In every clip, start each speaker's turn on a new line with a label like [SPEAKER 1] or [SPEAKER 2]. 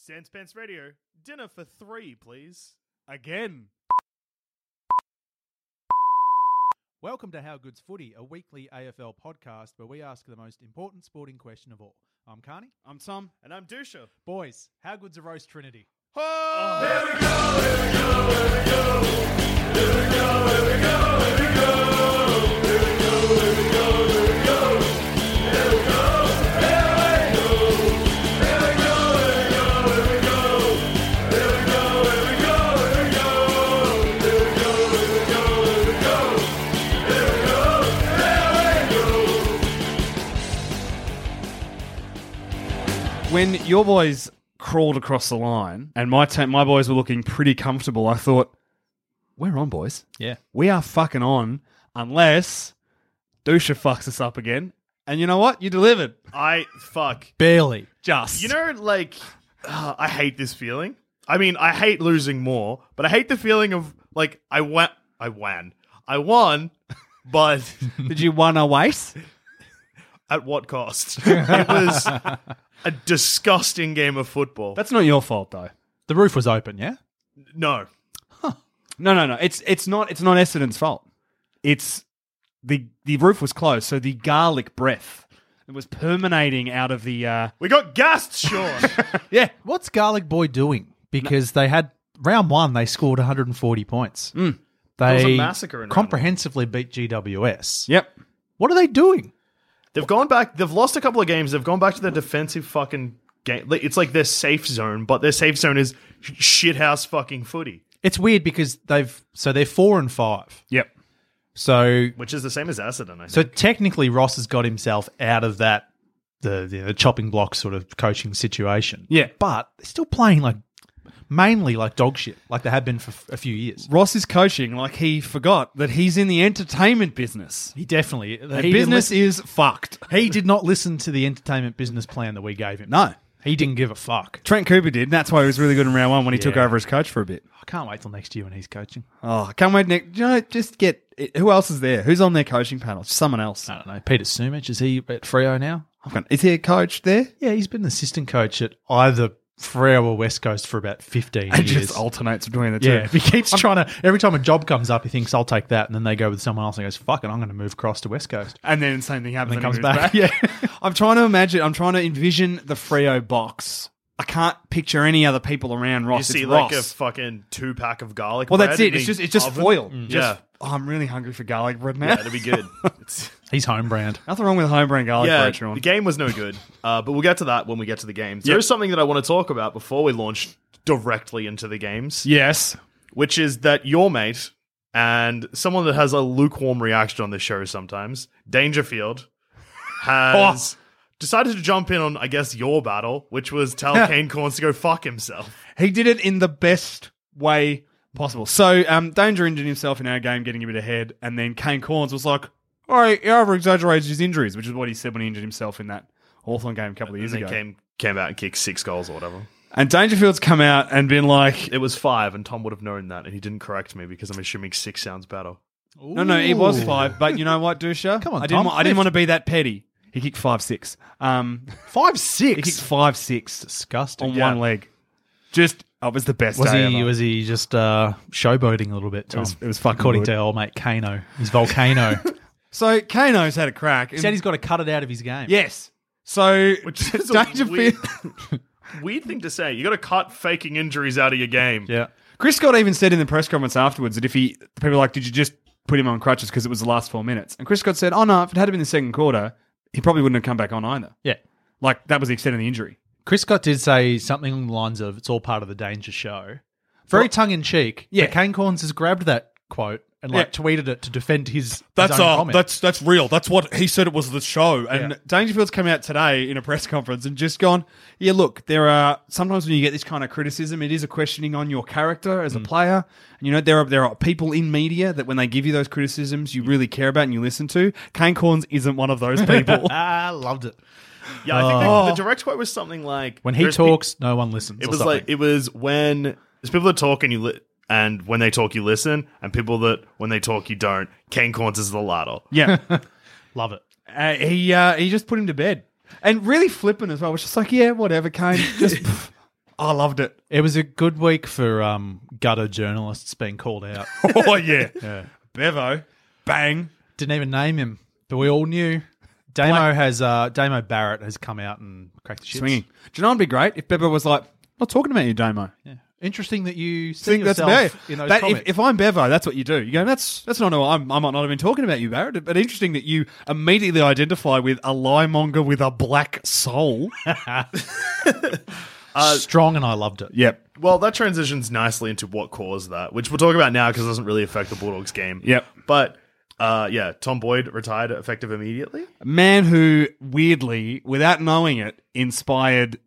[SPEAKER 1] Sandspants Radio, dinner for three, please. Again.
[SPEAKER 2] Welcome to How Good's Footy, a weekly AFL podcast where we ask the most important sporting question of all. I'm Carney.
[SPEAKER 3] I'm Tom.
[SPEAKER 1] And I'm Dusha.
[SPEAKER 2] Boys, how good's a roast trinity?
[SPEAKER 3] When your boys crawled across the line and my ta- my boys were looking pretty comfortable, I thought, we're on, boys.
[SPEAKER 2] Yeah.
[SPEAKER 3] We are fucking on unless Dusha fucks us up again. And you know what? You delivered.
[SPEAKER 1] I fuck.
[SPEAKER 2] Barely.
[SPEAKER 3] Just.
[SPEAKER 1] You know, like ah, I hate this feeling. I mean, I hate losing more, but I hate the feeling of like I won. I won. I won, but
[SPEAKER 3] Did you want to wait?
[SPEAKER 1] at what cost? It was a disgusting game of football.
[SPEAKER 3] That's not your fault though.
[SPEAKER 2] The roof was open, yeah?
[SPEAKER 1] no.
[SPEAKER 3] No, no, no. It's it's not it's not Essendon's fault. It's the the roof was closed, so the garlic breath that was permeating out of the uh
[SPEAKER 1] We got gassed, Sean.
[SPEAKER 3] yeah.
[SPEAKER 2] What's Garlic Boy doing? Because they had round one, they scored 140 points. They
[SPEAKER 1] was a massacre in round
[SPEAKER 2] comprehensively beat GWS.
[SPEAKER 3] Yep.
[SPEAKER 2] What are they doing?
[SPEAKER 1] They've gone back. They've lost a couple of games. They've gone back to their defensive fucking game. Like, It's like their safe zone, but their safe zone is sh- shithouse fucking footy,
[SPEAKER 2] It's weird because they've so they're four and five.
[SPEAKER 3] Yep.
[SPEAKER 2] So
[SPEAKER 1] which is the same as Essendon. I
[SPEAKER 2] so
[SPEAKER 1] think.
[SPEAKER 2] technically Ross has got himself out of that the, the, the chopping block sort of coaching situation.
[SPEAKER 3] Yeah.
[SPEAKER 2] But they're still playing like mainly like dog shit, like they have been for f- a few years.
[SPEAKER 3] Ross is coaching like he forgot that he's in the entertainment business.
[SPEAKER 2] He definitely
[SPEAKER 3] The
[SPEAKER 2] he
[SPEAKER 3] business
[SPEAKER 2] didn't
[SPEAKER 3] is fucked.
[SPEAKER 2] li- he did not listen to the entertainment business plan that we gave him.
[SPEAKER 3] No.
[SPEAKER 2] He didn't give a fuck.
[SPEAKER 3] Trent Cooper did, and that's why he was really good in round one when he took
[SPEAKER 2] Yeah.
[SPEAKER 3] over as coach for a bit.
[SPEAKER 2] I can't wait till next year when he's coaching.
[SPEAKER 3] Oh, I can't wait, Nick. You know, just get who else is there? Who's on their coaching panel? Just someone else.
[SPEAKER 2] I don't know. Peter Sumich, is he at Freo now?
[SPEAKER 3] I've gone, Is he a coach there?
[SPEAKER 2] Yeah, he's been an assistant coach at either Freo or West Coast for about 15
[SPEAKER 3] It
[SPEAKER 2] years.
[SPEAKER 3] just alternates between the two.
[SPEAKER 2] yeah, he keeps trying to. Every time a job comes up, he thinks, I'll take that. And then they go with someone else and he goes, fuck it, I'm going to move across to West Coast.
[SPEAKER 3] And then same thing happens.
[SPEAKER 2] And
[SPEAKER 3] and
[SPEAKER 2] then
[SPEAKER 3] he
[SPEAKER 2] comes
[SPEAKER 3] moves
[SPEAKER 2] back.
[SPEAKER 3] Yeah. I'm trying to imagine. I'm trying to envision the Frio box. I can't picture any other people around
[SPEAKER 1] you
[SPEAKER 3] Ross.
[SPEAKER 1] see
[SPEAKER 3] it's
[SPEAKER 1] like a
[SPEAKER 3] Ross.
[SPEAKER 1] fucking two pack of garlic.
[SPEAKER 3] well, that's
[SPEAKER 1] bread in
[SPEAKER 3] it. It's
[SPEAKER 1] the
[SPEAKER 3] just it's just
[SPEAKER 1] oven. Mm.
[SPEAKER 3] foil.
[SPEAKER 1] Yeah.
[SPEAKER 3] Just, oh, I'm really hungry for garlic bread now.
[SPEAKER 1] Yeah, that'd be good. It's-
[SPEAKER 2] He's home brand.
[SPEAKER 3] Nothing wrong with homebrewing garlic
[SPEAKER 1] yeah,
[SPEAKER 3] bread, Sean.
[SPEAKER 1] the game was no good, uh, but we'll get to that when we get to the games. There is something that I want to talk about before we launch directly into the games,
[SPEAKER 3] yes.
[SPEAKER 1] which is that your mate and someone that has a lukewarm reaction on this show sometimes, Dangerfield, has
[SPEAKER 3] Oh.
[SPEAKER 1] decided to jump in on, I guess, your battle, which was tell Kane Corns to go fuck himself.
[SPEAKER 3] He did it in the best way possible. So um, Danger injured himself in our game, getting a bit ahead, and then Kane Corns was like, "All right, he over exaggerated his injuries," which is what he said when he injured himself in that Hawthorn game a couple of years
[SPEAKER 1] and
[SPEAKER 3] ago.
[SPEAKER 1] then came came out and kicked six goals or whatever.
[SPEAKER 3] And Dangerfield's come out and been like,
[SPEAKER 1] It was five, and Tom would have known that, and he didn't correct me because I'm assuming six sounds better.
[SPEAKER 3] "No, no, it was five, but you know what, Dusha?
[SPEAKER 2] Come on,
[SPEAKER 3] I didn't,
[SPEAKER 2] Tom,
[SPEAKER 3] wa- I didn't
[SPEAKER 2] lift.
[SPEAKER 3] want to be that petty." He kicked five six. Um,
[SPEAKER 2] Five,
[SPEAKER 3] he kicked
[SPEAKER 2] six.
[SPEAKER 3] five six
[SPEAKER 2] Disgusting.
[SPEAKER 3] on one leg. Just oh, it was the best.
[SPEAKER 2] Was
[SPEAKER 3] day
[SPEAKER 2] he
[SPEAKER 3] ever.
[SPEAKER 2] was he just uh, showboating a little bit? Tom?
[SPEAKER 3] was- it was fucking
[SPEAKER 2] according
[SPEAKER 3] good.
[SPEAKER 2] to old mate Kano. His volcano.
[SPEAKER 3] so Kano's had a crack.
[SPEAKER 2] he said he's got to cut it out of his game.
[SPEAKER 3] Yes. So
[SPEAKER 1] Which is a
[SPEAKER 3] Dangerfield.
[SPEAKER 1] Weird thing to say. You got to cut faking injuries out of your game.
[SPEAKER 3] yeah. Chris Scott even said in the press conference afterwards that if he people were like, did you just put him on crutches because it was the last four minutes? And Chris Scott said, oh no, if it had been the second quarter, he probably wouldn't have come back on either.
[SPEAKER 2] Yeah.
[SPEAKER 3] Like that was the extent of the injury.
[SPEAKER 2] Chris Scott did say something along the lines of "It's all part of the Danger Show," very
[SPEAKER 3] Well-
[SPEAKER 2] tongue in cheek.
[SPEAKER 3] Yeah.
[SPEAKER 2] but Kane Corns has grabbed that quote and like
[SPEAKER 3] Yeah.
[SPEAKER 2] tweeted it to defend his. his
[SPEAKER 4] That's
[SPEAKER 2] own
[SPEAKER 4] uh,
[SPEAKER 2] comment.
[SPEAKER 4] that's that's real. That's what he said. It was the show, and
[SPEAKER 3] And Dangerfield's come out today in a press conference and just gone, yeah, look, there are sometimes when you get this kind of criticism, it is a questioning on your character
[SPEAKER 4] Mm.
[SPEAKER 3] as a player. And you know, there are there are people in media that when they give you those criticisms you really care about and you listen to. Kane Corns isn't one of those people.
[SPEAKER 2] ah, loved it.
[SPEAKER 1] Yeah, I think the, the direct quote was something like
[SPEAKER 2] When he
[SPEAKER 1] there's pe-
[SPEAKER 2] talks, no one listens.
[SPEAKER 1] It
[SPEAKER 2] or
[SPEAKER 1] was
[SPEAKER 2] something.
[SPEAKER 1] like it was when there's people that talk and you li- and when they talk you listen, and people that when they talk you don't. Kane Corns is the latter.
[SPEAKER 3] yeah.
[SPEAKER 2] love it.
[SPEAKER 3] Uh, he uh, he just put him to bed. And really flippant as well, was just like, yeah, whatever, Kane. Just pff, I loved it.
[SPEAKER 2] It was a good week for um, gutter journalists being called out.
[SPEAKER 3] oh yeah. Bevo. Bang.
[SPEAKER 2] Didn't even name him, but we all knew. Damo has uh, Damo Barrett has come out and cracked the shit.
[SPEAKER 3] Swinging. Do you know what'd be great if Bevo was like, not talking about you, Damo.
[SPEAKER 2] Interesting that you see
[SPEAKER 3] think that's
[SPEAKER 2] yourself
[SPEAKER 3] Bevo.
[SPEAKER 2] in those
[SPEAKER 3] That- if,
[SPEAKER 2] comments.
[SPEAKER 3] if I'm Bevo, that's what you do. You go, that's that's not. I'm, I might not have been talking about you, Barrett. But interesting that you immediately identify with a liemonger with a black soul. Uh,
[SPEAKER 2] Strong and I loved it.
[SPEAKER 3] yep.
[SPEAKER 1] Well, that transitions nicely into what caused that, which we'll talk about now because it doesn't really affect the Bulldogs game.
[SPEAKER 3] Yep.
[SPEAKER 1] But uh, yeah, Tom Boyd retired effective immediately.
[SPEAKER 3] A man who weirdly, without knowing it, inspired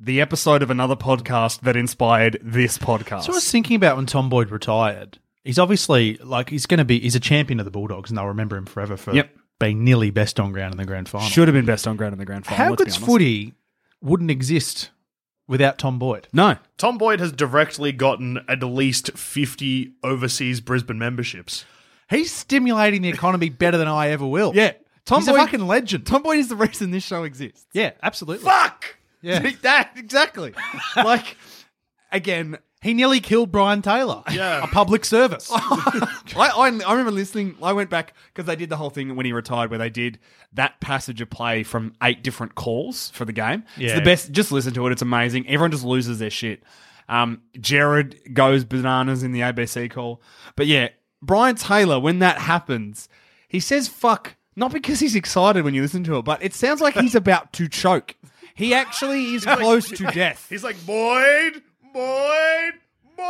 [SPEAKER 3] the episode of another podcast that inspired this podcast.
[SPEAKER 2] So I was thinking about when Tom Boyd retired. He's obviously like he's going to be he's a champion of the Bulldogs, and they'll remember him forever for
[SPEAKER 3] Yep.
[SPEAKER 2] being nearly best on ground in the grand final.
[SPEAKER 3] Should have been best on ground in the grand final.
[SPEAKER 2] How
[SPEAKER 3] let's be
[SPEAKER 2] good's
[SPEAKER 3] honest.
[SPEAKER 2] footy wouldn't exist without Tom Boyd?
[SPEAKER 3] No.
[SPEAKER 1] Tom Boyd has directly gotten at least 50 overseas Brisbane memberships.
[SPEAKER 2] He's stimulating the economy better than I ever will.
[SPEAKER 3] Yeah. Tom
[SPEAKER 2] Tom he's
[SPEAKER 3] Boyd.
[SPEAKER 2] a fucking legend.
[SPEAKER 3] Tom Boyd is the reason this show exists.
[SPEAKER 2] yeah, absolutely.
[SPEAKER 3] Fuck.
[SPEAKER 2] Yeah.
[SPEAKER 3] that exactly. like again,
[SPEAKER 2] He nearly killed Brian Taylor.
[SPEAKER 1] Yeah.
[SPEAKER 2] a public service.
[SPEAKER 3] I, I, I remember listening. I went back because they did the whole thing when he retired, where they did that passage of play from eight different calls for the game. It's
[SPEAKER 2] Yeah.
[SPEAKER 3] the best. Just listen to it. It's amazing. Everyone just loses their shit. Um, Jared goes bananas in the ABC call, but yeah, Brian Taylor. When that happens, he says "fuck" not because he's excited when you listen to it, but it sounds like he's about to choke. He actually is close to death.
[SPEAKER 1] He's like, Boyd, Boyd, Boyd.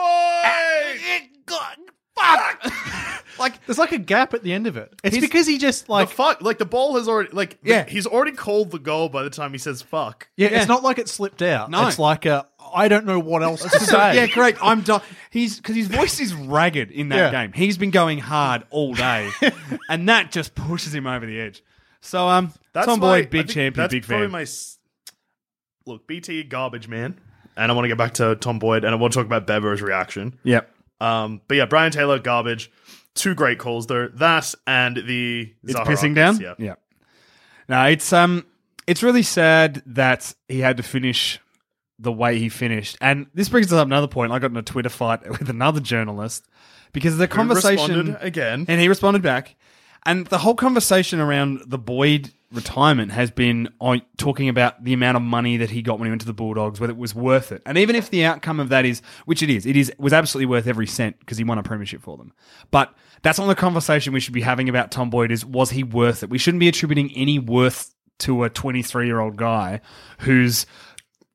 [SPEAKER 3] Fuck! like
[SPEAKER 2] There's like a gap at the end of it. It's
[SPEAKER 3] He's-
[SPEAKER 2] because he just like
[SPEAKER 1] the fuck, like the ball has already, like,
[SPEAKER 3] Yeah.
[SPEAKER 1] he's already called the goal by the time he says fuck.
[SPEAKER 2] yeah,
[SPEAKER 3] Yeah.
[SPEAKER 2] it's not like it slipped out.
[SPEAKER 3] No.
[SPEAKER 2] It's like I I don't know what else to
[SPEAKER 3] So,
[SPEAKER 2] say.
[SPEAKER 3] yeah, great. I'm done. He's because his voice is ragged in that
[SPEAKER 2] Yeah.
[SPEAKER 3] game. He's been going hard all day, and that just pushes him over the edge. So, um, Tom
[SPEAKER 1] my-
[SPEAKER 3] Boyd,
[SPEAKER 1] I
[SPEAKER 3] big
[SPEAKER 1] think
[SPEAKER 3] champion,
[SPEAKER 1] that's
[SPEAKER 3] big
[SPEAKER 1] probably
[SPEAKER 3] fan.
[SPEAKER 1] My, s- look, BT garbage man, and I want to get back to Tom Boyd, and I want to talk about Bevo's reaction.
[SPEAKER 3] Yep.
[SPEAKER 1] Um, but yeah, Brian Taylor garbage. Two great calls though. That and the
[SPEAKER 3] It's
[SPEAKER 1] Zaharakis,
[SPEAKER 3] pissing down.
[SPEAKER 1] Yeah.
[SPEAKER 3] No, it's um, it's really sad that he had to finish the way he finished, and this brings us up another point. I got in a Twitter fight with another journalist because the conversation
[SPEAKER 1] responded again.
[SPEAKER 3] and he responded back, and the whole conversation around the Boyd retirement has been on talking about the amount of money that he got when he went to the Bulldogs, whether it was worth it, and even if the outcome of that is, which it is, it is was absolutely worth every cent because he won a premiership for them, but. That's not the conversation we should be having about Tom Boyd is was he worth it? We shouldn't be attributing any worth to a 23 year old guy who's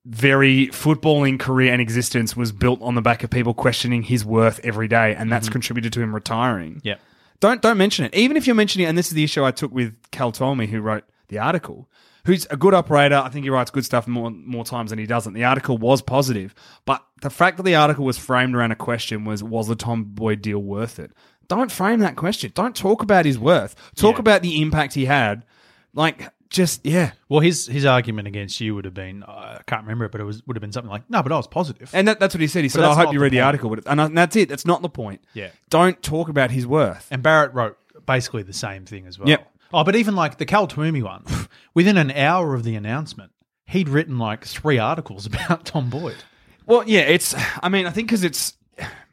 [SPEAKER 3] very footballing career and existence was built on the back of people questioning his worth every day, and that's contributed to him retiring.
[SPEAKER 2] Yep.
[SPEAKER 3] Don't don't mention it. Even if you're mentioning, and this is the issue I took with Cal Tolmy, who wrote the article, who's a good operator. I think he writes good stuff more more times than he doesn't. The article was positive, but the fact that the article was framed around a question was was the Tom Boyd deal worth it? Don't frame that question. Don't talk about his worth. Talk about the impact he had. Like just yeah.
[SPEAKER 2] Well, his his argument against you would have been uh, I can't remember it, but it was would have been something like no, but I was positive.
[SPEAKER 3] And that, that's what he said. He said, I
[SPEAKER 2] that's
[SPEAKER 3] hope
[SPEAKER 2] not
[SPEAKER 3] you
[SPEAKER 2] the
[SPEAKER 3] read the
[SPEAKER 2] point.
[SPEAKER 3] article. But, and, I- and that's it. That's not the point.
[SPEAKER 2] Yeah.
[SPEAKER 3] Don't talk about his worth.
[SPEAKER 2] And Barrett wrote basically the same thing as well.
[SPEAKER 3] Yep.
[SPEAKER 2] Oh, but even like the Cal Toomey one, within an hour of the announcement, he'd written like three articles about Tom Boyd.
[SPEAKER 3] Well, yeah, it's, I mean, I think because it's,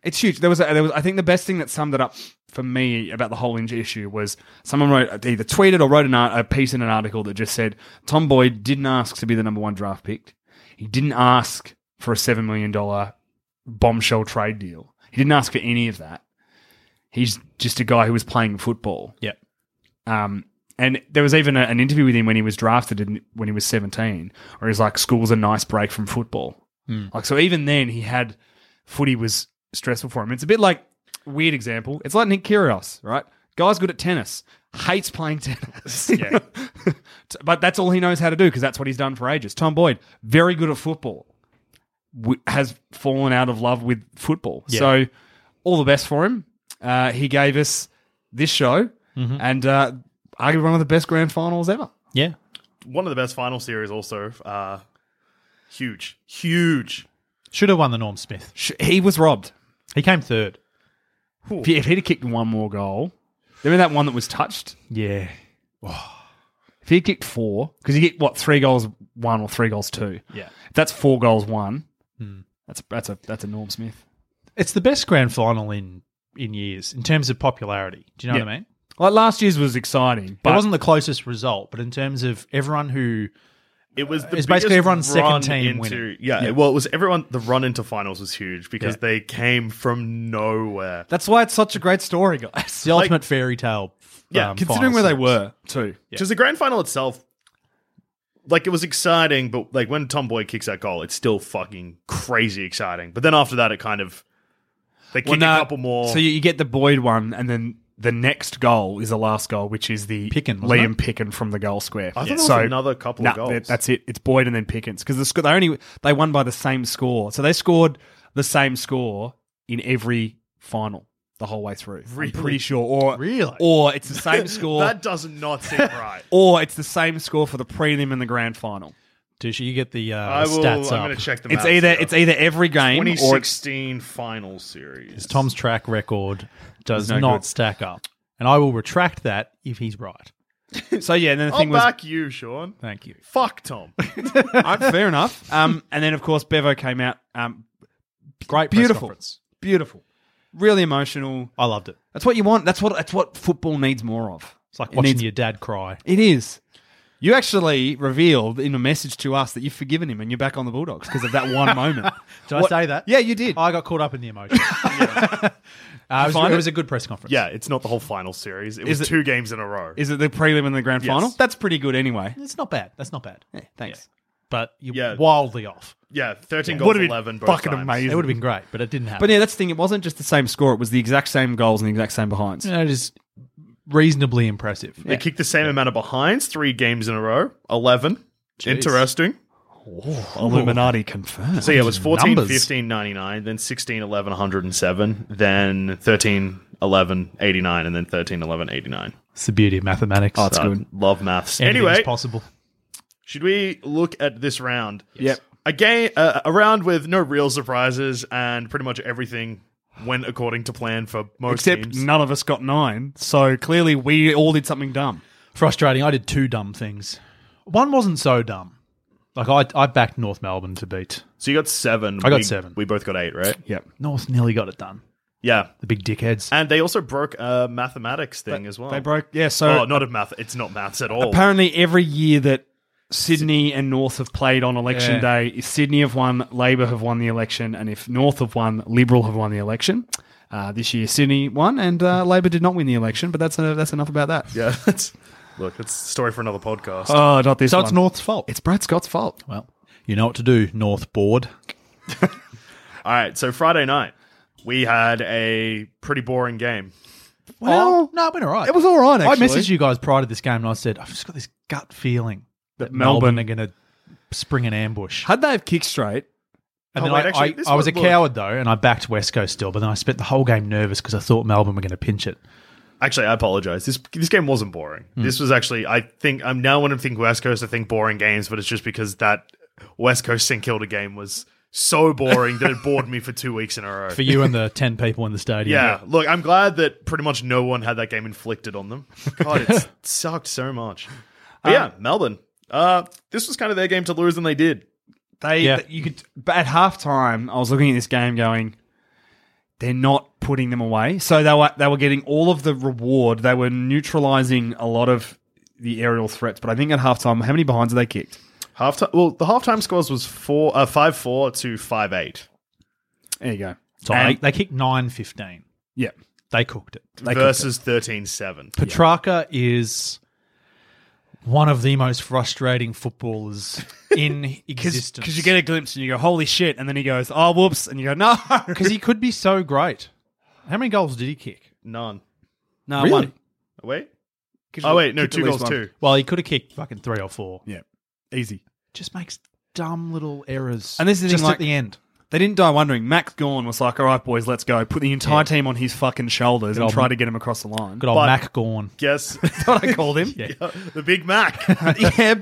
[SPEAKER 3] It's huge. There was, a, there was, I think the best thing that summed it up for me about the whole injury issue was someone wrote either tweeted or wrote an art, a piece in an article that just said Tom Boyd didn't ask to be the number one draft pick. He didn't ask for a seven million dollar bombshell trade deal. He didn't ask for any of that. He's just a guy who was playing football.
[SPEAKER 4] Yep.
[SPEAKER 3] Um, and there was even a, an interview with him when he was drafted in, when he was 17, where he's like, school's a nice break from football. Mm. Like, so even then, he had footy was stressful for him. It's a bit like, weird example, it's like Nick Kyrgios, right? Guy's good at tennis, hates playing tennis. yeah. but that's all he knows how to do because that's what he's done for ages. Tom Boyd, very good at football, w- has fallen out of love with football. So, all the best for him. Uh, he gave us this show and uh, arguably one of the best grand finals ever.
[SPEAKER 4] Yeah.
[SPEAKER 1] One of the best final series, also. Uh, huge, huge.
[SPEAKER 2] Should have won the Norm Smith.
[SPEAKER 3] Sh- He was robbed.
[SPEAKER 2] He came third.
[SPEAKER 3] If, he, if he'd have kicked one more goal, remember that one that was touched?
[SPEAKER 2] Yeah.
[SPEAKER 3] If he'd kicked four, because he get what three goals one or three goals two.
[SPEAKER 2] Yeah.
[SPEAKER 3] If that's four goals one. That's that's a that's a Norm Smith.
[SPEAKER 2] It's the best grand final in in years in terms of popularity. Do you know what I mean?
[SPEAKER 3] Like last year's was exciting, but
[SPEAKER 2] it wasn't the closest result, but in terms of everyone who
[SPEAKER 1] It was the
[SPEAKER 2] It's basically
[SPEAKER 1] biggest
[SPEAKER 2] everyone's second
[SPEAKER 1] run
[SPEAKER 2] team
[SPEAKER 1] into,
[SPEAKER 2] winning.
[SPEAKER 1] Yeah, well, it was everyone. The run into finals was huge because they came from nowhere.
[SPEAKER 3] that's why it's such a great story, guys.
[SPEAKER 2] it's the ultimate fairy tale.
[SPEAKER 1] Yeah,
[SPEAKER 2] um,
[SPEAKER 3] Considering
[SPEAKER 2] final
[SPEAKER 3] where they
[SPEAKER 2] series.
[SPEAKER 3] were too.
[SPEAKER 1] Because the grand final itself, like it was exciting, but like when Tomboy kicks that goal, it's still fucking crazy exciting. But then after that, it kind of they kick
[SPEAKER 3] no,
[SPEAKER 1] a couple more.
[SPEAKER 3] So you, you get the Boyd one, and then the next goal is the last goal, which is the
[SPEAKER 2] Picken,
[SPEAKER 3] Liam
[SPEAKER 2] wasn't
[SPEAKER 3] Picken from the goal square.
[SPEAKER 1] I thought there was another couple
[SPEAKER 3] nah,
[SPEAKER 1] of goals.
[SPEAKER 3] that- that's it. It's Boyd and then Pickens because the sc- they only they won by the same score, so they scored the same score in every final the whole way through. I'm pretty sure, or
[SPEAKER 2] Really?
[SPEAKER 3] or it's the same score,
[SPEAKER 1] that does not seem right.
[SPEAKER 3] or it's the same score for the prelim and the grand final.
[SPEAKER 2] Tushy, you get the uh,
[SPEAKER 1] I will. I'm
[SPEAKER 2] stats
[SPEAKER 1] going
[SPEAKER 2] up.
[SPEAKER 1] to check them.
[SPEAKER 3] It's either it's either every game or it's
[SPEAKER 1] 2016 final series.
[SPEAKER 2] Because Tom's track record does
[SPEAKER 3] no
[SPEAKER 2] not
[SPEAKER 3] good.
[SPEAKER 2] stack up, and I will retract that if he's right.
[SPEAKER 3] so yeah. And then the
[SPEAKER 1] I'll
[SPEAKER 3] thing was
[SPEAKER 1] back you, Sean.
[SPEAKER 2] Thank you.
[SPEAKER 1] Fuck Tom.
[SPEAKER 3] Uh, fair enough. Um, and then of course Bevo came out. Um,
[SPEAKER 2] Great, press
[SPEAKER 3] beautiful,
[SPEAKER 2] conference.
[SPEAKER 3] beautiful, really emotional.
[SPEAKER 2] I loved it.
[SPEAKER 3] That's what you want. That's what that's what football needs more of.
[SPEAKER 2] It's like
[SPEAKER 3] It
[SPEAKER 2] watching
[SPEAKER 3] needs-
[SPEAKER 2] your dad cry.
[SPEAKER 3] It is. You actually revealed in a message to us that you've forgiven him and you're back on the Bulldogs because of that one moment.
[SPEAKER 2] Did I say that?
[SPEAKER 3] Yeah, you did.
[SPEAKER 2] I got caught up in the emotion. Uh, it, was,
[SPEAKER 3] find
[SPEAKER 2] it
[SPEAKER 3] it?
[SPEAKER 2] was a good press conference.
[SPEAKER 1] yeah, it's not the whole final series. It
[SPEAKER 3] Is
[SPEAKER 1] was
[SPEAKER 3] it-
[SPEAKER 1] two games in a row.
[SPEAKER 3] Is it the prelim and the grand
[SPEAKER 1] Yes.
[SPEAKER 3] final? That's pretty good anyway.
[SPEAKER 2] it's not bad. That's not bad.
[SPEAKER 3] thanks.
[SPEAKER 2] But you're
[SPEAKER 1] Yeah.
[SPEAKER 2] wildly off.
[SPEAKER 1] yeah, 13
[SPEAKER 3] Would've
[SPEAKER 1] goals,
[SPEAKER 3] been
[SPEAKER 1] 11. Both
[SPEAKER 3] fucking
[SPEAKER 1] times.
[SPEAKER 3] amazing.
[SPEAKER 2] It would have been great, but it didn't happen.
[SPEAKER 3] But yeah, that's the thing. It wasn't just the same score. It was the exact same goals and the exact same behinds.
[SPEAKER 2] you know, just reasonably impressive.
[SPEAKER 1] They kicked the same amount of behinds, three games in a row, 11. Interesting.
[SPEAKER 3] Illuminati confirmed.
[SPEAKER 1] So yeah, it was 14,
[SPEAKER 2] Numbers.
[SPEAKER 1] 15, 99, then 16, 11, 107, then 13, 11, 89, and then 13, 11, 89.
[SPEAKER 2] It's the beauty of mathematics. Oh,
[SPEAKER 3] it's
[SPEAKER 1] So,
[SPEAKER 3] good.
[SPEAKER 1] Love maths.
[SPEAKER 2] anyway,
[SPEAKER 1] anyway,
[SPEAKER 2] possible.
[SPEAKER 1] should we look at this round?
[SPEAKER 3] Yep.
[SPEAKER 1] A, game, uh, a round with no real surprises and pretty much everything went according to plan for most
[SPEAKER 3] Except
[SPEAKER 1] teams.
[SPEAKER 3] none of us got nine, so clearly we all did something dumb.
[SPEAKER 2] Frustrating. I did two dumb things. One wasn't so dumb. Like I, I backed North Melbourne to beat.
[SPEAKER 1] so you got seven.
[SPEAKER 2] I got
[SPEAKER 1] We-
[SPEAKER 2] seven.
[SPEAKER 1] We both got eight, right?
[SPEAKER 3] Yep.
[SPEAKER 2] North nearly got it done.
[SPEAKER 1] Yeah.
[SPEAKER 2] The big dickheads.
[SPEAKER 1] And they also broke a mathematics thing as well.
[SPEAKER 3] They broke. Yeah. So
[SPEAKER 1] Oh, not a math. It's not maths at all.
[SPEAKER 3] apparently, every year that Sydney and North have played on election
[SPEAKER 2] Yeah.
[SPEAKER 3] day, if Sydney have won, Labor have won the election, and if North have won, Liberal have won the election. Uh, this year, Sydney won, and uh, Labor did not win the election. But that's uh, that's enough about that.
[SPEAKER 1] yeah. That's, look, it's a story for another podcast.
[SPEAKER 3] Oh, not this.
[SPEAKER 2] So
[SPEAKER 3] one.
[SPEAKER 2] it's North's fault.
[SPEAKER 3] It's Brad Scott's fault.
[SPEAKER 2] well, you know what to do, North board.
[SPEAKER 1] all right. So Friday night, we had a pretty boring game.
[SPEAKER 2] Well, no, it went all right.
[SPEAKER 3] It was all right. Actually.
[SPEAKER 2] I messaged you guys prior to this game and I said, I've just got this gut feeling that
[SPEAKER 3] Melbourne-
[SPEAKER 2] Melbourne, are going to spring an ambush.
[SPEAKER 3] Had they have kicked straight,
[SPEAKER 2] And
[SPEAKER 1] Oh,
[SPEAKER 2] then
[SPEAKER 1] wait,
[SPEAKER 2] I,
[SPEAKER 1] actually,
[SPEAKER 2] I-
[SPEAKER 1] this
[SPEAKER 2] I was a
[SPEAKER 1] would look-
[SPEAKER 2] coward though, and I backed West Coast still, but then I spent the whole game nervous because I thought Melbourne were going to pinch it.
[SPEAKER 1] Actually, I apologize. This this game wasn't boring. This was actually, I think, I'm now when I think West Coast, I think boring games, but it's just because that West Coast St Kilda game was so boring that it bored me for two weeks in a row.
[SPEAKER 2] For you and the 10 people in the stadium.
[SPEAKER 1] yeah, look, I'm glad that pretty much no one had that game inflicted on them. God, it sucked so much. But yeah, Melbourne. Uh, this was kind of their game to lose, and they did.
[SPEAKER 3] They,
[SPEAKER 2] Yeah.
[SPEAKER 3] th- you could, but at halftime, I was looking at this game going, they're not putting them away. So they were they were getting all of the reward. They were neutralizing a lot of the aerial threats. But I think at halftime, how many behinds did they kicked?
[SPEAKER 1] Half time. Well, the halftime scores was four, uh, five four to five eight.
[SPEAKER 3] There you go.
[SPEAKER 2] So
[SPEAKER 3] And-
[SPEAKER 2] they, they kicked nine fifteen.
[SPEAKER 3] Yeah.
[SPEAKER 2] They cooked it.
[SPEAKER 3] They kicked
[SPEAKER 1] versus 13-7.
[SPEAKER 2] Petrarca is one of the most frustrating footballers in
[SPEAKER 3] Because
[SPEAKER 2] existence.
[SPEAKER 3] you get a glimpse and you go, holy shit. And then he goes, oh, whoops. And you go, no.
[SPEAKER 2] because he could be so great. How many goals did he kick?
[SPEAKER 1] None.
[SPEAKER 3] no,
[SPEAKER 2] Really?
[SPEAKER 3] one.
[SPEAKER 1] Wait.
[SPEAKER 3] 'Cause
[SPEAKER 1] Oh
[SPEAKER 3] you
[SPEAKER 1] wait, no,
[SPEAKER 3] kicked
[SPEAKER 1] two
[SPEAKER 3] at least
[SPEAKER 1] goals
[SPEAKER 3] one.
[SPEAKER 1] two.
[SPEAKER 2] Well, he could have kicked fucking three or four.
[SPEAKER 3] Yeah. Easy.
[SPEAKER 2] Just makes dumb little errors.
[SPEAKER 3] And this is the thing,
[SPEAKER 2] just
[SPEAKER 3] like-
[SPEAKER 2] at the end.
[SPEAKER 3] They didn't die wondering. Max Gorn was like, all right, boys, let's go. Put the entire team on his fucking shoulders and
[SPEAKER 2] old-
[SPEAKER 3] try to get him across the line.
[SPEAKER 2] Good old
[SPEAKER 1] But-
[SPEAKER 2] Mac Gorn.
[SPEAKER 1] Yes.
[SPEAKER 3] That's what I called him. yeah.
[SPEAKER 1] the Big Mac.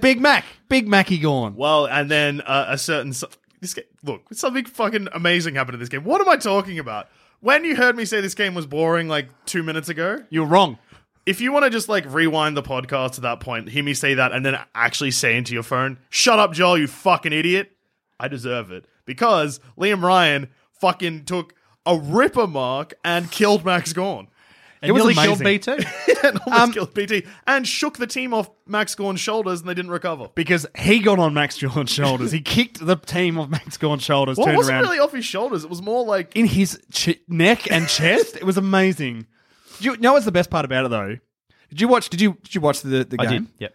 [SPEAKER 3] Big Mac. Big Mackie Gorn.
[SPEAKER 1] well, and then uh, a certain so- this game, look, something fucking amazing happened in this game. What am I talking about? When you heard me say this game was boring like 2 minutes ago,
[SPEAKER 3] You're wrong.
[SPEAKER 1] if you want to just like rewind the podcast to that point, hear me say that, and then actually say into your phone, "Shut up, Joel, you fucking idiot." I deserve it because Liam Ryan fucking took a ripper mark and killed Max Gorn.
[SPEAKER 2] And
[SPEAKER 3] was
[SPEAKER 2] nearly
[SPEAKER 3] amazing.
[SPEAKER 2] killed BT.
[SPEAKER 1] and almost killed BT and shook the team off Max Gorn's shoulders, and they didn't recover.
[SPEAKER 3] Because he got on Max Gorn's shoulders. he kicked the team off Max Gorn's shoulders,
[SPEAKER 1] Well, it
[SPEAKER 3] turned
[SPEAKER 1] wasn't
[SPEAKER 3] around.
[SPEAKER 1] really off his shoulders. It was more like
[SPEAKER 3] in his ch- neck and chest. It was amazing. Do you know what's the best part about it though? Did you watch? Did you did you watch the the
[SPEAKER 2] I
[SPEAKER 3] game?
[SPEAKER 2] did. Yep.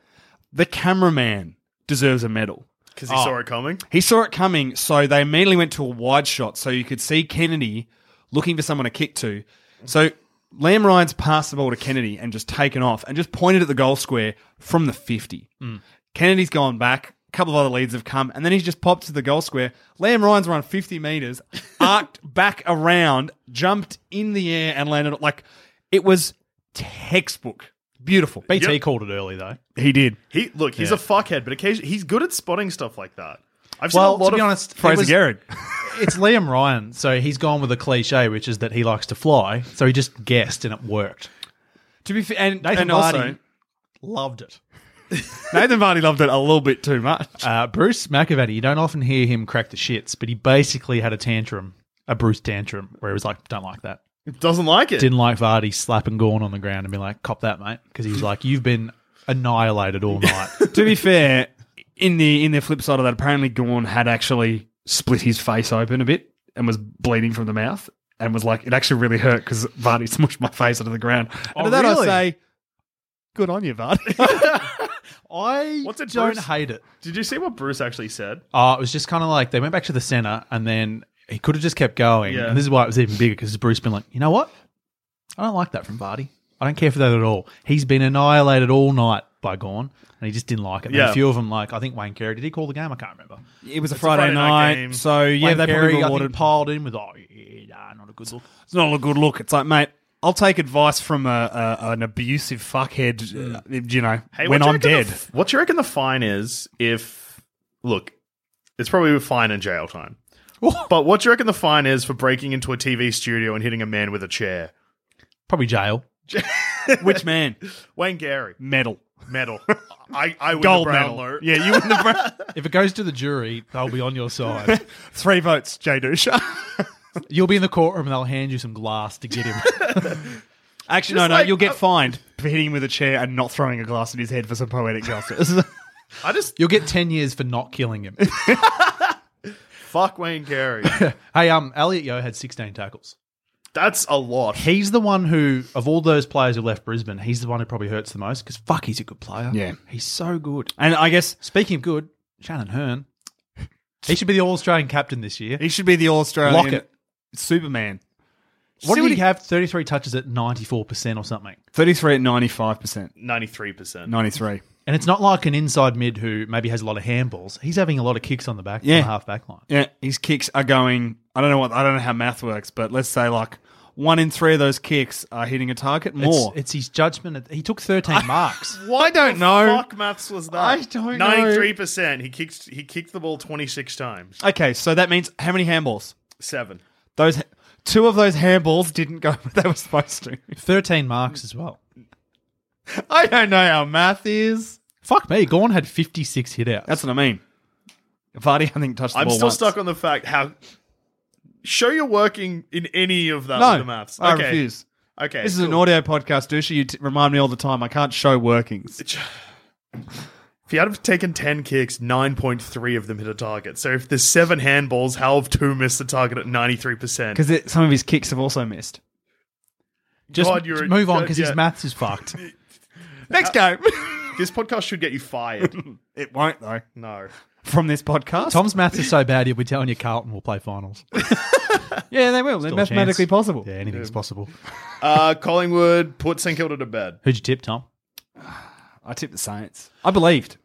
[SPEAKER 3] The cameraman deserves a medal.
[SPEAKER 1] because he saw it coming.
[SPEAKER 3] He saw it coming, so they immediately went to a wide shot so you could see Kennedy looking for someone to kick to. So Lamb Ryan's passed the ball to Kennedy and just taken off and just pointed at the goal square from the 50. Kennedy's gone back. A couple of other leads have come, and then he's just popped to the goal square. Lamb Ryan's run 50 metres, arced back around, jumped in the air, and landed. Like, it was textbook. Beautiful.
[SPEAKER 2] BT called it early though.
[SPEAKER 3] He did.
[SPEAKER 1] He look, he's a fuckhead, but occasionally he's good at spotting stuff like that. I've
[SPEAKER 2] Well,
[SPEAKER 1] seen a lot
[SPEAKER 2] to be
[SPEAKER 1] of
[SPEAKER 2] honest, it
[SPEAKER 3] Fraser
[SPEAKER 2] was-
[SPEAKER 3] Garrett.
[SPEAKER 2] it's Liam Ryan, so he's gone with a cliche, which is that he likes to fly. So he just guessed and it worked.
[SPEAKER 3] to be fair, and,
[SPEAKER 2] Nathan
[SPEAKER 3] and also,
[SPEAKER 2] Vardy- Loved it.
[SPEAKER 3] Nathan Vardy loved it a little bit too much.
[SPEAKER 2] Uh, Bruce McAvatty, you don't often hear him crack the shits, but he basically had a tantrum, a Bruce tantrum, where he was like, don't like that.
[SPEAKER 1] doesn't like it.
[SPEAKER 2] Didn't like Vardy slapping Gorn on the ground and be like, cop that, mate. Because he was like, you've been annihilated all night.
[SPEAKER 3] to be fair, in the in the flip side of that, apparently Gorn had actually split his face open a bit and was bleeding from the mouth and was like, it actually really hurt because Vardy smushed my face into the ground.
[SPEAKER 2] Oh,
[SPEAKER 3] and to that
[SPEAKER 2] really?
[SPEAKER 3] I say, good on you, Vardy.
[SPEAKER 2] I
[SPEAKER 1] What's it,
[SPEAKER 2] don't
[SPEAKER 1] Bruce?
[SPEAKER 2] hate it.
[SPEAKER 1] Did you see what Bruce actually said?
[SPEAKER 2] Uh, it was just kind of like they went back to the center and then he could have just kept going.
[SPEAKER 1] Yeah.
[SPEAKER 2] And this is why it was even bigger because Bruce been like, you know what? I don't like that from Vardy. I don't care for that at all. He's been annihilated all night by Gorn and he just didn't like it. And
[SPEAKER 1] Yeah.
[SPEAKER 2] a few of them, like, I think Wayne Carey, did he call the game? I can't remember.
[SPEAKER 3] it was a
[SPEAKER 1] Friday Friday night night, game.
[SPEAKER 3] so yeah,
[SPEAKER 2] Wayne
[SPEAKER 3] they
[SPEAKER 2] Carey,
[SPEAKER 3] probably
[SPEAKER 2] I
[SPEAKER 3] rewarded.
[SPEAKER 2] think, piled in with, oh, yeah, nah, not a good look.
[SPEAKER 3] It's not a good look. It's like, mate. I'll take advice from a, a, an abusive fuckhead, uh, you know,
[SPEAKER 1] what
[SPEAKER 3] when
[SPEAKER 1] do you
[SPEAKER 3] I'm
[SPEAKER 1] reckon
[SPEAKER 3] dead.
[SPEAKER 1] the f- what do you reckon the fine is if look, it's probably a fine and jail time. But what do you reckon the fine is for breaking into a TV studio and hitting a man with a chair?
[SPEAKER 2] Probably jail.
[SPEAKER 3] Which man?
[SPEAKER 1] Wayne Gary,
[SPEAKER 3] Medal.
[SPEAKER 1] medal. I, I win
[SPEAKER 3] Gold
[SPEAKER 1] the
[SPEAKER 3] medal.
[SPEAKER 1] Brownlow.
[SPEAKER 3] Yeah, you win the Brown-
[SPEAKER 2] If it goes to the jury, they'll be on your side.
[SPEAKER 3] Three votes, Jay Dusha.
[SPEAKER 2] You'll be in the courtroom and they'll hand you some glass to get him.
[SPEAKER 1] Just
[SPEAKER 3] Actually, no, no,
[SPEAKER 1] like- uh,
[SPEAKER 3] you'll get fined for hitting him with a chair and not throwing a glass at his head for some poetic justice.
[SPEAKER 1] I just
[SPEAKER 2] You'll get 10 years for not killing him.
[SPEAKER 1] fuck Wayne Gary.
[SPEAKER 2] hey, um, Elliot Yo had 16 tackles.
[SPEAKER 1] That's a lot.
[SPEAKER 2] He's the one who, of all those players who left Brisbane, he's the one who probably hurts the most because fuck, he's a good player.
[SPEAKER 3] Yeah.
[SPEAKER 2] he's so good.
[SPEAKER 3] and I guess
[SPEAKER 2] Speaking of good, Shannon Hearn, he should be the All Australian captain this year.
[SPEAKER 3] he should be the All Australian
[SPEAKER 2] Lock it.
[SPEAKER 3] Superman.
[SPEAKER 2] What
[SPEAKER 3] See
[SPEAKER 2] did he have? Thirty-three touches at ninety-four percent or something.
[SPEAKER 3] 33 at 95%.
[SPEAKER 1] Ninety three percent.
[SPEAKER 3] 93.
[SPEAKER 2] And it's not like an inside mid who maybe has a lot of handballs. He's having a lot of kicks on the back, on
[SPEAKER 3] Yeah.
[SPEAKER 2] the half back line.
[SPEAKER 3] Yeah, his kicks are going. I don't know what. I don't know how math works, but let's say like one in three of those kicks are hitting a target more.
[SPEAKER 2] It's, it's his judgment. He took thirteen marks.
[SPEAKER 1] What
[SPEAKER 3] I
[SPEAKER 1] the
[SPEAKER 3] don't know.
[SPEAKER 1] Fuck maths was that?
[SPEAKER 3] I don't know.
[SPEAKER 1] Ninety three percent. He kicked. He kicked the ball twenty six times.
[SPEAKER 3] okay, so that means how many handballs?
[SPEAKER 1] Seven.
[SPEAKER 3] Those two of those handballs didn't go where they were supposed to.
[SPEAKER 2] Thirteen marks as well.
[SPEAKER 3] I don't know how math is.
[SPEAKER 2] Fuck me. Gorn had fifty-six hit outs.
[SPEAKER 3] That's what I mean. Vardy, I think touched the
[SPEAKER 1] I'm
[SPEAKER 3] ball
[SPEAKER 1] still
[SPEAKER 3] once.
[SPEAKER 1] stuck on the fact how show you're working in any of that
[SPEAKER 3] No,
[SPEAKER 1] with Uh, the maths.
[SPEAKER 3] I
[SPEAKER 1] okay.
[SPEAKER 3] refuse.
[SPEAKER 1] Okay.
[SPEAKER 3] This is an
[SPEAKER 1] cool.
[SPEAKER 3] audio podcast, Dusha. You t- remind me all the time. I can't show workings.
[SPEAKER 1] If you had have taken 10 kicks, 9.3 of them hit a target. So if there's seven handballs, how have two missed the target at 93%?
[SPEAKER 3] Because some of his kicks have also missed.
[SPEAKER 2] Just,
[SPEAKER 1] God, you're
[SPEAKER 2] just
[SPEAKER 1] a-
[SPEAKER 2] move on
[SPEAKER 1] God,
[SPEAKER 2] because
[SPEAKER 1] yeah.
[SPEAKER 2] his maths is fucked.
[SPEAKER 3] Next
[SPEAKER 1] Uh,
[SPEAKER 3] game.
[SPEAKER 1] This podcast should get you fired.
[SPEAKER 3] it won't, though.
[SPEAKER 1] no.
[SPEAKER 3] From this podcast.
[SPEAKER 2] Tom's maths is so bad he'll be telling you Carlton will play finals.
[SPEAKER 3] Yeah, they will. They're
[SPEAKER 2] Still a
[SPEAKER 3] mathematically
[SPEAKER 2] chance.
[SPEAKER 3] possible.
[SPEAKER 2] Yeah, anything's possible.
[SPEAKER 1] Uh, Collingwood put St Kilda to bed.
[SPEAKER 2] Who'd you tip, Tom?
[SPEAKER 3] I tipped the Saints. I believed.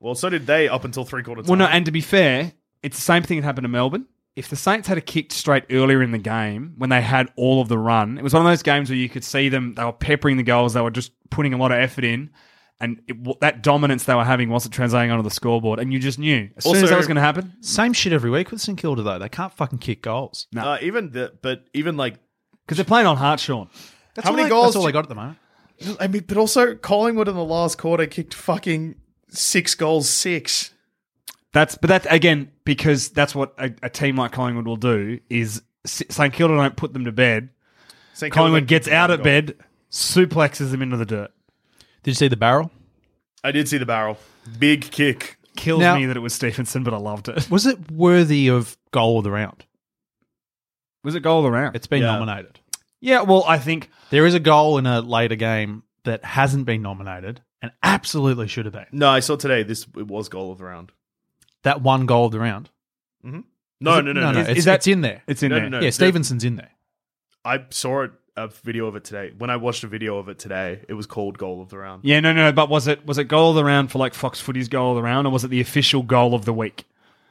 [SPEAKER 1] Well, so did they up until three quarter time.
[SPEAKER 3] Well, no, and to be fair, it's the same thing that happened to Melbourne. If the Saints had a kicked straight earlier in the game when they had all of the run, it was one of those games where you could see them, they were peppering the goals, they were just putting a lot of effort in. And it, w- that dominance they were having wasn't translating onto the scoreboard. And you just knew as soon
[SPEAKER 1] Also-
[SPEAKER 3] as that was going to happen.
[SPEAKER 2] Same shit every week with St Kilda though. They can't fucking kick goals.
[SPEAKER 1] uh, even the, but even like
[SPEAKER 3] Because they're playing on heart, Sean.
[SPEAKER 2] That's
[SPEAKER 1] How
[SPEAKER 2] all
[SPEAKER 1] many
[SPEAKER 2] they-
[SPEAKER 1] goals
[SPEAKER 2] That's all
[SPEAKER 1] do-
[SPEAKER 2] they got at the moment.
[SPEAKER 1] I mean, but also Collingwood in the last quarter kicked fucking six goals, six.
[SPEAKER 3] That's but that again because that's what a, a team like Collingwood will do is S- St Kilda don't put them to bed.
[SPEAKER 1] St.
[SPEAKER 3] Collingwood gets
[SPEAKER 1] kicked
[SPEAKER 3] out
[SPEAKER 1] one
[SPEAKER 3] of
[SPEAKER 1] goal.
[SPEAKER 3] bed, suplexes them into the dirt.
[SPEAKER 2] Did you see the barrel?
[SPEAKER 1] I did see the barrel. Big kick.
[SPEAKER 3] Kills
[SPEAKER 2] Now-
[SPEAKER 3] me that it was Stevenson, but I loved it.
[SPEAKER 2] Was it worthy of goal of the round?
[SPEAKER 3] Was it goal of the round?
[SPEAKER 2] It's been
[SPEAKER 1] Yeah.
[SPEAKER 2] nominated.
[SPEAKER 3] yeah, well, I think
[SPEAKER 2] There is a goal in a later game that hasn't been nominated and absolutely should have been.
[SPEAKER 1] No, I saw today. This it was goal of the round.
[SPEAKER 2] That one goal of the round.
[SPEAKER 1] No,
[SPEAKER 2] Is it-
[SPEAKER 1] no, no, no.
[SPEAKER 2] It's,
[SPEAKER 3] is that-
[SPEAKER 2] it's in there.
[SPEAKER 3] it's in
[SPEAKER 1] No,
[SPEAKER 3] there.
[SPEAKER 1] no, no.
[SPEAKER 2] yeah,
[SPEAKER 1] the-
[SPEAKER 2] Stevenson's in there.
[SPEAKER 1] I saw it, a video of it today. When I watched a video of it today, it was called goal of the round.
[SPEAKER 3] Yeah, no, no, no. But was it was it goal of the round for like Fox Footy's goal of the round, or was it the official goal of the week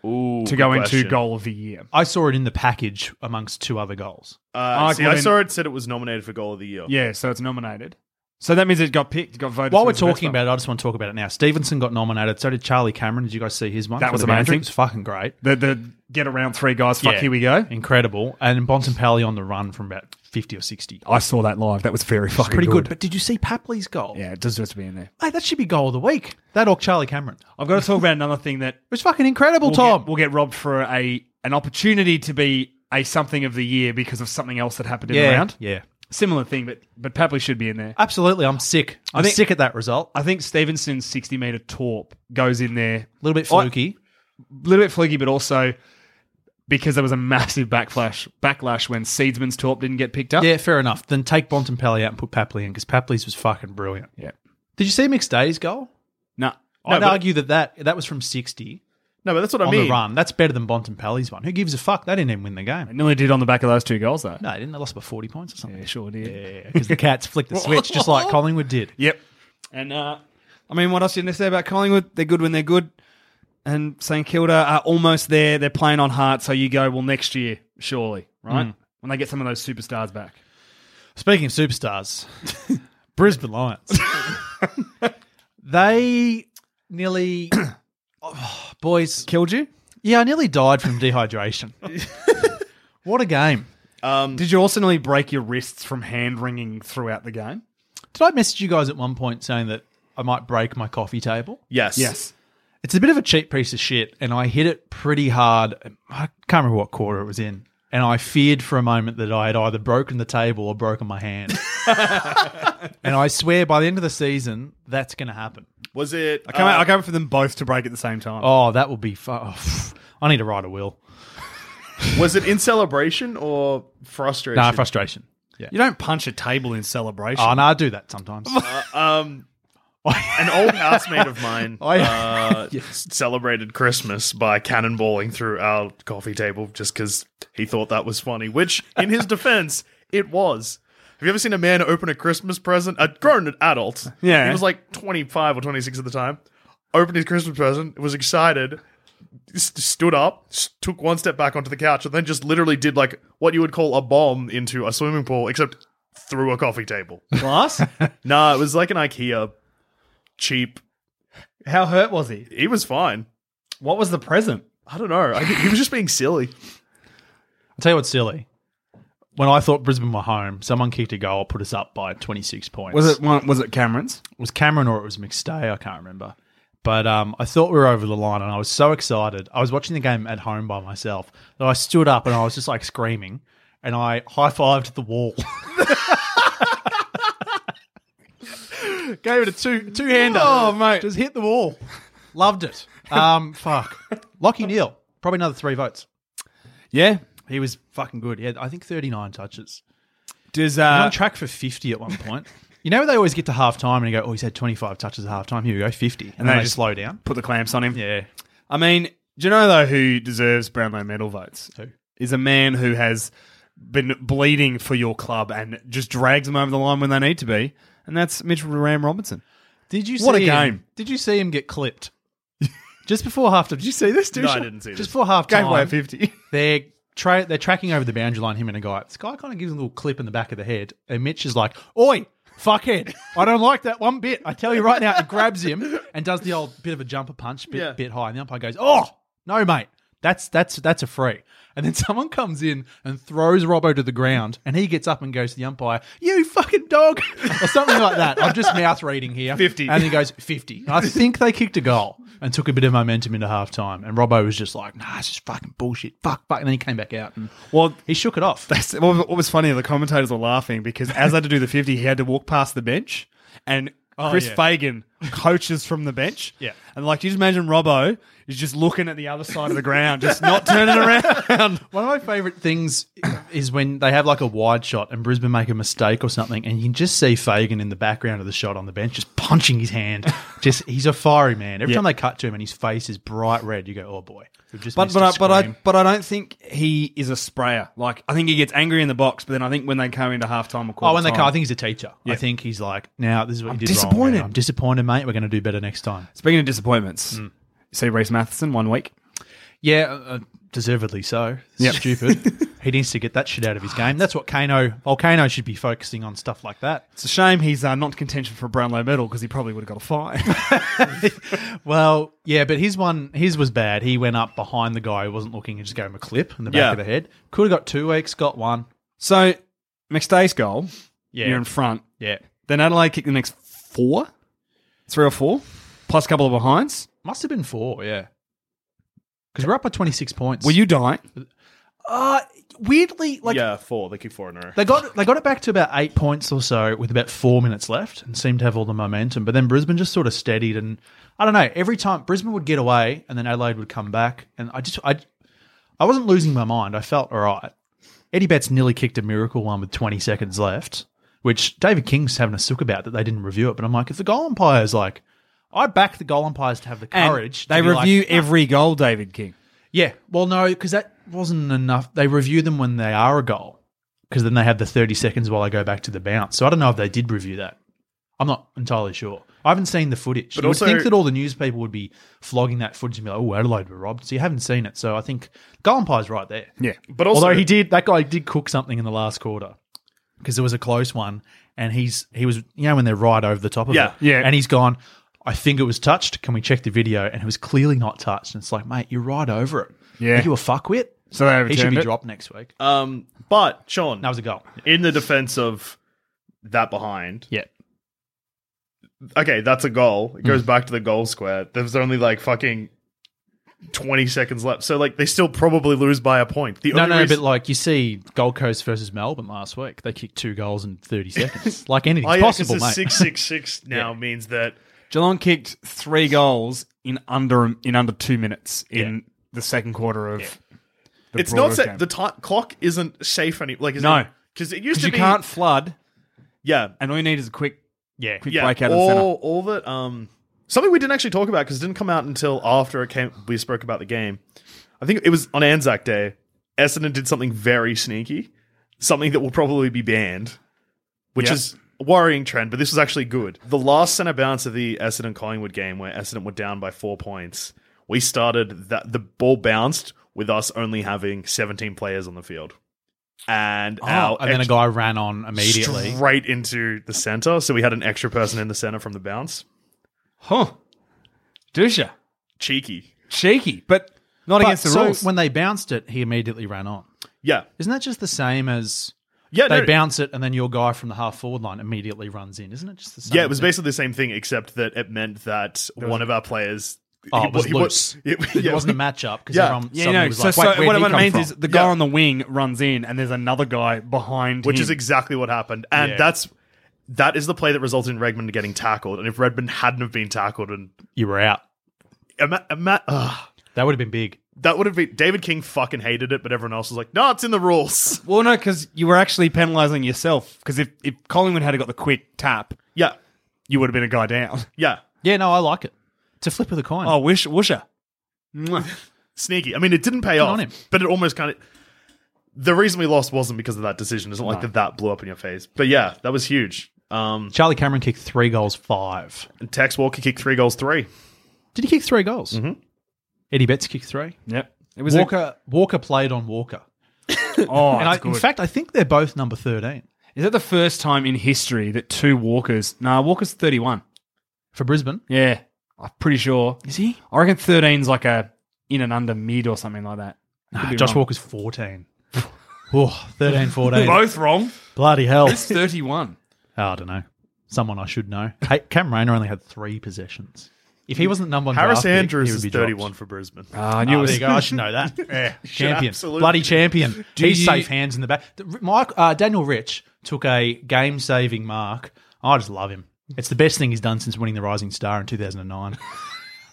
[SPEAKER 1] Ooh,
[SPEAKER 3] to go
[SPEAKER 1] good
[SPEAKER 3] into
[SPEAKER 1] question.
[SPEAKER 3] goal of the year?
[SPEAKER 2] I saw it in the package amongst two other goals.
[SPEAKER 1] Uh,
[SPEAKER 3] Ah,
[SPEAKER 1] see,
[SPEAKER 3] well
[SPEAKER 1] I
[SPEAKER 3] then-
[SPEAKER 1] saw it said it was nominated for goal of the year.
[SPEAKER 3] Yeah, so it's nominated. So that means it got picked, got voted.
[SPEAKER 2] While
[SPEAKER 3] for
[SPEAKER 2] we're
[SPEAKER 3] as the best
[SPEAKER 2] talking
[SPEAKER 3] one.
[SPEAKER 2] about it, I just want to talk about it now. Stevenson got nominated. So did Charlie Cameron. Did you guys see his one?
[SPEAKER 3] That
[SPEAKER 2] for
[SPEAKER 3] was
[SPEAKER 2] the
[SPEAKER 3] amazing.
[SPEAKER 2] boundary? It was fucking great.
[SPEAKER 3] the, the get around three guys, fuck,
[SPEAKER 2] Yeah.
[SPEAKER 3] here we go.
[SPEAKER 2] Incredible. And Bontempelli on the run from about 50 or 60.
[SPEAKER 3] I saw that live. That was very fucking
[SPEAKER 2] Pretty good. But did you see Papley's goal?
[SPEAKER 3] yeah, it deserves to be in there.
[SPEAKER 2] Hey, that should be goal of the week. That or Charlie Cameron. It
[SPEAKER 3] I've got to talk about another thing that
[SPEAKER 2] was fucking incredible,
[SPEAKER 3] we'll
[SPEAKER 2] Tom.
[SPEAKER 3] Get, we'll get robbed for a an opportunity to be a something of the year because of something else that happened in
[SPEAKER 2] yeah.
[SPEAKER 3] the round.
[SPEAKER 2] Yeah.
[SPEAKER 3] Similar thing, but but Papley should be in there.
[SPEAKER 2] Absolutely. I'm sick. I'm
[SPEAKER 3] think-
[SPEAKER 2] sick at that result. A
[SPEAKER 3] I think Stevenson's sixty meter torp goes in there
[SPEAKER 2] little bit fluky.
[SPEAKER 3] a little bit fluky, but also because there was a massive backlash backlash when Seedsman's torp didn't get picked up.
[SPEAKER 2] yeah, fair enough. Then take Bontempelli out and put Papley in because Papley's was fucking brilliant.
[SPEAKER 3] yeah.
[SPEAKER 2] Did you see Mixed Day's goal?
[SPEAKER 3] No,
[SPEAKER 2] I'd argue that, that that was from 60
[SPEAKER 1] No, but that's what I
[SPEAKER 2] on
[SPEAKER 1] mean.
[SPEAKER 2] the run. That's better than Bontempelli's one. Who gives a fuck? They didn't even win the game.
[SPEAKER 3] nearly did on the back of those two goals though.
[SPEAKER 2] No, they didn't. They lost by 40 points or something.
[SPEAKER 3] Yeah, sure did.
[SPEAKER 2] Yeah, because the Cats flicked the switch just like Collingwood did.
[SPEAKER 3] Yep. And uh, I mean, what else did they say about Collingwood? They're good when they're good. And St Kilda are almost there. They're playing on heart. So you go, well, next year, surely, right? When they get some of those superstars back.
[SPEAKER 2] Speaking of superstars, Brisbane Lions. they nearly. Oh, boys.
[SPEAKER 3] Killed you?
[SPEAKER 2] Yeah, I nearly died from dehydration. what a game.
[SPEAKER 3] Did you also nearly break your wrists from hand wringing throughout the game?
[SPEAKER 2] Did I message you guys at one point saying that I might break my coffee table?
[SPEAKER 1] Yes.
[SPEAKER 2] It's a bit of a cheap piece of shit, and I hit it pretty hard. I can't remember what quarter it was in. And I feared for a moment that I had either broken the table or broken my hand. and I swear by the end of the season, that's going to happen.
[SPEAKER 1] Was it?
[SPEAKER 3] I came,
[SPEAKER 1] uh,
[SPEAKER 3] out, I came for them both to break at the same time.
[SPEAKER 2] Oh, that will be fun. I need to write a will.
[SPEAKER 1] was it in celebration or frustration?
[SPEAKER 2] Nah, frustration.
[SPEAKER 3] You don't punch a table in celebration.
[SPEAKER 2] Oh, no, I do that sometimes.
[SPEAKER 1] um, an old housemate of mine uh, celebrated Christmas by cannonballing through our coffee table just because he thought that was funny. Which, in his defense, it was. Have you ever seen a man open a Christmas present? A grown adult.
[SPEAKER 3] Yeah.
[SPEAKER 1] he was like twenty five or twenty six at the time. Opened his Christmas present, was excited, st- stood up, s- took one step back onto the couch, and then just literally did like what you would call a bomb into a swimming pool, except through a coffee table.
[SPEAKER 3] Glass?
[SPEAKER 1] Nah, it was like an IKEA cheap.
[SPEAKER 3] How hurt was he?
[SPEAKER 1] He was fine.
[SPEAKER 3] What was the present?
[SPEAKER 1] I don't know. I, think he was just being silly.
[SPEAKER 2] I'll tell you what's silly. When I thought Brisbane were home, someone kicked a goal, put us up by 26 points.
[SPEAKER 3] Was it Cameron's?
[SPEAKER 2] It was Cameron or it was McStay? I can't remember. But um, I thought we were over the line, and I was so excited. I was watching the game at home by myself that I stood up and I was just like screaming, and I high fived the wall. Gave it a two two hander. Oh mate, just hit the wall. Loved it. Um, fuck. Lockie Neal, probably another three votes.
[SPEAKER 3] Yeah.
[SPEAKER 2] He was fucking good. He had, I think, 39 touches.
[SPEAKER 3] Does
[SPEAKER 2] He was
[SPEAKER 3] uh,
[SPEAKER 2] on track for 50 at one point. you know, they always get to half time and you go, oh, he's had 25 touches at half time. Here we go, 50. And, then
[SPEAKER 3] they
[SPEAKER 2] they
[SPEAKER 3] just-
[SPEAKER 2] just slow down.
[SPEAKER 3] put the clamps on him?
[SPEAKER 2] Yeah.
[SPEAKER 3] I mean, do you know though who deserves Brownlow medal votes?
[SPEAKER 2] Who?
[SPEAKER 3] Is a man who has been bleeding for your club and just drags them over the line when they need to be, and that's Mitchell Ram Robinson.
[SPEAKER 2] Did you
[SPEAKER 3] What a
[SPEAKER 2] see
[SPEAKER 3] game.
[SPEAKER 2] him- did you see him get clipped? just before half time. Did you see this, dude?
[SPEAKER 1] No, I didn't see this.
[SPEAKER 2] Just before half
[SPEAKER 3] Gave away a
[SPEAKER 2] time.
[SPEAKER 3] fifty.
[SPEAKER 2] They're, tra- they're tracking over the boundary line, him and a guy. This guy kind of gives him a little clip in the back of the head. And Mitch is like, oi, fuckhead. I don't like that one bit. I tell you right now. It grabs him and does the old bit of a jumper punch, bit,
[SPEAKER 1] Yeah.
[SPEAKER 2] bit high. And the umpire goes, oh, no, mate. That's that's that's a free. And then someone comes in and throws Robbo to the ground. And he gets up and goes to the umpire, you fucking dog. Or something like that. I'm just mouth reading here.
[SPEAKER 3] 50.
[SPEAKER 2] And he goes, 50. And I think they kicked a goal and took a bit of momentum into halftime. And Robbo was just like, nah, it's just fucking bullshit. Fuck, fuck. And then he came back out and
[SPEAKER 3] well,
[SPEAKER 2] he shook it off.
[SPEAKER 3] that's what was- what was funny. The commentators were laughing because as they had to do the fifty, he had to walk past the bench, and Chris
[SPEAKER 2] Oh, yeah.
[SPEAKER 3] Fagan coaches from the bench.
[SPEAKER 2] Yeah.
[SPEAKER 3] and like you just imagine Robbo is just looking at the other side of the ground, just not turning around.
[SPEAKER 2] One of my favourite things is when they have like a wide shot and Brisbane make a mistake or something, and you can just see Fagan in the background of the shot on the bench, just punching his hand. Just he's a fiery man. Every
[SPEAKER 3] Yeah.
[SPEAKER 2] time they cut to him and his face is bright red, you go, "Oh boy." We've just
[SPEAKER 3] But
[SPEAKER 2] missed
[SPEAKER 3] but
[SPEAKER 2] a
[SPEAKER 3] I, but I
[SPEAKER 2] scream."
[SPEAKER 3] but I don't think he is a sprayer. Like I think he gets angry in the box, but then I think when they come into halftime or quarter
[SPEAKER 2] oh, when they
[SPEAKER 3] time-
[SPEAKER 2] cut, I think he's a teacher. I think he's like, "Now this is what you did wrong.
[SPEAKER 3] disappointed.
[SPEAKER 2] man. I'm disappointed, mate. We're going to do better next time."
[SPEAKER 3] speaking of disappointments,
[SPEAKER 2] Hmm.
[SPEAKER 3] see Reese Matheson one week.
[SPEAKER 2] Yeah, uh, deservedly so.
[SPEAKER 3] Yep.
[SPEAKER 2] Stupid. he needs to get that shit out of his game. That's what Kano Volcano should be focusing on stuff like that.
[SPEAKER 3] It's a shame he's uh, not in contention for a Brownlow medal because he probably would have got a fine.
[SPEAKER 2] Well, yeah, but his one his was bad. He went up behind the guy who wasn't looking and just gave him a clip in the back
[SPEAKER 3] Yeah.
[SPEAKER 2] of the head. Could have got two weeks, got one.
[SPEAKER 3] so McStay's goal,
[SPEAKER 2] Yeah.
[SPEAKER 3] you're in front.
[SPEAKER 2] Yeah.
[SPEAKER 3] Then Adelaide kicked the next four, three or four, plus a couple of behinds.
[SPEAKER 2] Must have been four, yeah. Because we're up by twenty six points.
[SPEAKER 3] Were you dying?
[SPEAKER 2] uh weirdly like
[SPEAKER 1] yeah, four. They kick four in a row.
[SPEAKER 2] they got they got it back to about eight points or so with about four minutes left and seemed to have all the momentum. But then Brisbane just sort of steadied and I don't know, every time Brisbane would get away and then Adelaide would come back and I just I I wasn't losing my mind. I felt all right. Eddie Betts nearly kicked a miracle one with 20 seconds left, which David King's having a sook about that they didn't review it. But I'm like, if the goal umpire's like, I back the goal umpires to have the
[SPEAKER 3] And
[SPEAKER 2] courage. to
[SPEAKER 3] They
[SPEAKER 2] be like,
[SPEAKER 3] review every goal, David King.
[SPEAKER 2] yeah. Well, no, because that wasn't enough. They review them when they are a goal, because then they have the 30 seconds while I go back to the bounce. So I don't know if they did review that. I'm not entirely sure. I haven't seen the footage. But
[SPEAKER 1] But
[SPEAKER 2] you
[SPEAKER 1] also-
[SPEAKER 2] would think that all the news people would be flogging that footage and be like, "Oh, Adelaide were robbed." So you haven't seen it. So I think goal umpire's right there.
[SPEAKER 3] Yeah.
[SPEAKER 1] But also,
[SPEAKER 2] Although he did, that guy did cook something in the last quarter because it was a close one, and he's he was you know when they're right over the top of
[SPEAKER 1] Yeah,
[SPEAKER 2] it,
[SPEAKER 3] yeah.
[SPEAKER 2] and he's gone. I think it was touched. Can we check the video? And it was clearly not touched. And it's like, mate, you're right over it.
[SPEAKER 3] Yeah.
[SPEAKER 2] Are you a fuckwit.
[SPEAKER 3] So they
[SPEAKER 2] he should
[SPEAKER 3] overturned
[SPEAKER 2] be
[SPEAKER 3] it?
[SPEAKER 2] dropped next week.
[SPEAKER 1] Um, but Sean,
[SPEAKER 2] That was a goal.
[SPEAKER 1] in the defense of that behind,
[SPEAKER 2] Yeah.
[SPEAKER 1] okay, that's a goal. It
[SPEAKER 2] Mm.
[SPEAKER 1] goes back to the goal square. There's only like fucking twenty seconds left, so like they still probably lose by a point. The
[SPEAKER 2] No,
[SPEAKER 1] only
[SPEAKER 2] no,
[SPEAKER 1] reason-
[SPEAKER 2] but like you see, Gold Coast versus Melbourne last week, they kicked two goals in 30 seconds. like anything's
[SPEAKER 1] Oh, yeah, 'cause
[SPEAKER 2] possible,
[SPEAKER 1] the
[SPEAKER 2] mate.
[SPEAKER 1] Six six six now means that
[SPEAKER 3] Geelong kicked three goals in under in under two minutes in the second quarter of. The
[SPEAKER 1] it's not
[SPEAKER 3] Broncos
[SPEAKER 1] set.
[SPEAKER 3] game.
[SPEAKER 1] The ti clock isn't safe any like is
[SPEAKER 3] No.
[SPEAKER 1] because it
[SPEAKER 3] 'Cause
[SPEAKER 1] used to
[SPEAKER 3] you
[SPEAKER 1] be
[SPEAKER 3] can't flood,
[SPEAKER 1] yeah
[SPEAKER 3] and all you need is a quick,
[SPEAKER 2] yeah.
[SPEAKER 3] quick
[SPEAKER 1] yeah
[SPEAKER 3] break out of the centre.
[SPEAKER 1] all all that um something we didn't actually talk about because it didn't come out until after it came we spoke about the game. I think it was on Anzac Day. Essendon did something very sneaky, something that will probably be banned, which
[SPEAKER 3] Yeah.
[SPEAKER 1] is a worrying trend. But this was actually good. The last centre bounce of the Essendon Collingwood game, where Essendon were down by four points, we started that the ball bounced with us only having seventeen players on the field,
[SPEAKER 3] Oh,
[SPEAKER 1] and our
[SPEAKER 2] and then a
[SPEAKER 1] extra-
[SPEAKER 2] guy ran on immediately.
[SPEAKER 1] straight into the center. So we had an extra person in the center from the bounce.
[SPEAKER 3] Huh. Dusha.
[SPEAKER 1] Cheeky.
[SPEAKER 3] Cheeky, but not
[SPEAKER 2] But
[SPEAKER 3] against the
[SPEAKER 2] so
[SPEAKER 3] rules.
[SPEAKER 2] when they bounced it, he immediately ran on.
[SPEAKER 1] Yeah.
[SPEAKER 2] Isn't that just the same as
[SPEAKER 1] Yeah,
[SPEAKER 2] they
[SPEAKER 1] no-
[SPEAKER 2] bounce it, and then your guy from the half forward line immediately runs in. Isn't it just the same?
[SPEAKER 1] Yeah, it was
[SPEAKER 2] thing?
[SPEAKER 1] basically the same thing, except that it meant that one of our players.
[SPEAKER 2] Oh, it was loose.
[SPEAKER 1] it-
[SPEAKER 2] It
[SPEAKER 1] yeah,
[SPEAKER 2] wasn't a matchup because
[SPEAKER 1] Yeah.
[SPEAKER 2] everyone
[SPEAKER 3] Yeah, you
[SPEAKER 2] suddenly
[SPEAKER 3] know,
[SPEAKER 2] was
[SPEAKER 3] so,
[SPEAKER 2] like,
[SPEAKER 3] so
[SPEAKER 2] Wait, where
[SPEAKER 3] what
[SPEAKER 2] did he
[SPEAKER 3] it
[SPEAKER 2] come
[SPEAKER 3] means
[SPEAKER 2] from?
[SPEAKER 3] is the guy
[SPEAKER 1] Yeah.
[SPEAKER 3] on the wing runs in, and there's another guy behind
[SPEAKER 1] which
[SPEAKER 3] him.
[SPEAKER 1] is exactly what happened, and that's that is the play that resulted in Regman getting tackled. And if Redmond hadn't have been tackled, and
[SPEAKER 2] you were out.
[SPEAKER 1] ima- ima- ugh.
[SPEAKER 2] That would have been big.
[SPEAKER 1] that would have been David King fucking hated it, but everyone else was like, "No, it's in the rules."
[SPEAKER 3] well, no, because you were actually penalising yourself. Because if, if Collingwood had got the quick tap,
[SPEAKER 1] Yeah,
[SPEAKER 3] you would have been a guy down.
[SPEAKER 1] yeah,
[SPEAKER 2] Yeah, no, I like it. It's a flip of the coin.
[SPEAKER 3] Oh, wish Woosha. Mwah.
[SPEAKER 1] sneaky. I mean, it didn't pay
[SPEAKER 2] Good
[SPEAKER 1] off,
[SPEAKER 2] on him.
[SPEAKER 1] but it almost kind of. The reason we lost wasn't because of that decision. It's not like that that blew up in your face, but yeah, that was huge. Um,
[SPEAKER 2] Charlie Cameron kicked three goals, five.
[SPEAKER 1] and Tex Walker kicked three goals, three.
[SPEAKER 2] Did he kick three goals? Mm-hmm. Eddie Betts kicked three.
[SPEAKER 3] Yep. It was a-
[SPEAKER 2] Walker Walker played on Walker.
[SPEAKER 3] oh,
[SPEAKER 2] and I,
[SPEAKER 3] that's
[SPEAKER 2] in
[SPEAKER 3] good.
[SPEAKER 2] fact, I think they're both number 13
[SPEAKER 3] Is that the first time in history that two Walkers? Nah, Walker's thirty-one.
[SPEAKER 2] for Brisbane.
[SPEAKER 3] Yeah, I'm pretty sure.
[SPEAKER 2] Is he?
[SPEAKER 3] I reckon 13's like a in and under mid or something like that. Could
[SPEAKER 2] Nah,
[SPEAKER 3] be
[SPEAKER 2] Josh
[SPEAKER 3] wrong.
[SPEAKER 2] Walker's 14. oh, 13, 14.
[SPEAKER 4] Both wrong.
[SPEAKER 2] Bloody hell.
[SPEAKER 3] Who's 31?
[SPEAKER 2] Oh, I don't know. Someone I should know. Hey, Cam Rayner only had three possessions. If he wasn't number one,
[SPEAKER 1] Harris
[SPEAKER 2] draft pick,
[SPEAKER 1] Andrews
[SPEAKER 2] he would
[SPEAKER 1] is
[SPEAKER 2] be
[SPEAKER 1] 31
[SPEAKER 2] Dropped.
[SPEAKER 1] for Brisbane.
[SPEAKER 3] I
[SPEAKER 2] Oh, there you go. I should know that. yeah, champion,
[SPEAKER 1] absolutely.
[SPEAKER 2] bloody champion.
[SPEAKER 3] Do
[SPEAKER 2] He's
[SPEAKER 3] you-
[SPEAKER 2] safe hands in the back. The- Mike uh, Daniel Rich took a game-saving mark. I just love him. It's the best thing he's done since winning the Rising Star in 2009.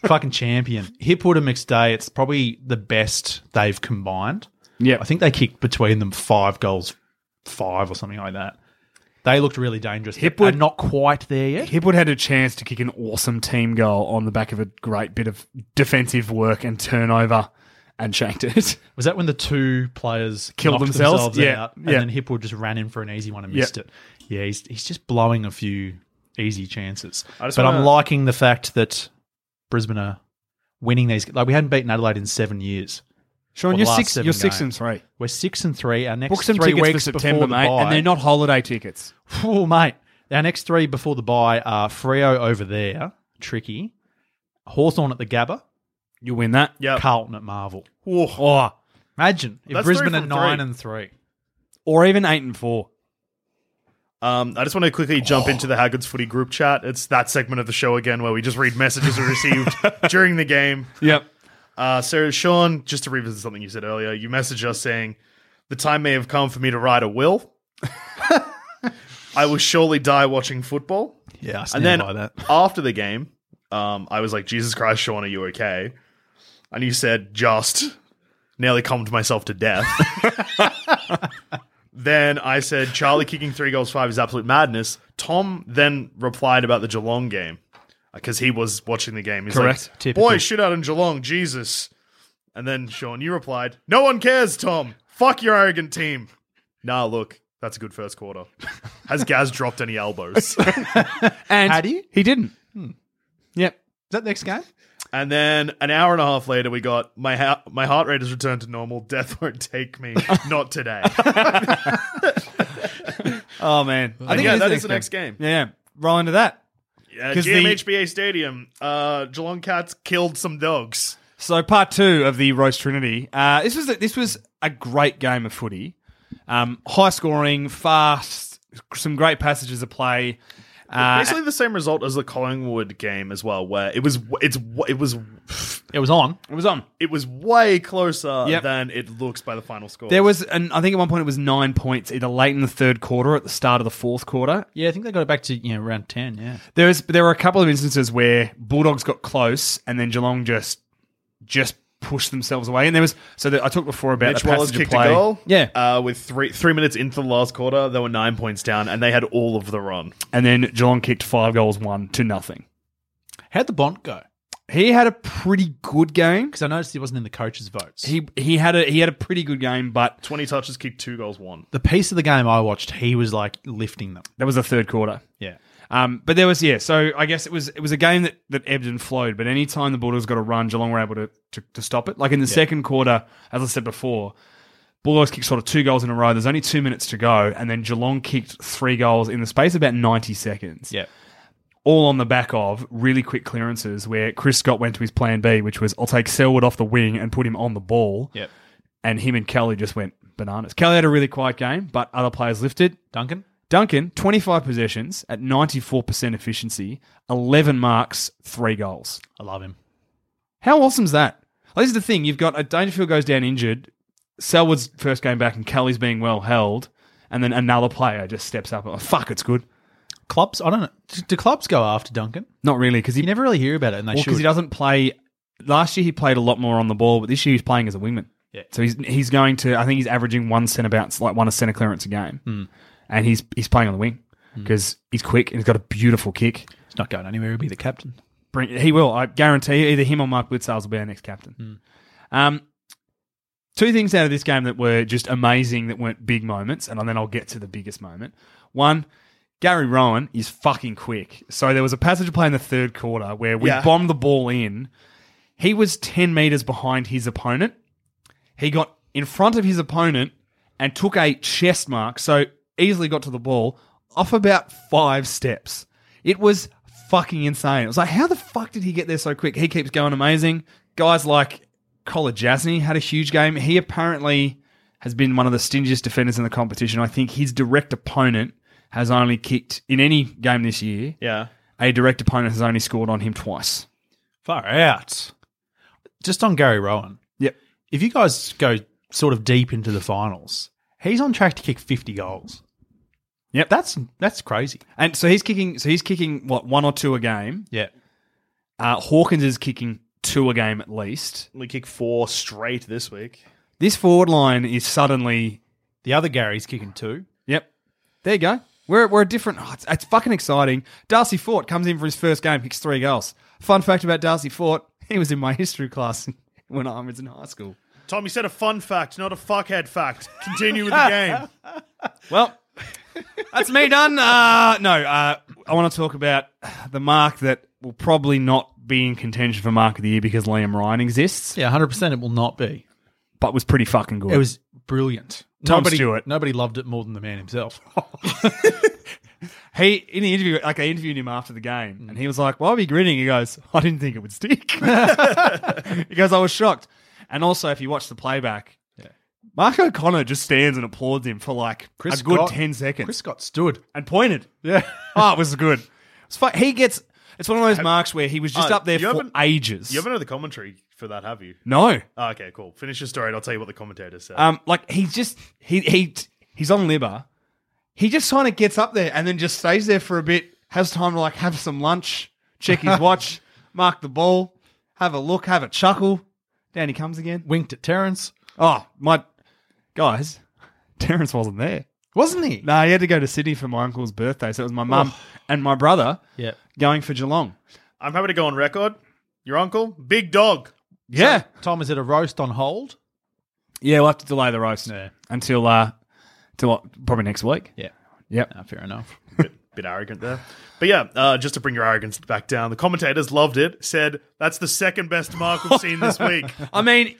[SPEAKER 2] Fucking champion. Hip Hooter McStay. It's probably the best they've combined.
[SPEAKER 3] Yep.
[SPEAKER 2] I think they kicked between them five goals, five or something like that. They looked really dangerous. but
[SPEAKER 3] Hipwood-
[SPEAKER 2] are not quite there yet.
[SPEAKER 3] Hipwood had a chance to kick an awesome team goal on the back of a great bit of defensive work and turnover and shanked it.
[SPEAKER 2] Was that when the two players
[SPEAKER 3] Killed
[SPEAKER 2] knocked
[SPEAKER 3] themselves? Yeah,
[SPEAKER 2] out,
[SPEAKER 3] yeah.
[SPEAKER 2] and then Hipwood just ran in for an easy one and missed it? Yeah, he's he's just blowing a few easy chances.
[SPEAKER 1] I just
[SPEAKER 2] But I'm
[SPEAKER 1] wanna-
[SPEAKER 2] liking the fact that Brisbane are winning these. Like we hadn't beaten Adelaide in seven years.
[SPEAKER 3] Sean,
[SPEAKER 2] Well,
[SPEAKER 3] you're
[SPEAKER 2] the last
[SPEAKER 3] six
[SPEAKER 2] seven
[SPEAKER 3] you're six
[SPEAKER 2] games.
[SPEAKER 3] and three.
[SPEAKER 2] We're six and three. Our next
[SPEAKER 3] Book some
[SPEAKER 2] three
[SPEAKER 3] tickets for
[SPEAKER 2] weeks
[SPEAKER 3] September,
[SPEAKER 2] before the
[SPEAKER 3] mate,
[SPEAKER 2] bye,
[SPEAKER 3] and they're not holiday tickets.
[SPEAKER 2] Oh, mate. Our next three before the bye are Freo over there, tricky. Hawthorn at the Gabba,
[SPEAKER 3] You win that.
[SPEAKER 1] Yeah.
[SPEAKER 2] Carlton at Marvel.
[SPEAKER 3] Oh.
[SPEAKER 2] Imagine if
[SPEAKER 1] That's three
[SPEAKER 2] Brisbane are
[SPEAKER 1] from
[SPEAKER 2] nine
[SPEAKER 1] three.
[SPEAKER 2] and three.
[SPEAKER 3] Or even eight and four.
[SPEAKER 1] Um, I just want to
[SPEAKER 2] Oh.
[SPEAKER 1] quickly jump into the Haggard's Footy group chat. It's that segment of the show again where we just read messages we received during the game.
[SPEAKER 3] Yep.
[SPEAKER 1] Uh, so, Sean, just to revisit something you said earlier, you messaged us saying, The time may have come for me to write a will. I will surely die watching football.
[SPEAKER 2] Yeah, I
[SPEAKER 1] And
[SPEAKER 2] stand
[SPEAKER 1] then
[SPEAKER 2] by that.
[SPEAKER 1] after the game, um, I was like, Jesus Christ, Sean, are you okay? And you said, just nearly calmed myself to death. then I said, Charlie kicking three goals, five is absolute madness. Tom then replied about the Geelong game because he was watching the game. He's
[SPEAKER 2] Correct.
[SPEAKER 1] Like,
[SPEAKER 2] Typical.
[SPEAKER 1] Boy, shit out in Geelong, Jesus. And then Sean, you replied, No one cares, Tom. Fuck your arrogant team. Nah, look, that's a good first quarter. Has Gaz dropped any elbows?
[SPEAKER 3] And
[SPEAKER 2] Had he?
[SPEAKER 3] He didn't. Yep.
[SPEAKER 2] Is that next game?
[SPEAKER 1] And then an hour and a half later, we got my ha- my heart rate has returned to normal. Death won't take me. Not today. Uh,
[SPEAKER 3] Oh man. I
[SPEAKER 1] yeah,
[SPEAKER 3] it
[SPEAKER 1] that is the next game.
[SPEAKER 3] Yeah, yeah. Roll into that.
[SPEAKER 1] Uh,
[SPEAKER 3] 'Cause the-
[SPEAKER 1] GMHBA Stadium. Uh, Geelong Cats killed some dogs.
[SPEAKER 3] So part two of the roast trinity. Uh, this was a, this was a great game of footy, um, high scoring, fast, some great passages of play. Uh,
[SPEAKER 1] Basically, the same result as the Collingwood game as well, where it was it's it was
[SPEAKER 2] It was on.
[SPEAKER 3] it was on.
[SPEAKER 1] it was way closer
[SPEAKER 3] Yep.
[SPEAKER 1] than it looks by the final score.
[SPEAKER 3] There was, an, I think at one point it was nine points, either late in the third quarter or at the start of the fourth quarter.
[SPEAKER 2] Yeah, I think they got it back to you know round ten. Yeah,
[SPEAKER 3] There was, there were a couple of instances where Bulldogs got close and then Geelong just, just pushed themselves away. And there was, so that I talked before about
[SPEAKER 1] Mitch
[SPEAKER 3] the
[SPEAKER 1] Wallace
[SPEAKER 3] passage of
[SPEAKER 1] kicked
[SPEAKER 3] play.
[SPEAKER 1] a goal.
[SPEAKER 3] Yeah,
[SPEAKER 1] Uh, with three three minutes into the last quarter, they were nine points down, and they had all of the run.
[SPEAKER 3] and then Geelong kicked five goals, one to nothing.
[SPEAKER 2] how'd the Bont go?
[SPEAKER 3] He had a pretty good game.
[SPEAKER 2] Because I noticed he wasn't in the coaches' votes.
[SPEAKER 3] He he had a he had a pretty good game, but
[SPEAKER 1] Twenty touches, kicked two goals, one.
[SPEAKER 2] the piece of the game I watched, he was like lifting them.
[SPEAKER 3] that was the third quarter.
[SPEAKER 2] Yeah,
[SPEAKER 3] Um, but there was yeah. So I guess it was it was a game that, that ebbed and flowed. But any time the Bulldogs got a run, Geelong were able to to, to stop it. Like in the second quarter, as I said before, Bulldogs kicked sort of two goals in a row. There's only two minutes to go, and then Geelong kicked three goals in the space of about 90 seconds.
[SPEAKER 2] yeah.
[SPEAKER 3] all on the back of really quick clearances where Chris Scott went to his plan B, which was I'll take Selwood off the wing and put him on the ball.
[SPEAKER 2] Yep.
[SPEAKER 3] And him and Kelly just went bananas. Kelly had a really quiet game, but other players lifted.
[SPEAKER 2] Duncan?
[SPEAKER 3] Duncan, 25 possessions at 94% efficiency, 11 marks, 3 goals.
[SPEAKER 2] I love him.
[SPEAKER 3] How awesome is that? Well, this is the thing. You've got a Dangerfield goes down injured, Selwood's first game back, and Kelly's being well held, and then another player just steps up. Oh, fuck, it's good.
[SPEAKER 2] Clubs? I don't know. Do- Do clubs go after Duncan?
[SPEAKER 3] Not really, because he,
[SPEAKER 2] You never really hear about it, and they
[SPEAKER 3] well, 'cause
[SPEAKER 2] should.
[SPEAKER 3] he doesn't play. Last year he played a lot more on the ball, but this year he's playing as a wingman.
[SPEAKER 2] Yeah.
[SPEAKER 3] So he's he's going to. I think he's averaging one centre bounce, like one centre clearance a game,
[SPEAKER 2] Hmm.
[SPEAKER 3] and he's he's playing on the wing because he's quick and he's got a beautiful kick.
[SPEAKER 2] He's not going anywhere. He'll be the captain.
[SPEAKER 3] Bring, he will. I guarantee either him or Mark Blitzales will be our next captain. Um, two things out of this game that were just amazing that weren't big moments, and then I'll get to the biggest moment. One, Gary Rowan is fucking quick. So there was a passage of play in the third quarter where we
[SPEAKER 1] Yeah.
[SPEAKER 3] bombed the ball in. He was 10 metres behind his opponent. He got in front of his opponent and took a chest mark, so easily got to the ball off about five steps. It was fucking insane. It was like, how the fuck did he get there so quick? He keeps going amazing. Guys like Collar Jasny had a huge game. He apparently has been one of the stingiest defenders in the competition. I think his direct opponent has only kicked in any game this year.
[SPEAKER 1] Yeah.
[SPEAKER 3] A direct opponent has only scored on him twice.
[SPEAKER 2] Far out. Just on Gary Rowan.
[SPEAKER 3] Yep.
[SPEAKER 2] If you guys go sort of deep into the finals, he's on track to kick 50 goals.
[SPEAKER 3] Yep.
[SPEAKER 2] That's that's crazy.
[SPEAKER 3] And so he's kicking. So he's kicking what one or two a game.
[SPEAKER 2] Yeah.
[SPEAKER 3] Uh, Hawkins is kicking two a game at least.
[SPEAKER 1] We kick four straight this week.
[SPEAKER 3] This forward line is suddenly.
[SPEAKER 2] The other Gary's kicking two.
[SPEAKER 3] Yep. There you go. We're, we're a different. oh, it's, it's fucking exciting. Darcy Fort comes in for his first game, kicks three goals. Fun fact about Darcy Fort: he was in my history class when I was in high school.
[SPEAKER 1] Tom, you said a fun fact, not a fuckhead fact. Continue with the game.
[SPEAKER 3] Well, that's me done. Uh, no, uh, I want to talk about the mark that will probably not be in contention for mark of the year because Liam Ryan exists,
[SPEAKER 2] Yeah, 100% it will not be.
[SPEAKER 3] but was pretty fucking good.
[SPEAKER 2] It was brilliant.
[SPEAKER 3] Tom
[SPEAKER 2] nobody,
[SPEAKER 3] Stewart.
[SPEAKER 2] Nobody loved it more than the man himself.
[SPEAKER 3] he in the interview, like I interviewed him after the game, and
[SPEAKER 1] Mm.
[SPEAKER 3] he was like, "Why are you grinning?" He goes, "I didn't think it would stick." he goes, "I was shocked." And also, if you watch the playback, Mark O'Connor just stands and applauds him for like a good
[SPEAKER 2] Scott-
[SPEAKER 3] ten seconds
[SPEAKER 2] Chris Scott stood.
[SPEAKER 3] and pointed. Yeah, oh, it was good. It's fu- he gets. It's one of those marks where he was just
[SPEAKER 1] Uh,
[SPEAKER 3] up there
[SPEAKER 1] you
[SPEAKER 3] for
[SPEAKER 1] haven't-
[SPEAKER 3] ages.
[SPEAKER 1] You haven't heard the commentary for that, have you?
[SPEAKER 3] no,
[SPEAKER 1] Ah, okay, cool. Finish your story and I'll tell you what the commentator said.
[SPEAKER 3] um, like he's just he he he's on Libba. He just kind of gets up there and then just stays there for a bit, has time to like have some lunch, check his watch, mark the ball, have a look, have a chuckle. Down he comes again.
[SPEAKER 2] Winked at Terrence.
[SPEAKER 3] Oh my guys, Terrence wasn't there.
[SPEAKER 2] Wasn't he? Oh.
[SPEAKER 3] No, he had to go to Sydney for my uncle's birthday, so it was my mum and my brother
[SPEAKER 2] Yeah.
[SPEAKER 3] going for Geelong.
[SPEAKER 1] I'm happy to go on record. Your uncle, big dog.
[SPEAKER 3] Yeah,
[SPEAKER 2] Tom, is it a roast on hold?
[SPEAKER 3] yeah, we'll have to delay the roast
[SPEAKER 2] Yeah.
[SPEAKER 3] until uh, till uh, probably next week.
[SPEAKER 2] Yeah.
[SPEAKER 3] Yep.
[SPEAKER 2] No, fair enough.
[SPEAKER 1] Bit arrogant there. But yeah, uh, just to bring your arrogance back down, the commentators loved it, said, that's the second best mark we've seen this week.
[SPEAKER 3] I mean,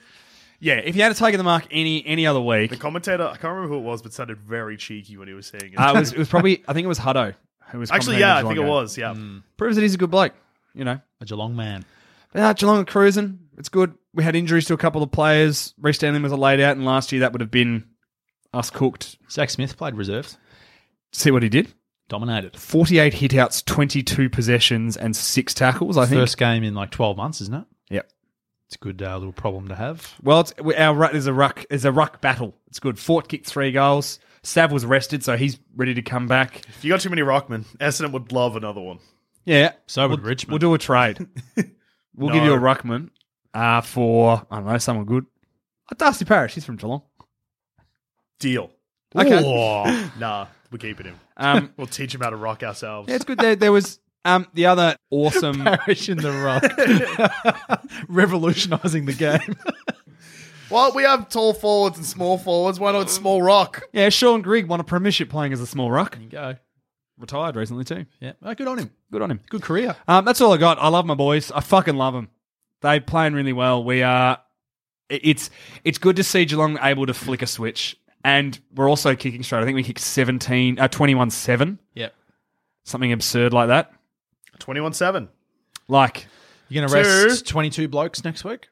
[SPEAKER 3] yeah, if you had to take the mark any any other week,
[SPEAKER 1] The commentator, I can't remember who it was, but sounded very cheeky when he was saying it.
[SPEAKER 3] Uh, it was it was probably I think it was Hutto who was
[SPEAKER 1] Actually,
[SPEAKER 3] commentating
[SPEAKER 1] yeah, I
[SPEAKER 3] Geelong
[SPEAKER 1] think it
[SPEAKER 3] game.
[SPEAKER 1] was. Yeah.
[SPEAKER 3] proves that he's a good bloke. You know,
[SPEAKER 2] A Geelong man.
[SPEAKER 3] but uh, Geelong are cruising. It's good. We had injuries to a couple of players. Reece Stanley was a laid out, and last year that would have been us cooked.
[SPEAKER 2] Zach Smith played reserves.
[SPEAKER 3] See what he did:
[SPEAKER 2] Dominated.
[SPEAKER 3] forty-eight hitouts, twenty-two possessions, and six tackles. I think.
[SPEAKER 2] First game in like 12 months, isn't it?
[SPEAKER 3] Yep.
[SPEAKER 2] It's a good uh, little problem to have.
[SPEAKER 3] Well, it's, we- our ruck is a ruck is a ruck battle. It's good. Fort kicked three goals. Sav was rested, so he's ready to come back.
[SPEAKER 1] If you got too many Rockman, Essendon would love another one.
[SPEAKER 3] Yeah.
[SPEAKER 2] So would
[SPEAKER 3] we'll,
[SPEAKER 2] Richmond.
[SPEAKER 3] We'll do a trade. we'll
[SPEAKER 1] No.
[SPEAKER 3] give you a ruckman uh, for I don't know someone good. Uh, Darcy Parish. He's from Geelong.
[SPEAKER 1] Deal.
[SPEAKER 3] Okay.
[SPEAKER 1] Nah, we're keeping him.
[SPEAKER 3] Um,
[SPEAKER 1] We'll teach him how to rock ourselves.
[SPEAKER 3] yeah, it's good. There, there was um, the other awesome.
[SPEAKER 2] Parish in the rock, revolutionising the game.
[SPEAKER 1] Well, we have tall forwards and small forwards. Why not small rock?
[SPEAKER 3] yeah, Sean Grigg won a premiership playing as a small ruck.
[SPEAKER 2] Go,
[SPEAKER 3] Retired recently too.
[SPEAKER 2] yeah, oh, good on him.
[SPEAKER 3] Good on him.
[SPEAKER 2] Good career.
[SPEAKER 3] Um, that's all I got. I love my boys. I fucking love them. They playing really well. We are. it- It's it's good to see Geelong able to flick a switch, and we're also kicking straight. I think we kicked seventeen, uh, twenty-one seven,
[SPEAKER 2] Yep.
[SPEAKER 3] something absurd like that.
[SPEAKER 1] 21 7.
[SPEAKER 3] Like,
[SPEAKER 2] You're gonna
[SPEAKER 1] Two.
[SPEAKER 2] rest 22 blokes next week.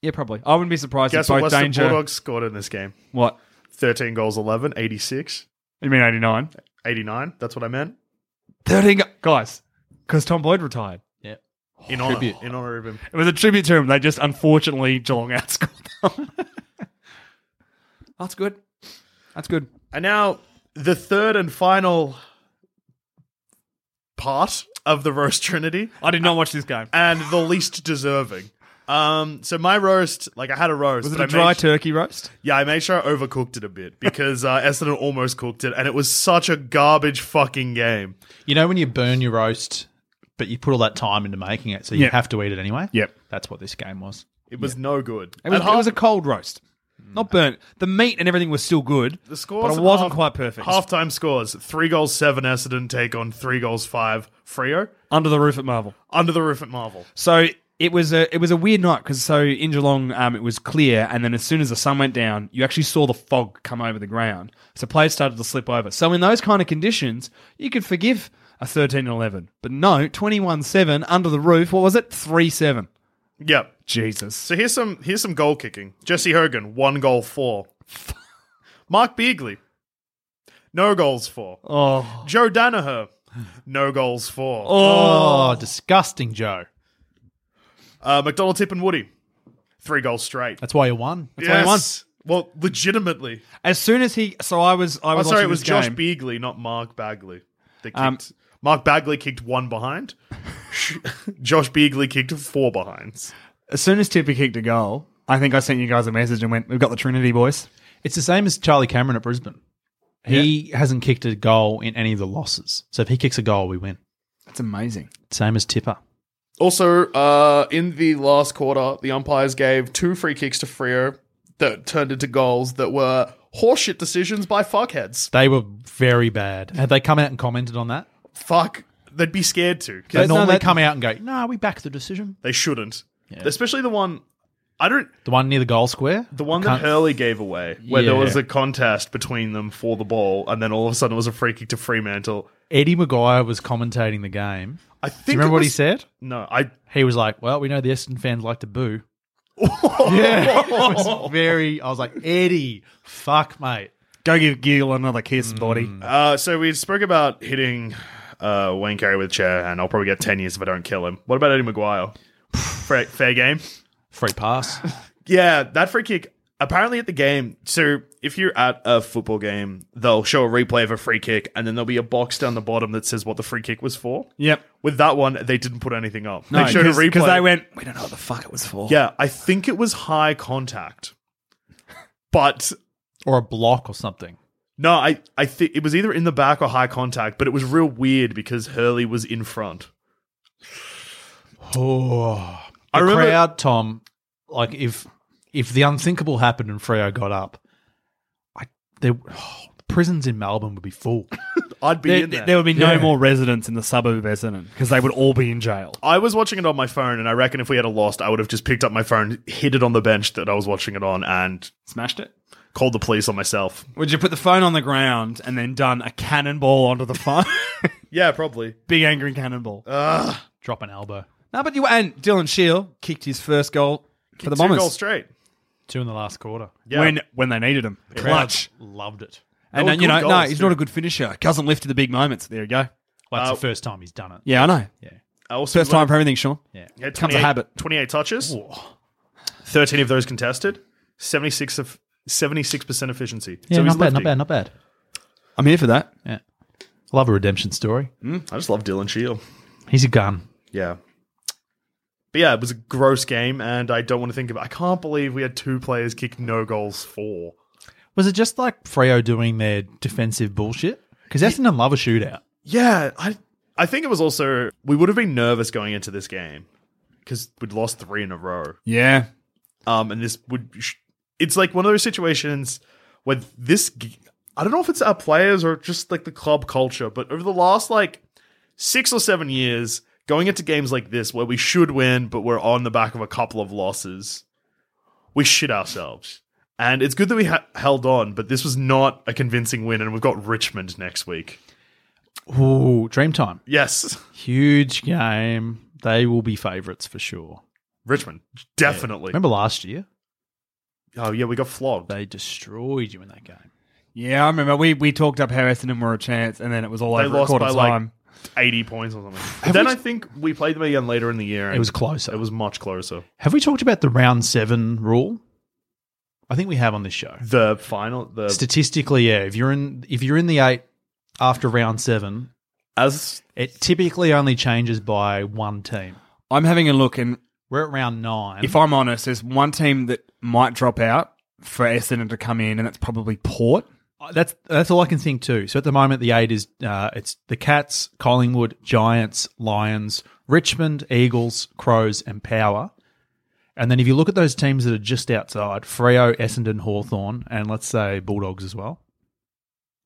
[SPEAKER 3] yeah, probably. I wouldn't be surprised
[SPEAKER 1] Guess
[SPEAKER 3] if
[SPEAKER 1] what
[SPEAKER 3] both
[SPEAKER 1] Western
[SPEAKER 3] danger.
[SPEAKER 1] Bulldogs scored in this game?
[SPEAKER 3] What?
[SPEAKER 1] 13 goals, 11, 86,
[SPEAKER 3] You mean 89?
[SPEAKER 1] 89. That's what I meant.
[SPEAKER 3] 13 go- guys, because Tom Boyd retired.
[SPEAKER 2] Yeah.
[SPEAKER 3] Oh,
[SPEAKER 1] In honor,
[SPEAKER 2] Tribute.
[SPEAKER 1] in honor of him.
[SPEAKER 3] It was a tribute to him. They just unfortunately Geelong outscored them. That's good. That's good.
[SPEAKER 1] And now the third and final part of the roast trinity,
[SPEAKER 3] I did not watch this game.
[SPEAKER 1] and the least deserving. Um, so my roast, like I had a roast.
[SPEAKER 3] Was it
[SPEAKER 1] but
[SPEAKER 3] a
[SPEAKER 1] I made
[SPEAKER 3] dry
[SPEAKER 1] su-
[SPEAKER 3] turkey roast?
[SPEAKER 1] Yeah, I made sure I overcooked it a bit because uh, Essendon almost cooked it, and it was such a garbage fucking game.
[SPEAKER 2] You know when you burn your roast, but you put all that time into making it, so you
[SPEAKER 3] Yep.
[SPEAKER 2] have to eat it anyway?
[SPEAKER 3] Yep.
[SPEAKER 2] That's what this game was.
[SPEAKER 1] It was no good.
[SPEAKER 3] It was,
[SPEAKER 1] At
[SPEAKER 3] it
[SPEAKER 1] half-
[SPEAKER 3] was a cold roast. Not burnt. The meat and everything was still good.
[SPEAKER 1] Mm. the scores
[SPEAKER 3] but it
[SPEAKER 1] at
[SPEAKER 3] wasn't
[SPEAKER 1] half-
[SPEAKER 3] quite perfect.
[SPEAKER 1] Halftime scores: three goals, seven Essendon take on three goals, five Frio.
[SPEAKER 3] Under the roof at Marvel.
[SPEAKER 1] Under the roof at Marvel.
[SPEAKER 3] So it was a it was a weird night because so in Geelong um, it was clear, and then as soon as the sun went down, you actually saw the fog come over the ground. So players started to slip over. So in those kind of conditions, you could forgive a 13-11. but no, twenty one seven under the roof. What was it? Three seven.
[SPEAKER 1] Yep.
[SPEAKER 3] Jesus.
[SPEAKER 1] So here's some here's some goal kicking. Jesse Hogan, one goal four. Mark Beagley, no goals four.
[SPEAKER 3] Oh,
[SPEAKER 1] Joe Danaher, no goals four.
[SPEAKER 2] Oh, disgusting, Joe.
[SPEAKER 1] Uh, McDonald Tip and Woody, three goals straight.
[SPEAKER 2] That's why you won.
[SPEAKER 1] Yes. Well, legitimately.
[SPEAKER 3] as soon as he, so I was I
[SPEAKER 1] Oh,
[SPEAKER 3] was
[SPEAKER 1] sorry,
[SPEAKER 3] watching
[SPEAKER 1] it was
[SPEAKER 3] this
[SPEAKER 1] Josh
[SPEAKER 3] game.
[SPEAKER 1] Beagley, not Mark Bagley. That kicked.
[SPEAKER 3] Um,
[SPEAKER 1] Mark Bagley kicked one behind. Josh Beagley kicked four behinds.
[SPEAKER 3] As soon as Tippy kicked a goal, I think I sent you guys a message and went, "We've got the Trinity boys."
[SPEAKER 2] It's the same as Charlie Cameron at Brisbane. He hasn't kicked a goal in any of the losses. So if he kicks a goal, we win.
[SPEAKER 3] That's amazing.
[SPEAKER 2] Same as Tipper.
[SPEAKER 1] Also, uh, in the last quarter, the umpires gave two free kicks to Frio that turned into goals that were horseshit decisions by fuckheads.
[SPEAKER 2] They were very bad. Had they come out and commented on that?
[SPEAKER 1] Fuck, they'd be scared to.
[SPEAKER 2] They
[SPEAKER 3] That's not
[SPEAKER 2] normally
[SPEAKER 3] that-
[SPEAKER 2] come out and go, no, we back the decision.
[SPEAKER 1] They shouldn't, especially the one. I don't.
[SPEAKER 2] The one near the goal square?
[SPEAKER 1] The one that
[SPEAKER 2] Can't-
[SPEAKER 1] Hurley gave away, where there
[SPEAKER 2] Yeah.
[SPEAKER 1] was a contest between them for the ball, and then all of a sudden it was a free kick to Fremantle.
[SPEAKER 2] Eddie Maguire was commentating the game.
[SPEAKER 1] I
[SPEAKER 2] Do
[SPEAKER 1] think.
[SPEAKER 2] you remember
[SPEAKER 1] it
[SPEAKER 2] what he
[SPEAKER 1] was-
[SPEAKER 2] said?
[SPEAKER 1] No, I.
[SPEAKER 2] He was like, well, we know the Essendon fans like to boo. yeah. It was very, I was like, Eddie, fuck, mate.
[SPEAKER 3] Go give Gil another kiss, body.
[SPEAKER 1] Uh, so we spoke about hitting uh, Wayne Carey with a chair, and I'll probably get ten years if I don't kill him. What about Eddie Maguire? fair, fair game.
[SPEAKER 2] Free pass.
[SPEAKER 1] Yeah, that free kick. Apparently, at the game, so if you're at a football game, they'll show a replay of a free kick, and then there'll be a box down the bottom that says what the free kick was for.
[SPEAKER 3] Yep.
[SPEAKER 1] With that one, they didn't put anything up.
[SPEAKER 3] No,
[SPEAKER 1] they showed a replay
[SPEAKER 3] because they went, we don't know what the fuck it was for.
[SPEAKER 1] Yeah, I think it was high contact, but
[SPEAKER 2] or a block or something.
[SPEAKER 1] no, I I think it was either in the back or high contact. But it was real weird because Hurley was in front.
[SPEAKER 2] Oh,
[SPEAKER 1] I
[SPEAKER 2] the
[SPEAKER 1] remember-
[SPEAKER 2] crowd, Tom. Like if if the unthinkable happened and Freo got up, I there the prisons in Melbourne would be full.
[SPEAKER 1] I'd be
[SPEAKER 3] There,
[SPEAKER 1] in there.
[SPEAKER 3] there would be no
[SPEAKER 2] Yeah.
[SPEAKER 3] more residents in the suburb of Essendon because they would all be in jail.
[SPEAKER 1] I was watching it on my phone, and I reckon if we had a lost, I would have just picked up my phone, hid it on the bench that I was watching it on, and
[SPEAKER 3] Smashed it.
[SPEAKER 1] called the police on myself.
[SPEAKER 3] Would you put the phone on the ground and then done a cannonball onto the phone?
[SPEAKER 1] Yeah, probably.
[SPEAKER 3] Big angry cannonball.
[SPEAKER 2] Drop an elbow.
[SPEAKER 3] no, but you and Dylan Shield kicked his first goal for the
[SPEAKER 1] Two
[SPEAKER 3] Bombers
[SPEAKER 1] goals straight.
[SPEAKER 2] Two in the last quarter.
[SPEAKER 1] Yeah.
[SPEAKER 3] when when they needed him. Clutch.
[SPEAKER 2] loved it.
[SPEAKER 3] And
[SPEAKER 1] were
[SPEAKER 3] then, you
[SPEAKER 1] good
[SPEAKER 3] know, no,
[SPEAKER 1] goals,
[SPEAKER 3] he's
[SPEAKER 1] too.
[SPEAKER 3] not a good finisher. Doesn't lift to the big moments. There you go.
[SPEAKER 2] Well, that's the first time he's done it.
[SPEAKER 3] Yeah, I know.
[SPEAKER 1] I also
[SPEAKER 3] First time for everything, Sean.
[SPEAKER 2] Yeah.
[SPEAKER 1] Yeah,
[SPEAKER 3] Comes a habit.
[SPEAKER 1] 28 touches. 13 of those contested. 76 of 76% efficiency.
[SPEAKER 2] Yeah,
[SPEAKER 1] so he's
[SPEAKER 2] not bad, not
[SPEAKER 1] lifting.
[SPEAKER 2] bad, not bad.
[SPEAKER 3] I'm here for that.
[SPEAKER 2] Yeah, I love a redemption story.
[SPEAKER 1] I just love Dylan Shield.
[SPEAKER 2] He's a gun.
[SPEAKER 1] Yeah. But yeah, it was a gross game, and I don't want to think of I can't believe we had two players kick no goals for.
[SPEAKER 2] Was it just like Freo doing their defensive bullshit? Because Essendon love a shootout.
[SPEAKER 1] Yeah, I I think it was also we would have been nervous going into this game because we'd lost three in a row.
[SPEAKER 3] Yeah.
[SPEAKER 1] Um, and this would sh- it's like one of those situations where this g- I don't know if it's our players or just like the club culture, but over the last like six or seven years, going into games like this where we should win but we're on the back of a couple of losses, we shit ourselves. And it's good that we ha- held on, but this was not a convincing win, and we've got Richmond next week.
[SPEAKER 2] Ooh, dream time.
[SPEAKER 1] Yes,
[SPEAKER 2] Huge game. They will be favourites for sure.
[SPEAKER 1] Richmond, definitely.
[SPEAKER 2] Remember last year?
[SPEAKER 1] Oh yeah, we got flogged.
[SPEAKER 2] They destroyed you in that game.
[SPEAKER 3] Yeah, I remember we, we talked up how Essendon were a chance, and then it was all
[SPEAKER 1] They
[SPEAKER 3] over at
[SPEAKER 1] lost
[SPEAKER 3] quarter
[SPEAKER 1] by like
[SPEAKER 3] time.
[SPEAKER 1] 80 points or something. then I think we played them again later in the year. and
[SPEAKER 2] It was closer.
[SPEAKER 1] It was much closer.
[SPEAKER 2] Have we talked about the round seven rule? I think we have on this show.
[SPEAKER 1] The final, the
[SPEAKER 2] Statistically, yeah. If you're in if you're in the eight after round seven,
[SPEAKER 1] as
[SPEAKER 2] it typically only changes by one team.
[SPEAKER 3] I'm having a look, and
[SPEAKER 2] We're at round nine.
[SPEAKER 3] if I'm honest, there's one team that might drop out for Essendon to come in, and that's probably Port.
[SPEAKER 2] Uh, that's that's all I can think too. So at the moment, the eight is uh, it's the Cats, Collingwood, Giants, Lions, Richmond, Eagles, Crows, and Power. And then if you look at those teams that are just outside, Freo, Essendon, Hawthorn, and let's say Bulldogs as well.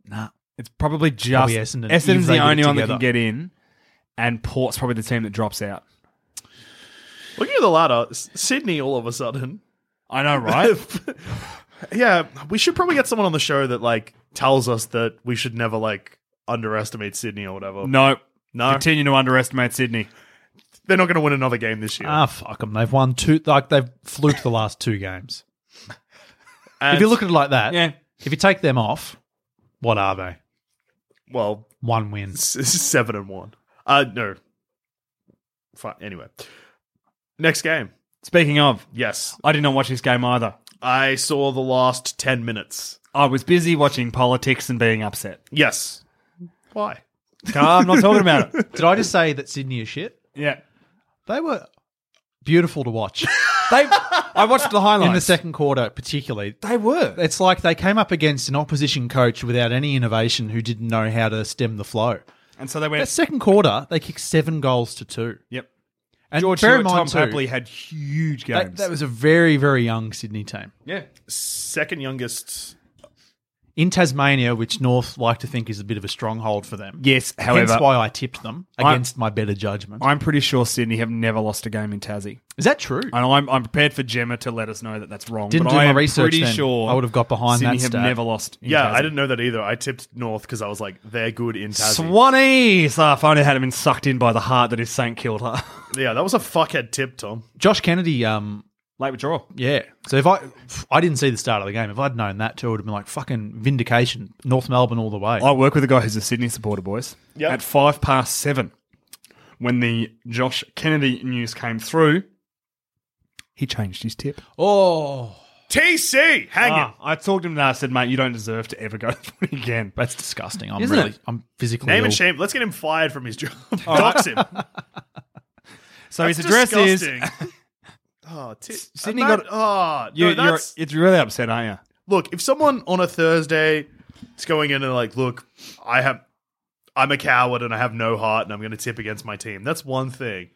[SPEAKER 2] Nah,
[SPEAKER 3] It's probably just
[SPEAKER 2] Probably Essendon, if
[SPEAKER 3] Essendon's
[SPEAKER 2] they
[SPEAKER 3] the
[SPEAKER 2] get it
[SPEAKER 3] only one that can
[SPEAKER 2] together.
[SPEAKER 3] get in, and Port's probably the team that drops out.
[SPEAKER 1] looking at the ladder, S- Sydney all of a sudden.
[SPEAKER 3] I know, right?
[SPEAKER 1] yeah, we should probably get someone on the show that like tells us that we should never like underestimate Sydney or whatever.
[SPEAKER 3] no,
[SPEAKER 1] No.
[SPEAKER 3] Continue to underestimate Sydney.
[SPEAKER 1] They're not going to win another game this year.
[SPEAKER 2] ah, fuck them. They've won two. Like they've fluked the last two games.
[SPEAKER 1] And-
[SPEAKER 2] if you look at it like that,
[SPEAKER 3] Yeah.
[SPEAKER 2] If you take them off, what are they?
[SPEAKER 1] well,
[SPEAKER 2] One win.
[SPEAKER 1] s- s- seven and one. Uh, no. Fine. Anyway, next game.
[SPEAKER 3] Speaking of,
[SPEAKER 1] Yes,
[SPEAKER 3] I did not watch this game either.
[SPEAKER 1] I saw the last ten minutes.
[SPEAKER 3] I was busy watching politics and being upset.
[SPEAKER 1] Yes. Why?
[SPEAKER 3] I'm not talking about it.
[SPEAKER 2] Did I just say that Sydney is shit?
[SPEAKER 3] Yeah.
[SPEAKER 2] They were beautiful to watch.
[SPEAKER 3] They, I watched the highlights.
[SPEAKER 2] in the second quarter, particularly.
[SPEAKER 3] they were.
[SPEAKER 2] It's like they came up against an opposition coach without any innovation who didn't know how to stem the flow.
[SPEAKER 3] And so they
[SPEAKER 2] That
[SPEAKER 3] went.
[SPEAKER 2] second quarter, they kicked seven goals to two.
[SPEAKER 3] Yep.
[SPEAKER 2] And
[SPEAKER 3] George
[SPEAKER 2] bear in
[SPEAKER 3] Stewart, Tom
[SPEAKER 2] mind, too,
[SPEAKER 3] Papley had huge
[SPEAKER 2] that,
[SPEAKER 3] games.
[SPEAKER 2] that was a very, very young Sydney team.
[SPEAKER 3] yeah.
[SPEAKER 1] Second youngest.
[SPEAKER 2] In Tasmania, which North like to think is a bit of a stronghold for them.
[SPEAKER 3] Yes, however-
[SPEAKER 2] Hence why I tipped them
[SPEAKER 3] I-
[SPEAKER 2] against my better judgment.
[SPEAKER 3] I'm pretty sure Sydney have never lost a game in Tassie.
[SPEAKER 2] is that true?
[SPEAKER 3] And I'm, I'm prepared for Gemma to let us know that that's wrong.
[SPEAKER 2] Didn't
[SPEAKER 3] but
[SPEAKER 2] do
[SPEAKER 3] I
[SPEAKER 2] my
[SPEAKER 3] am
[SPEAKER 2] research
[SPEAKER 3] pretty
[SPEAKER 2] then.
[SPEAKER 3] sure
[SPEAKER 2] I would have got behind
[SPEAKER 3] Sydney
[SPEAKER 2] that
[SPEAKER 3] have
[SPEAKER 2] stat.
[SPEAKER 3] never lost. In
[SPEAKER 1] Yeah,
[SPEAKER 3] Tassie.
[SPEAKER 1] I didn't know that either. I tipped North because I was like, they're good in Tassie.
[SPEAKER 3] Swanee! So if I only had him been sucked in by the heart that is St Kilda.
[SPEAKER 1] yeah, that was a fuckhead tip, Tom.
[SPEAKER 2] Josh Kennedy um,
[SPEAKER 3] Late withdrawal.
[SPEAKER 2] Yeah. So if I I didn't see the start of the game, if I'd known that too, it would have been like fucking vindication, North Melbourne all the way.
[SPEAKER 1] Oh.
[SPEAKER 3] I work with a guy who's a Sydney supporter, boys.
[SPEAKER 1] Yep.
[SPEAKER 3] At five past seven, when the Josh Kennedy news came through, he changed his tip.
[SPEAKER 2] Oh,
[SPEAKER 1] TC, hang
[SPEAKER 3] Ah, I talked to him and I said, mate, you don't deserve to ever go to footy again. But
[SPEAKER 2] that's disgusting. I'm
[SPEAKER 3] Isn't
[SPEAKER 2] really
[SPEAKER 3] it?
[SPEAKER 2] I'm physically
[SPEAKER 1] Name
[SPEAKER 2] ill.
[SPEAKER 1] and shame. Let's get him fired from his job. Dox him.
[SPEAKER 3] so
[SPEAKER 1] That's
[SPEAKER 3] his address
[SPEAKER 1] disgusting.
[SPEAKER 3] is.
[SPEAKER 1] oh, t-
[SPEAKER 3] Sydney
[SPEAKER 1] Sydney
[SPEAKER 3] got-
[SPEAKER 1] got. Oh,
[SPEAKER 3] You,
[SPEAKER 1] no,
[SPEAKER 3] you're,
[SPEAKER 1] that's,
[SPEAKER 3] it's really upset, aren't
[SPEAKER 1] look, if someone on a Thursday is going in and like, look, I have, I'm a coward and I have no heart and I'm going to tip against my team. That's one thing.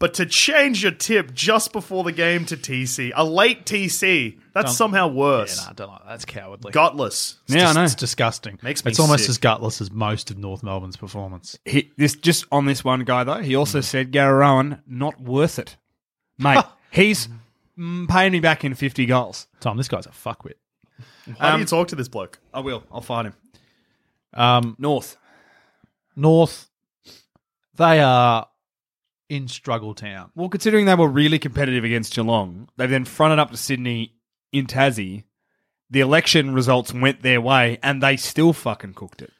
[SPEAKER 1] But to change your tip just before the game to TC, a late TC, that's somehow
[SPEAKER 2] Yeah,
[SPEAKER 1] worse.
[SPEAKER 2] nah, I don't like that. That's cowardly.
[SPEAKER 1] Gutless.
[SPEAKER 3] you? Yeah,
[SPEAKER 2] it's,
[SPEAKER 3] I know.
[SPEAKER 2] it's disgusting.
[SPEAKER 1] Makes me
[SPEAKER 2] it's almost
[SPEAKER 1] sick.
[SPEAKER 2] as gutless as most of North Melbourne's performance.
[SPEAKER 3] He, this just on this one guy though. He
[SPEAKER 1] Hmm.
[SPEAKER 3] also said Gary Rowan not worth it, mate. he's mm, paying me back in fifty goals.
[SPEAKER 2] Tom, this guy's a fuckwit.
[SPEAKER 1] How
[SPEAKER 3] um,
[SPEAKER 1] do you talk to this bloke?
[SPEAKER 3] I will. I'll fight him.
[SPEAKER 2] Um,
[SPEAKER 3] North.
[SPEAKER 2] North, they are in struggle town.
[SPEAKER 3] Well, considering they were really competitive against Geelong, they've then fronted up to Sydney in Tassie. The election results went their way, and they still fucking cooked it.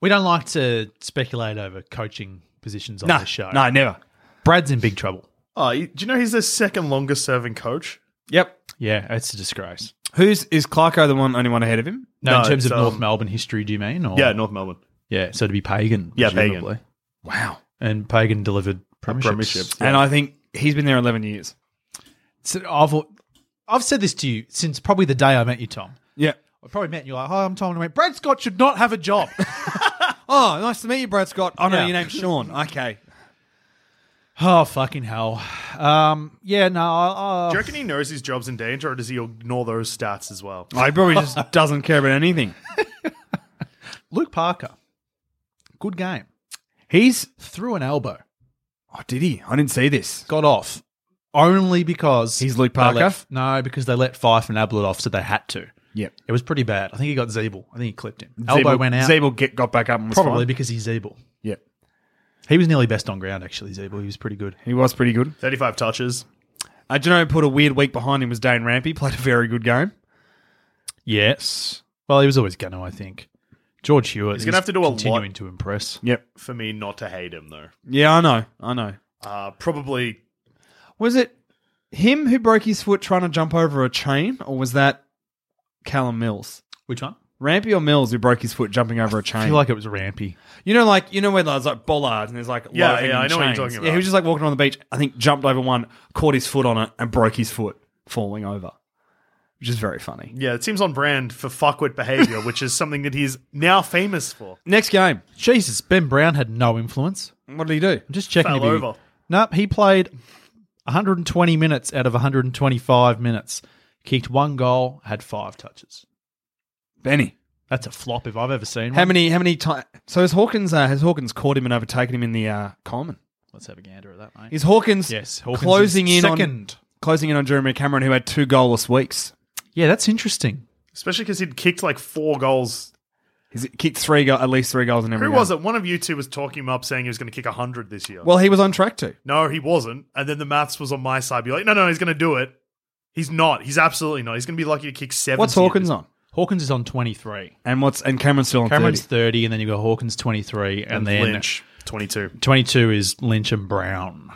[SPEAKER 2] We don't like to speculate over coaching positions on
[SPEAKER 3] No,
[SPEAKER 2] this show.
[SPEAKER 3] no, never.
[SPEAKER 2] Brad's in big trouble.
[SPEAKER 1] Oh, you- do you know he's the second longest serving coach?
[SPEAKER 3] Yep.
[SPEAKER 2] Yeah, it's a disgrace.
[SPEAKER 3] Who's is Clarko the one only one ahead of him?
[SPEAKER 2] No, in
[SPEAKER 1] No,
[SPEAKER 2] terms of
[SPEAKER 1] it's,
[SPEAKER 2] North
[SPEAKER 1] um,
[SPEAKER 2] Melbourne history, do you mean? Or?
[SPEAKER 1] Yeah, North Melbourne.
[SPEAKER 2] Yeah, so to be Pagan.
[SPEAKER 1] Yeah, Pagan.
[SPEAKER 2] presumably.
[SPEAKER 3] Wow.
[SPEAKER 2] And Pagan delivered premierships.
[SPEAKER 1] premiership.
[SPEAKER 3] And I think he's been there eleven years.
[SPEAKER 2] So I've, I've said this to you since probably the day I met you, Tom.
[SPEAKER 3] Yeah.
[SPEAKER 2] I probably met you like, hi, I'm Tom. And I went, Brad Scott should not have a job.
[SPEAKER 3] Oh, nice to meet you, Brad Scott. Oh no,
[SPEAKER 2] Yeah.
[SPEAKER 3] your name's Sean. Okay.
[SPEAKER 2] oh, fucking hell. Um, yeah, no. I-
[SPEAKER 1] Do
[SPEAKER 2] I-
[SPEAKER 1] you reckon he knows his job's in danger, or does he ignore those stats as well?
[SPEAKER 3] I probably just doesn't care about anything.
[SPEAKER 2] Luke Parker, good game.
[SPEAKER 3] He's
[SPEAKER 2] Threw an elbow,
[SPEAKER 3] oh, did he? I didn't see this.
[SPEAKER 2] got off. Only because
[SPEAKER 3] He's Luke
[SPEAKER 2] they
[SPEAKER 3] Parker?
[SPEAKER 2] let- no, because they let Fife and Ablett off, so they had to.
[SPEAKER 3] Yep.
[SPEAKER 2] It was pretty bad. I think he got Zeeble. I think he clipped him. Elbow
[SPEAKER 3] Zeeble-
[SPEAKER 2] went out.
[SPEAKER 3] Zeeble get, got back up and was
[SPEAKER 2] probably
[SPEAKER 3] fine.
[SPEAKER 2] because he's Zeeble.
[SPEAKER 3] Yep.
[SPEAKER 2] He was nearly best on ground, actually, Zeeble. He was pretty good.
[SPEAKER 3] He was pretty good.
[SPEAKER 1] Thirty-five touches.
[SPEAKER 3] Uh, do you know who put a weird week behind him was Dane Rampy. Played a very good game.
[SPEAKER 2] Yes. Well, he was always going to, I think. George Hewitt.
[SPEAKER 1] He's gonna have to do a lot.
[SPEAKER 2] continuing to impress.
[SPEAKER 3] Yep.
[SPEAKER 1] for me not to hate him though.
[SPEAKER 3] Yeah, I know. I know.
[SPEAKER 1] Uh, probably
[SPEAKER 3] Was it him who broke his foot trying to jump over a chain, or was that Callum Mills?
[SPEAKER 2] Which one?
[SPEAKER 3] Rampy or Mills who broke his foot jumping over a
[SPEAKER 2] I
[SPEAKER 3] chain?
[SPEAKER 2] feel like it was Rampy.
[SPEAKER 3] you know, like you know where there's like bollards and there's like
[SPEAKER 1] Yeah,
[SPEAKER 3] lighting
[SPEAKER 1] yeah,
[SPEAKER 3] and
[SPEAKER 1] I know what you're
[SPEAKER 3] chains?
[SPEAKER 1] talking about.
[SPEAKER 3] Yeah, he was just like walking on the beach. I think jumped over one, caught his foot on it, and broke his foot falling over, which is very funny.
[SPEAKER 1] yeah. It seems on brand for fuckwit behavior, which is something that he's now famous for.
[SPEAKER 3] Next game,
[SPEAKER 2] Jesus, Ben Brown had no influence.
[SPEAKER 3] what did he do?
[SPEAKER 2] I'm just checking.
[SPEAKER 1] Fell
[SPEAKER 2] if he-
[SPEAKER 1] over.
[SPEAKER 2] Nope, he played 120 minutes out of 125 minutes. Kicked one goal, had five touches.
[SPEAKER 3] Benny.
[SPEAKER 2] That's a flop if I've ever seen
[SPEAKER 3] How
[SPEAKER 2] one.
[SPEAKER 3] many? How many times? So has Hawkins? Uh, has Hawkins caught him and overtaken him in the uh, common?
[SPEAKER 2] Let's have a gander at that, mate.
[SPEAKER 3] Is Hawkins?
[SPEAKER 2] yes, Hawkins
[SPEAKER 3] closing
[SPEAKER 2] is
[SPEAKER 3] in on
[SPEAKER 2] second.
[SPEAKER 3] closing in on Jeremy Cameron, who had two goalless weeks.
[SPEAKER 2] Yeah, that's interesting.
[SPEAKER 1] Especially because he'd kicked like four goals.
[SPEAKER 3] He's kicked three, go- at least three goals in every.
[SPEAKER 1] Who
[SPEAKER 3] game.
[SPEAKER 1] was it? One of you two was talking him up, saying he was going to kick hundred this year.
[SPEAKER 3] Well, he was on track to.
[SPEAKER 1] no, he wasn't. And then the maths was on my side. Be like, no, no, he's going to do it. He's not. He's absolutely not. He's going to be lucky to kick seven.
[SPEAKER 3] What's Hawkins on?
[SPEAKER 2] Hawkins is on 23.
[SPEAKER 3] And what's and Cameron's still on
[SPEAKER 2] Cameron's
[SPEAKER 3] 30.
[SPEAKER 2] 30, and then you've got Hawkins 23, and,
[SPEAKER 1] And
[SPEAKER 2] then
[SPEAKER 1] Lynch, twenty-two.
[SPEAKER 2] 22 is Lynch and Brown.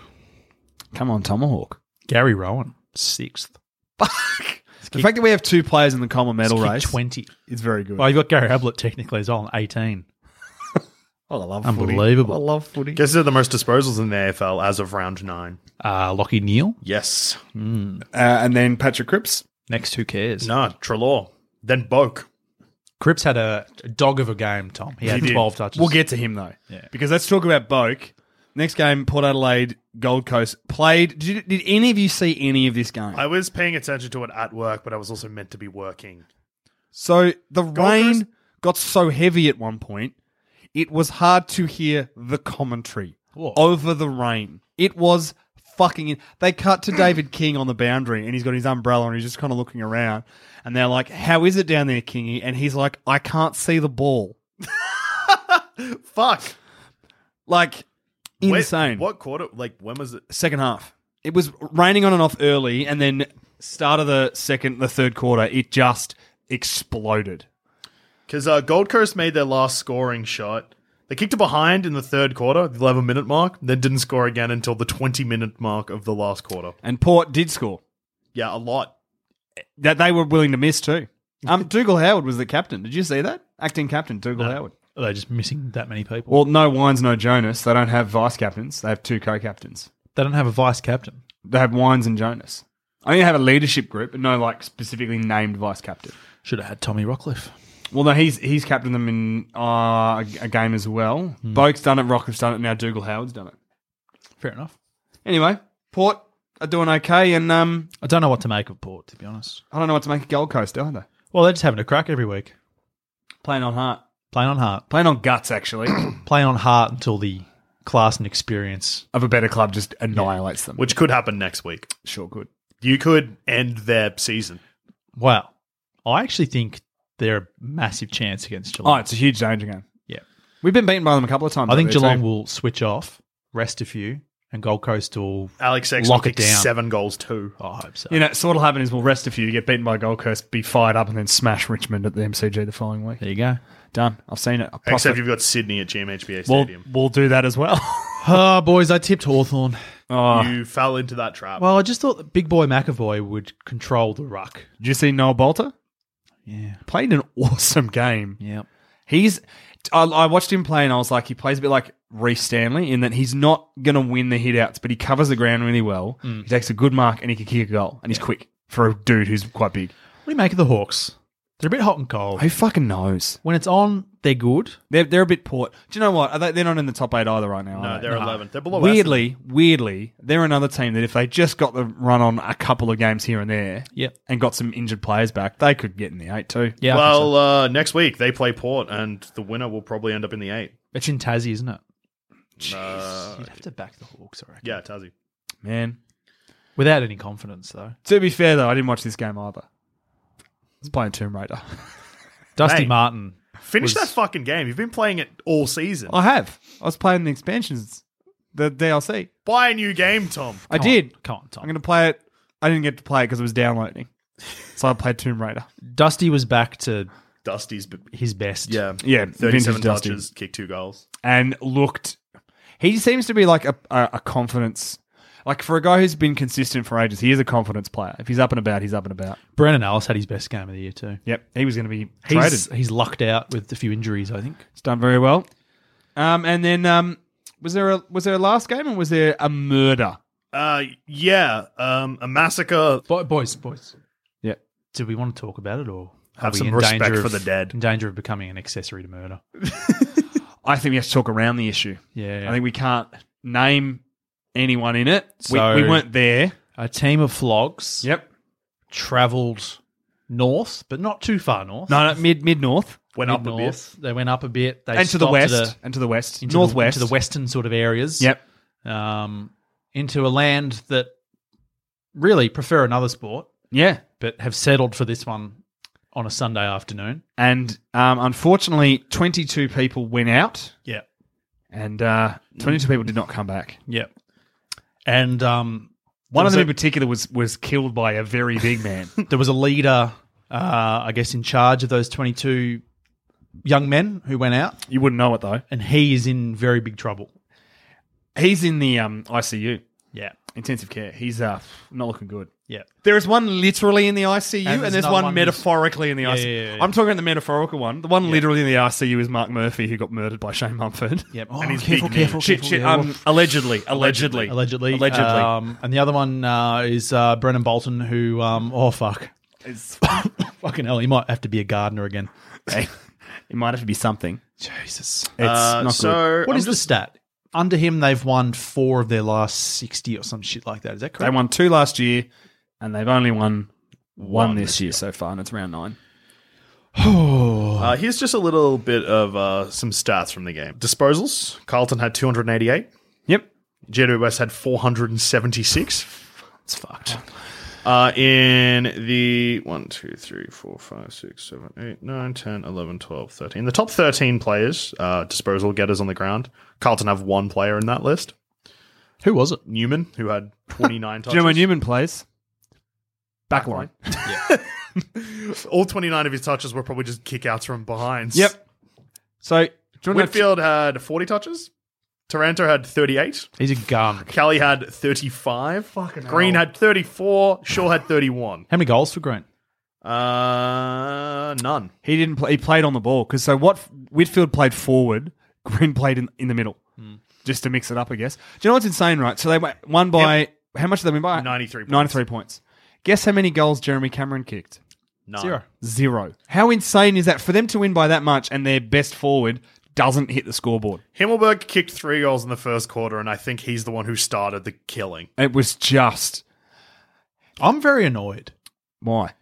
[SPEAKER 3] Come on, Tomahawk.
[SPEAKER 2] Gary Rowan, sixth.
[SPEAKER 3] Fuck. The fact that we have two players in the common medal
[SPEAKER 2] Kicked
[SPEAKER 3] race
[SPEAKER 2] 20.
[SPEAKER 3] is very good.
[SPEAKER 2] Well, you've got Gary Ablett technically as well, on 18.
[SPEAKER 3] I love
[SPEAKER 2] Unbelievable.
[SPEAKER 3] footy. I love footy.
[SPEAKER 1] Guess who had the most disposals in the AFL as of round nine?
[SPEAKER 2] Uh, Lockie Neal.
[SPEAKER 1] Yes.
[SPEAKER 3] Uh, and then Patrick Cripps.
[SPEAKER 2] Next, who cares?
[SPEAKER 1] Nah, Trelaw. Then Boke.
[SPEAKER 2] Cripps had a, a dog of a game, Tom. He had
[SPEAKER 1] did.
[SPEAKER 2] 12 touches.
[SPEAKER 3] We'll get to him though,
[SPEAKER 2] Yeah.
[SPEAKER 3] because let's talk about Boke. Next game, Port Adelaide, Gold Coast played. Did, you, did any of you see any of this game?
[SPEAKER 1] I was paying attention to it at work, but I was also meant to be working.
[SPEAKER 3] So the rain
[SPEAKER 1] Coast?
[SPEAKER 3] got so heavy at one point, it was hard to hear the commentary
[SPEAKER 2] Whoa.
[SPEAKER 3] over the rain. It was fucking. In- they cut to David King on the boundary, and he's got his umbrella, and he's just kind of looking around. And they're like, "How is it down there, Kingy?" And he's like, "I can't see the ball."
[SPEAKER 1] Fuck.
[SPEAKER 3] Like
[SPEAKER 1] Wait,
[SPEAKER 3] insane.
[SPEAKER 1] what quarter? Like, when was it?
[SPEAKER 3] second half. It was raining on and off early, and then start of the second, the third quarter, it just exploded.
[SPEAKER 1] Because uh, Gold Coast made their last scoring shot. They kicked it behind in the third quarter, the 11 minute mark, then didn't score again until the 20 minute mark of the last quarter.
[SPEAKER 3] And Port did score.
[SPEAKER 1] Yeah, a lot.
[SPEAKER 3] that they were willing to miss too. Um, Dougal Howard was the captain. Did you see that? Acting captain, Dougal Howard.
[SPEAKER 2] Are they just missing that many people?
[SPEAKER 3] Well, no Wines, no Jonas. They don't have vice captains. They have two co-captains.
[SPEAKER 2] they don't have a vice captain.
[SPEAKER 3] They have Wines and Jonas. I only have a leadership group, but no like specifically named vice captain.
[SPEAKER 2] Should have had Tommy Rockcliffe.
[SPEAKER 3] Well, no, he's he's captained them in uh, a, a game as well. Boke's done it. Rockliffe's done it. Now Dougal Howard's done it.
[SPEAKER 2] Fair enough.
[SPEAKER 3] Anyway, Port are doing okay, and um,
[SPEAKER 2] I don't know what to make of Port, to be honest.
[SPEAKER 3] I don't know what to make of Gold Coast either.
[SPEAKER 2] Well, they're just having a crack every week.
[SPEAKER 3] Playing on heart,
[SPEAKER 2] Playing on heart.
[SPEAKER 3] playing on guts actually.
[SPEAKER 2] Playing on heart until the class and experience.
[SPEAKER 3] of a better club just annihilates them.
[SPEAKER 1] Which could happen next week.
[SPEAKER 3] sure could.
[SPEAKER 1] You could end their season.
[SPEAKER 2] Wow. I actually think they're a massive chance against
[SPEAKER 3] Oh,
[SPEAKER 2] Geelong.
[SPEAKER 3] it's a huge danger game.
[SPEAKER 2] yeah.
[SPEAKER 3] We've been beaten by them a couple of times.
[SPEAKER 2] I think
[SPEAKER 3] haven't we,
[SPEAKER 2] Geelong
[SPEAKER 3] too?
[SPEAKER 2] will switch off, rest a few, and Gold Coast will.
[SPEAKER 1] Alex X
[SPEAKER 2] Lock it
[SPEAKER 1] kicked
[SPEAKER 2] down.
[SPEAKER 1] seven goals, too.
[SPEAKER 2] Oh, I hope so.
[SPEAKER 3] You know, so what'll happen is we'll rest a few, get beaten by Gold Coast, be fired up, and then smash Richmond at the MCG the following week.
[SPEAKER 2] There you go.
[SPEAKER 3] Done. I've seen it. I
[SPEAKER 1] Except
[SPEAKER 3] profit.
[SPEAKER 1] you've got Sydney at GMHBA
[SPEAKER 3] we'll,
[SPEAKER 1] Stadium.
[SPEAKER 3] we'll do that as well.
[SPEAKER 2] Ah, boys, I tipped Hawthorn.
[SPEAKER 3] uh,
[SPEAKER 2] Oh.
[SPEAKER 1] you fell into that trap.
[SPEAKER 2] Well, I just thought that Big Boy McAvoy would control the ruck.
[SPEAKER 3] Did you see Noel Bolter?
[SPEAKER 2] Yeah.
[SPEAKER 3] Played an awesome game.
[SPEAKER 2] Yeah.
[SPEAKER 3] He's. I, I watched him play, and I was like, he plays a bit like Reece Stanley in that he's not going to win the hitouts, but he covers the ground really well.
[SPEAKER 2] Mm.
[SPEAKER 3] He takes a good mark, and he can kick a goal, and he's quick for a dude who's quite big.
[SPEAKER 2] What do you make of the Hawks? They're a bit hot and cold.
[SPEAKER 3] Who fucking knows?
[SPEAKER 2] When it's on, they're good.
[SPEAKER 3] They're, they're a bit port. Do you know what? Are they, they're not in the top eight either right now.
[SPEAKER 1] no,
[SPEAKER 3] are they?
[SPEAKER 1] they're 11th. They're below Essendon.
[SPEAKER 3] uh, weirdly, weirdly, they're another team that if they just got the run on a couple of games here and there,
[SPEAKER 2] Yep.
[SPEAKER 3] and got some injured players back, they could get in the eight too.
[SPEAKER 2] Yeah. I think so.
[SPEAKER 1] Well, uh, next week they play Port, and the winner will probably end up in the eight.
[SPEAKER 2] it's in Tassie, isn't it? Jeez. You'd have to back the Hawks, I reckon.
[SPEAKER 1] Yeah, Tassie.
[SPEAKER 3] man.
[SPEAKER 2] Without any confidence, though.
[SPEAKER 3] To be fair though, I didn't watch this game either. I was playing Tomb Raider.
[SPEAKER 2] Dusty
[SPEAKER 1] Mate.
[SPEAKER 2] Martin.
[SPEAKER 1] Finish
[SPEAKER 2] Was-
[SPEAKER 1] that fucking game. You've been playing it all season.
[SPEAKER 3] I have. I was playing the expansions, the DLC.
[SPEAKER 1] Buy a new game, Tom.
[SPEAKER 3] I did.
[SPEAKER 2] Come on, Tom.
[SPEAKER 3] I'm going to play it I didn't get to play it because it was downloading. So I played Tomb Raider.
[SPEAKER 2] Dusty was back to
[SPEAKER 1] Dusty's. b-
[SPEAKER 2] his best.
[SPEAKER 1] Yeah.
[SPEAKER 3] Yeah,
[SPEAKER 1] 37
[SPEAKER 3] vintage Dusty.
[SPEAKER 1] touches, kick two goals.
[SPEAKER 3] and looked. He seems to be like a, a, a confidence. Like for a guy who's been consistent for ages, he is a confidence player. If he's up and about, he's up and about.
[SPEAKER 2] Brennan Ellis had his best game of the year too.
[SPEAKER 3] Yep, he was going to be traded.
[SPEAKER 2] He's, he's lucked out with a few injuries, I think.
[SPEAKER 3] It's done very well. Um, and then um, was there a was there a last game or was there a murder?
[SPEAKER 1] Uh, yeah. Um, a massacre.
[SPEAKER 2] Bo- boys, boys,
[SPEAKER 3] Yeah,
[SPEAKER 2] do we want to talk about it or
[SPEAKER 1] Have
[SPEAKER 2] are we
[SPEAKER 1] some
[SPEAKER 2] in
[SPEAKER 1] respect
[SPEAKER 2] danger
[SPEAKER 1] for
[SPEAKER 2] of-
[SPEAKER 1] the dead.
[SPEAKER 2] In danger of becoming an accessory to murder.
[SPEAKER 3] I think we have to talk around the issue.
[SPEAKER 2] Yeah.
[SPEAKER 3] I think we can't name anyone in it.
[SPEAKER 2] So-
[SPEAKER 3] we, we weren't there.
[SPEAKER 2] A team of flogs
[SPEAKER 3] Yep.
[SPEAKER 2] travelled north, but not too far north.
[SPEAKER 3] No, no mid mid north
[SPEAKER 1] Went up a bit.
[SPEAKER 2] North. They went up a bit. They
[SPEAKER 3] and to the
[SPEAKER 2] stopped at
[SPEAKER 3] west
[SPEAKER 2] a-
[SPEAKER 3] and to the west
[SPEAKER 2] into
[SPEAKER 3] northwest
[SPEAKER 2] the, into the western sort of areas.
[SPEAKER 3] Yep.
[SPEAKER 2] um, into a land that really prefer another sport,
[SPEAKER 3] Yeah.
[SPEAKER 2] but have settled for this one on a Sunday afternoon.
[SPEAKER 3] And um, unfortunately, 22 people went out,
[SPEAKER 2] Yeah,
[SPEAKER 3] and uh, 22 people did not come back.
[SPEAKER 2] yeah, and um,
[SPEAKER 3] One of
[SPEAKER 2] There
[SPEAKER 3] them
[SPEAKER 2] was
[SPEAKER 3] in particular was was killed by a very big man.
[SPEAKER 2] there was a leader, uh, I guess, in charge of those twenty-two young men who went out,
[SPEAKER 3] you wouldn't know it though.
[SPEAKER 2] and he is in very big trouble.
[SPEAKER 3] He's in the um, ICU,
[SPEAKER 2] Yeah,
[SPEAKER 3] intensive care. He's uh, not looking good.
[SPEAKER 2] yeah,
[SPEAKER 3] There is one literally in the ICU,
[SPEAKER 2] And
[SPEAKER 3] and,
[SPEAKER 2] there's
[SPEAKER 3] there's
[SPEAKER 2] another
[SPEAKER 3] one,
[SPEAKER 2] one that's-
[SPEAKER 3] metaphorically in the ICU.
[SPEAKER 2] yeah, yeah.
[SPEAKER 3] I'm talking about the metaphorical one. The one literally in the ICU is Mark Murphy, who got murdered by Shane Mumford.
[SPEAKER 2] yeah.
[SPEAKER 1] And he's careful, big careful,
[SPEAKER 3] shit, shit. Um, allegedly, allegedly,
[SPEAKER 2] Allegedly,
[SPEAKER 3] allegedly.
[SPEAKER 2] um, and the other one uh, is uh, Brennan Bolton, who um, oh fuck,
[SPEAKER 3] It's-
[SPEAKER 2] fucking hell, he might have to be a gardener again.
[SPEAKER 3] it might have to be something.
[SPEAKER 2] Jesus,
[SPEAKER 3] It's
[SPEAKER 1] Uh,
[SPEAKER 3] not good.
[SPEAKER 1] so
[SPEAKER 2] What
[SPEAKER 1] I'm
[SPEAKER 2] is the stat? Under him, they've won four of their last 60 or some shit like that. Is that
[SPEAKER 3] They
[SPEAKER 2] correct?
[SPEAKER 3] won two last year, and they've only won one, this year so far, and it's round nine.
[SPEAKER 1] Uh, here's just a little bit of uh, some stats from the game. Disposals: Carlton had 288.
[SPEAKER 3] Yep.
[SPEAKER 1] JW West had 476. It's fucked. Uh, in the 1, 2, 3, 4, 5, 6, 7, 8, 9, 10, 11, 12, 13. The top 13 players, uh, disposal getters on the ground. Carlton have one player in that list.
[SPEAKER 2] Who was it?
[SPEAKER 1] Newman, who had 29 touches.
[SPEAKER 3] Do you know where Newman plays? Backline.
[SPEAKER 1] All 29 of his touches were probably just kickouts from behind.
[SPEAKER 3] Yep. So, do you want to know-
[SPEAKER 1] Whitfield had 40 touches. Taranto had 38.
[SPEAKER 2] He's a gun.
[SPEAKER 1] Kelly had 35. Green had 34. Shaw had 31.
[SPEAKER 2] How many goals for Green?
[SPEAKER 1] Uh, none.
[SPEAKER 3] he didn't play. He played on the ball because so what? Whitfield played forward. Green played in, in the middle,
[SPEAKER 1] Hmm.
[SPEAKER 3] just to mix it up, I guess. Do you know what's insane, right? So they wa- won by how much did they win by?
[SPEAKER 1] 93 points.
[SPEAKER 3] Ninety-three points. Guess how many goals Jeremy Cameron kicked?
[SPEAKER 1] None.
[SPEAKER 2] Zero.
[SPEAKER 3] Zero. How insane is that for them to win by that much and their best forward doesn't hit the scoreboard?
[SPEAKER 1] Himmelberg kicked three goals in the first quarter, and I think he's the one who started the killing.
[SPEAKER 3] It was just
[SPEAKER 2] I'm very annoyed
[SPEAKER 3] why.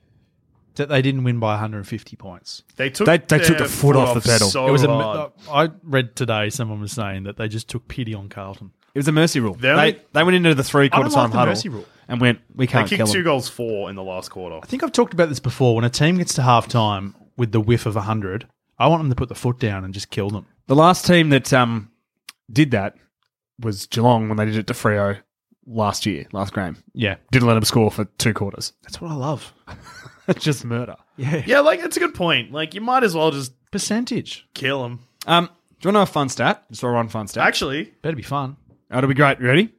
[SPEAKER 2] that they didn't win by 150 points.
[SPEAKER 1] They took
[SPEAKER 3] They- they
[SPEAKER 1] their
[SPEAKER 3] took the foot off the pedal.
[SPEAKER 1] So
[SPEAKER 2] it was.
[SPEAKER 1] hard.
[SPEAKER 2] A, uh, I read today someone was saying that they just took pity on Carlton.
[SPEAKER 3] It was a mercy rule.
[SPEAKER 1] They
[SPEAKER 3] They,
[SPEAKER 1] only-
[SPEAKER 3] they, went into the three quarter
[SPEAKER 2] I don't like
[SPEAKER 3] time
[SPEAKER 2] the
[SPEAKER 3] huddle
[SPEAKER 2] mercy rule.
[SPEAKER 3] and went, we
[SPEAKER 1] they
[SPEAKER 3] can't kill
[SPEAKER 1] kicked two
[SPEAKER 3] them.
[SPEAKER 1] goals, four in the last quarter.
[SPEAKER 2] I think I've talked about this before. When a team gets to half time with the whiff of 100, I want them to put the foot down and just kill them.
[SPEAKER 3] The last team that um, did that was Geelong when they did it to Freo last year, last game.
[SPEAKER 2] Yeah,
[SPEAKER 3] Didn't let them score for two quarters.
[SPEAKER 2] that's what I love.
[SPEAKER 3] It's just murder.
[SPEAKER 1] yeah, like it's a good point. Like you might as well just
[SPEAKER 2] Percentage
[SPEAKER 1] kill him.
[SPEAKER 3] Um, do you want to know a fun stat? Just throw on fun stat.
[SPEAKER 1] Actually,
[SPEAKER 2] better be fun.
[SPEAKER 3] That'll be great. Ready?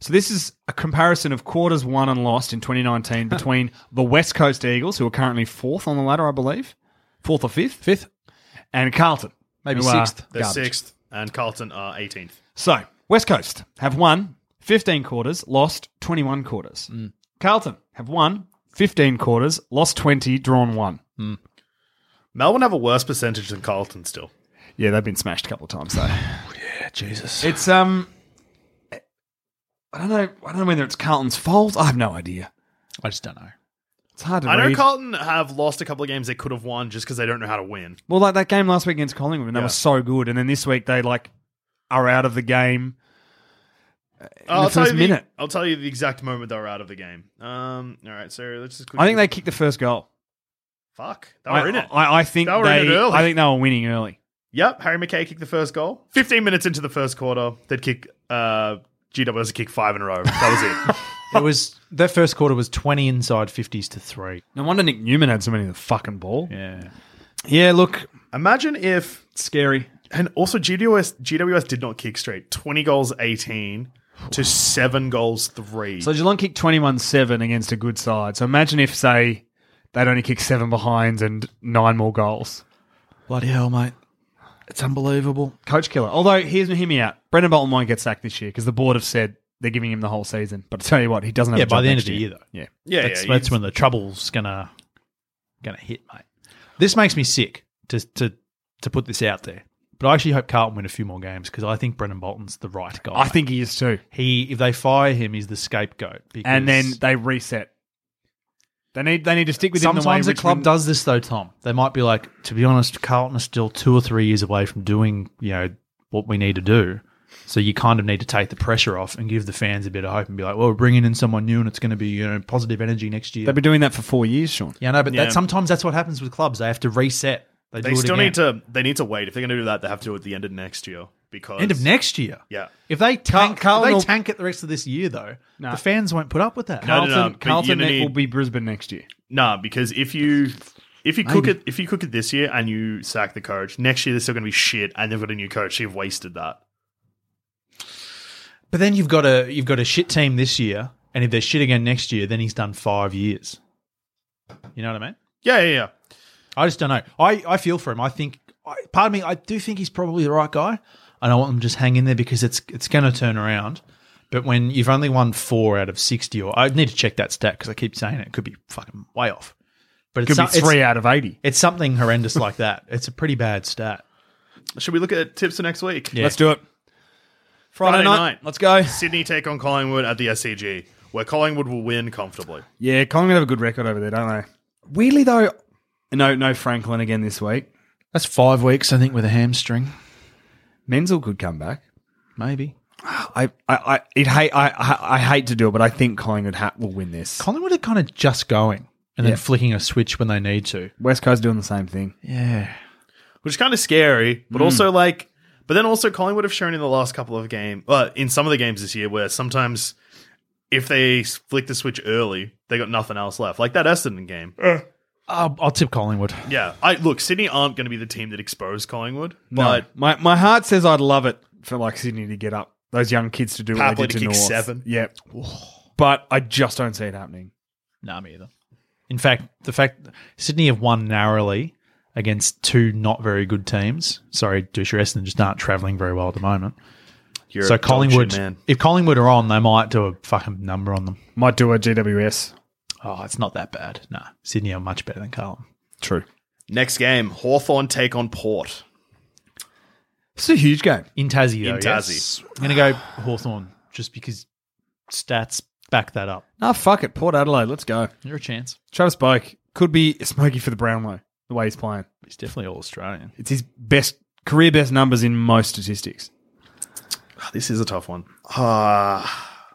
[SPEAKER 3] So this is a comparison of quarters won and lost in 2019 between the West Coast Eagles, who are currently fourth on the ladder, I believe, fourth or fifth, fifth, and Carlton,
[SPEAKER 2] Maybe
[SPEAKER 3] who are
[SPEAKER 2] sixth.
[SPEAKER 1] they're
[SPEAKER 3] garbage.
[SPEAKER 1] sixth, and Carlton are 18th.
[SPEAKER 3] So West Coast have won 15 quarters, lost 21 quarters.
[SPEAKER 2] Mm.
[SPEAKER 3] Carlton have won 15 quarters, lost 20, drawn one.
[SPEAKER 1] Melbourne have a worse percentage than Carlton still.
[SPEAKER 3] Yeah, they've been smashed a couple of times though.
[SPEAKER 2] Oh, Yeah, Jesus.
[SPEAKER 3] it's um, I don't know. I don't know whether it's Carlton's fault. I have no idea.
[SPEAKER 2] I just don't know.
[SPEAKER 3] It's hard to
[SPEAKER 1] I know
[SPEAKER 3] read.
[SPEAKER 1] Carlton have lost a couple of games they could have won just because they don't know how to win.
[SPEAKER 3] Well, like that game last week against Collingwood, and they
[SPEAKER 1] Yeah.
[SPEAKER 3] were so good. And then this week they like are out of the game.
[SPEAKER 1] Oh, I'll
[SPEAKER 3] the
[SPEAKER 1] tell
[SPEAKER 3] first
[SPEAKER 1] you the-
[SPEAKER 3] minute.
[SPEAKER 1] I'll tell you the exact moment they were out of the game. Um, all right, so let's just.
[SPEAKER 3] I think they kicked the first goal.
[SPEAKER 1] fuck. They were
[SPEAKER 3] I,
[SPEAKER 1] in it.
[SPEAKER 3] I, I think
[SPEAKER 1] They
[SPEAKER 3] they,
[SPEAKER 1] were in it early.
[SPEAKER 3] I think they were winning early.
[SPEAKER 1] Yep, Harry McKay kicked the first goal. 15 minutes into the first quarter, they'd kick uh, GWS kick five in a row. That was it.
[SPEAKER 2] It was that first quarter was twenty inside fifties to three.
[SPEAKER 3] No wonder Nick Newman had so many of the fucking ball.
[SPEAKER 2] Yeah.
[SPEAKER 3] Yeah, look,
[SPEAKER 1] Imagine if
[SPEAKER 3] scary.
[SPEAKER 1] and also GWS GWS did not kick straight. Twenty goals, eighteen to seven goals, three.
[SPEAKER 3] So Geelong kicked 21 7 against a good side. So imagine if, say, they'd only kicked seven behinds and nine more goals.
[SPEAKER 2] Bloody hell, mate. It's unbelievable.
[SPEAKER 3] Coach killer. Although, here's hear me out. Brendan Bolton won't get sacked this year because the board have said they're giving him the whole season. But I tell you what, he doesn't have
[SPEAKER 2] Yeah,
[SPEAKER 3] a job
[SPEAKER 2] by the end
[SPEAKER 3] next
[SPEAKER 2] of the year, though.
[SPEAKER 3] Yeah.
[SPEAKER 1] yeah,
[SPEAKER 2] that's
[SPEAKER 1] yeah,
[SPEAKER 2] that's
[SPEAKER 1] you-
[SPEAKER 2] when the trouble's gonna gonna hit, mate. This makes me sick to to to put this out there. But I actually hope Carlton win a few more games because I think Brendan Bolton's the right guy.
[SPEAKER 3] I think he is too.
[SPEAKER 2] he if they fire him, he's the scapegoat. Because
[SPEAKER 3] And then they reset. They need they need to stick with him the way
[SPEAKER 2] sometimes a club
[SPEAKER 3] Richmond-
[SPEAKER 2] does this though, Tom. They might be like, to be honest, Carlton are still two or three years away from doing you know what we need to do. So you kind of need to take the pressure off and give the fans a bit of hope and be like, well, we're bringing in someone new and it's going to be you know positive energy next year.
[SPEAKER 3] They've been doing that for four years, Sean.
[SPEAKER 2] Yeah, no, but
[SPEAKER 1] Yeah.
[SPEAKER 2] That, sometimes that's what happens with clubs. They have to reset. They,
[SPEAKER 1] They
[SPEAKER 2] do it
[SPEAKER 1] still
[SPEAKER 2] again.
[SPEAKER 1] need to. They need to wait. If they're going to do that, they have to do it at the end of next year because
[SPEAKER 2] end of next year.
[SPEAKER 1] Yeah.
[SPEAKER 2] If they tank,
[SPEAKER 3] Carl-
[SPEAKER 2] if
[SPEAKER 3] Carl-
[SPEAKER 2] they tank it the rest of this year though,
[SPEAKER 3] No.
[SPEAKER 2] the fans won't put up with that.
[SPEAKER 1] No, no, no,
[SPEAKER 3] Carlton,
[SPEAKER 1] but
[SPEAKER 3] Carlton
[SPEAKER 1] you
[SPEAKER 3] ne-
[SPEAKER 1] need-
[SPEAKER 3] will be Brisbane next year.
[SPEAKER 1] Nah, because if you if you cook it if you cook it this year and you sack the coach, next year they're still going to be shit, and they've got a new coach. So you've wasted that.
[SPEAKER 2] But then you've got a you've got a shit team this year, and if they're shit again next year, then he's done five years. You know what I mean?
[SPEAKER 1] Yeah, yeah, yeah.
[SPEAKER 2] I just don't know. I, I feel for him. I think, I, pardon me, I do think he's probably the right guy, and I want him to just hang in there because it's it's going to turn around. But when you've only won four out of sixty, or I need to check that stat because I keep saying it, it could be fucking way off. But it's
[SPEAKER 3] Could
[SPEAKER 2] some-
[SPEAKER 3] be
[SPEAKER 2] it's-
[SPEAKER 3] three out of eighty.
[SPEAKER 2] It's something horrendous like that. It's a pretty bad stat.
[SPEAKER 1] Should we look at tips for next week?
[SPEAKER 2] Yeah.
[SPEAKER 3] Let's do it.
[SPEAKER 1] Friday, night.
[SPEAKER 3] Let's go.
[SPEAKER 1] Sydney take on Collingwood at the SCG, where Collingwood will win comfortably.
[SPEAKER 3] Yeah, Collingwood have a good record over there, don't they? Weirdly though, no, no Franklin again this week.
[SPEAKER 2] That's five weeks, I think, with a hamstring,
[SPEAKER 3] Menzel could come back.
[SPEAKER 2] maybe.
[SPEAKER 3] I, I, I, it hate, I, I, I hate to do it, but I think Collingwood ha- will win this.
[SPEAKER 2] Collingwood are kind of just going and
[SPEAKER 3] Yeah.
[SPEAKER 2] then flicking a switch when they need to.
[SPEAKER 3] West Coast doing the same thing.
[SPEAKER 2] Yeah.
[SPEAKER 1] which is kind of scary, but also like, but then also Collingwood have shown in the last couple of game, uh, in some of the games this year, where sometimes if they s- flick the switch early, they got nothing else left. Like that Essendon game.
[SPEAKER 2] I'll, I'll tip Collingwood.
[SPEAKER 1] Yeah, I look Sydney aren't going to be the team that expose Collingwood,
[SPEAKER 3] No,
[SPEAKER 1] but
[SPEAKER 3] my, my heart says I'd love it for like Sydney to get up those young kids to do what
[SPEAKER 1] Papley to
[SPEAKER 3] they did to,
[SPEAKER 1] kick
[SPEAKER 3] North.
[SPEAKER 1] seven.
[SPEAKER 3] Yeah, but I just don't see it happening.
[SPEAKER 2] Nah, me either. In fact, the fact Sydney have won narrowly against two not very good teams. Sorry, Dusha Essendon just aren't travelling very well at the moment.
[SPEAKER 1] you're
[SPEAKER 2] so
[SPEAKER 1] a dog
[SPEAKER 2] Collingwood,
[SPEAKER 1] shit man,
[SPEAKER 2] if Collingwood are on, they might do a fucking number on them.
[SPEAKER 3] Might do a GWS.
[SPEAKER 2] Oh, it's not that bad. Nah, Sydney are much better than Carlton.
[SPEAKER 3] True.
[SPEAKER 1] next game Hawthorn take on Port.
[SPEAKER 3] It's a huge game.
[SPEAKER 2] In Tassie, though,
[SPEAKER 1] In Tassie.
[SPEAKER 2] yes. I'm going to go Hawthorn just because stats back that up.
[SPEAKER 3] Ah, fuck it, Port Adelaide. Let's go.
[SPEAKER 2] You're a chance.
[SPEAKER 3] Travis Boak could be smoky for the Brownlow. The way he's playing,
[SPEAKER 2] He's definitely all Australian.
[SPEAKER 3] it's his best career best numbers in most statistics.
[SPEAKER 1] Ah, This is a tough one. Uh,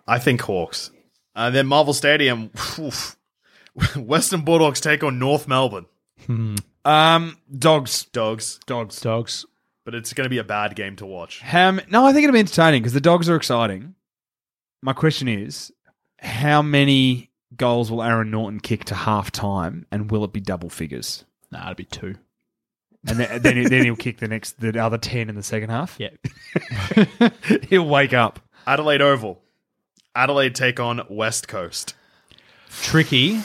[SPEAKER 1] I think Hawks. Uh, then Marvel Stadium, oof. Western Bulldogs take on North Melbourne
[SPEAKER 3] Um, dogs,
[SPEAKER 1] Dogs,
[SPEAKER 3] dogs.
[SPEAKER 2] Dogs.
[SPEAKER 1] but it's going to be a bad game to watch.
[SPEAKER 3] How m- no, I think it'll be entertaining because the dogs are exciting. My question is, how many goals will Aaron Norton kick to half time, and will it be double figures?
[SPEAKER 2] Nah, it'd be two.
[SPEAKER 3] And then, then, he- then he'll kick the next, the other ten in the second half.
[SPEAKER 2] Yeah.
[SPEAKER 3] he'll wake up.
[SPEAKER 1] Adelaide Oval. Adelaide take on West Coast.
[SPEAKER 2] tricky.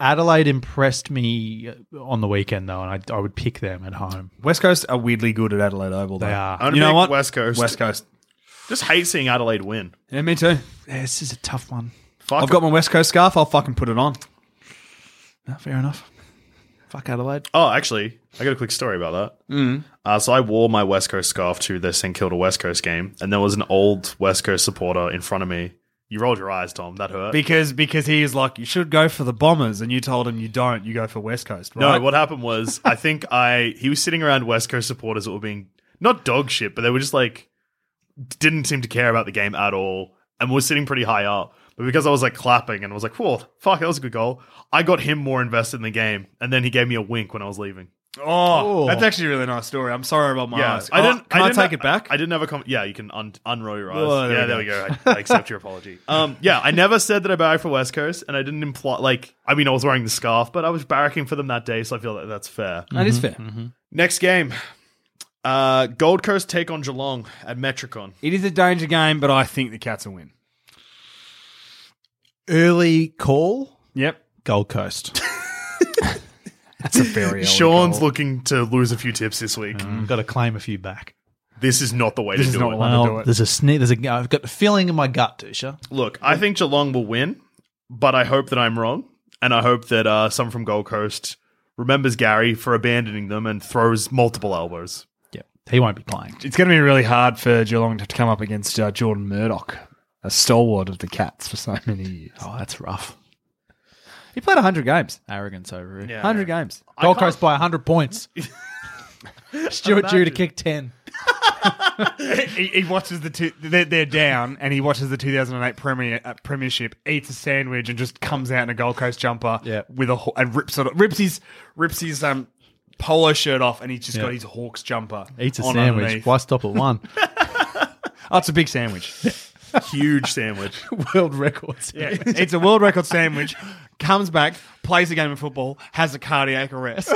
[SPEAKER 2] Adelaide impressed me on the weekend though, and I, I would pick them at home.
[SPEAKER 3] West Coast are weirdly good at Adelaide Oval. Though.
[SPEAKER 2] They are.
[SPEAKER 1] I'm
[SPEAKER 3] You know
[SPEAKER 1] pick
[SPEAKER 3] what?
[SPEAKER 1] West Coast.
[SPEAKER 3] West Coast.
[SPEAKER 1] Just hate seeing Adelaide win.
[SPEAKER 3] Yeah, me too.
[SPEAKER 2] This is a tough one.
[SPEAKER 1] Fuck
[SPEAKER 3] I've got
[SPEAKER 1] 'em.
[SPEAKER 3] my West Coast scarf. I'll fucking put it on.
[SPEAKER 2] No, fair enough. Fuck Adelaide.
[SPEAKER 1] Oh, actually, I got a quick story about that. Uh, so I wore my West Coast scarf to the St Kilda West Coast game, and there was an old West Coast supporter in front of me. You rolled your eyes, Tom. That hurt.
[SPEAKER 3] Because because he is like, you should go for the Bombers, and you told him you don't. You go for West Coast.
[SPEAKER 1] no,
[SPEAKER 3] Right?
[SPEAKER 1] what happened was I think I he was sitting around West Coast supporters that were being not dog shit, but they were just like didn't seem to care about the game at all, and was sitting pretty high up. But because I was like clapping and I was like, "Whoa, fuck, that was a good goal," I got him more invested in the game, and then he gave me a wink when I was leaving.
[SPEAKER 3] Oh,
[SPEAKER 2] Oh.
[SPEAKER 3] that's actually a really nice story. I'm sorry about my
[SPEAKER 1] Yeah,
[SPEAKER 3] eyes.
[SPEAKER 1] I didn't.
[SPEAKER 3] Oh, can I,
[SPEAKER 1] didn't
[SPEAKER 3] take
[SPEAKER 1] ha-
[SPEAKER 3] it back?
[SPEAKER 1] I didn't have a comment. Yeah, you can un- unroll your eyes.
[SPEAKER 3] Oh, there
[SPEAKER 1] yeah,
[SPEAKER 3] we
[SPEAKER 1] there we go. I, I accept your apology. Um, yeah, I never said that I barrack for West Coast, and I didn't imply like. I mean, I was wearing the scarf, but I was barracking for them that day, so I feel that that's fair.
[SPEAKER 3] That is fair.
[SPEAKER 1] Next game, uh, Gold Coast take on Geelong at Metricon.
[SPEAKER 3] It is a danger game, but I think the Cats will win.
[SPEAKER 2] Early call,
[SPEAKER 3] Yep.
[SPEAKER 2] Gold Coast.
[SPEAKER 3] That's a very
[SPEAKER 1] Sean's looking to lose a few tips this week.
[SPEAKER 2] Got to claim a few back.
[SPEAKER 1] This is not the way to
[SPEAKER 3] Mm. is
[SPEAKER 1] do
[SPEAKER 3] not
[SPEAKER 1] it.
[SPEAKER 3] one. Wanna do
[SPEAKER 2] Well,
[SPEAKER 3] it.
[SPEAKER 2] there's a sneak. There's a. I've got the feeling in my gut, Dusha.
[SPEAKER 1] Look, I think Geelong will win, but I hope that I'm wrong, and I hope that uh, someone from Gold Coast remembers Gary for abandoning them and throws multiple elbows.
[SPEAKER 2] Yep. He won't be playing.
[SPEAKER 3] It's going to be really hard for Geelong to come up against uh, Jordan Murdoch, a stalwart of the Cats for so many years.
[SPEAKER 2] Oh, that's rough.
[SPEAKER 3] He played 100 games.
[SPEAKER 2] Arrogance over it.
[SPEAKER 1] Yeah.
[SPEAKER 3] 100 games.
[SPEAKER 2] Gold Coast by 100 points. Stuart Jew to kick 10.
[SPEAKER 3] he, he watches the two, they're, they're down, and he watches the 2008 Premier uh, Premiership, eats a sandwich, and just comes out in a Gold Coast jumper
[SPEAKER 2] Yeah.
[SPEAKER 3] with a haw- and rips it rips his rips his um polo shirt off, and he's just got his Hawks jumper.
[SPEAKER 2] Eats a
[SPEAKER 3] on
[SPEAKER 2] sandwich.
[SPEAKER 3] underneath.
[SPEAKER 2] Why stop at one?
[SPEAKER 3] Oh, it's a big sandwich.
[SPEAKER 1] Huge sandwich.
[SPEAKER 2] World records.
[SPEAKER 3] Yeah, it's a world record sandwich. Comes back, plays a game of football, has a cardiac arrest,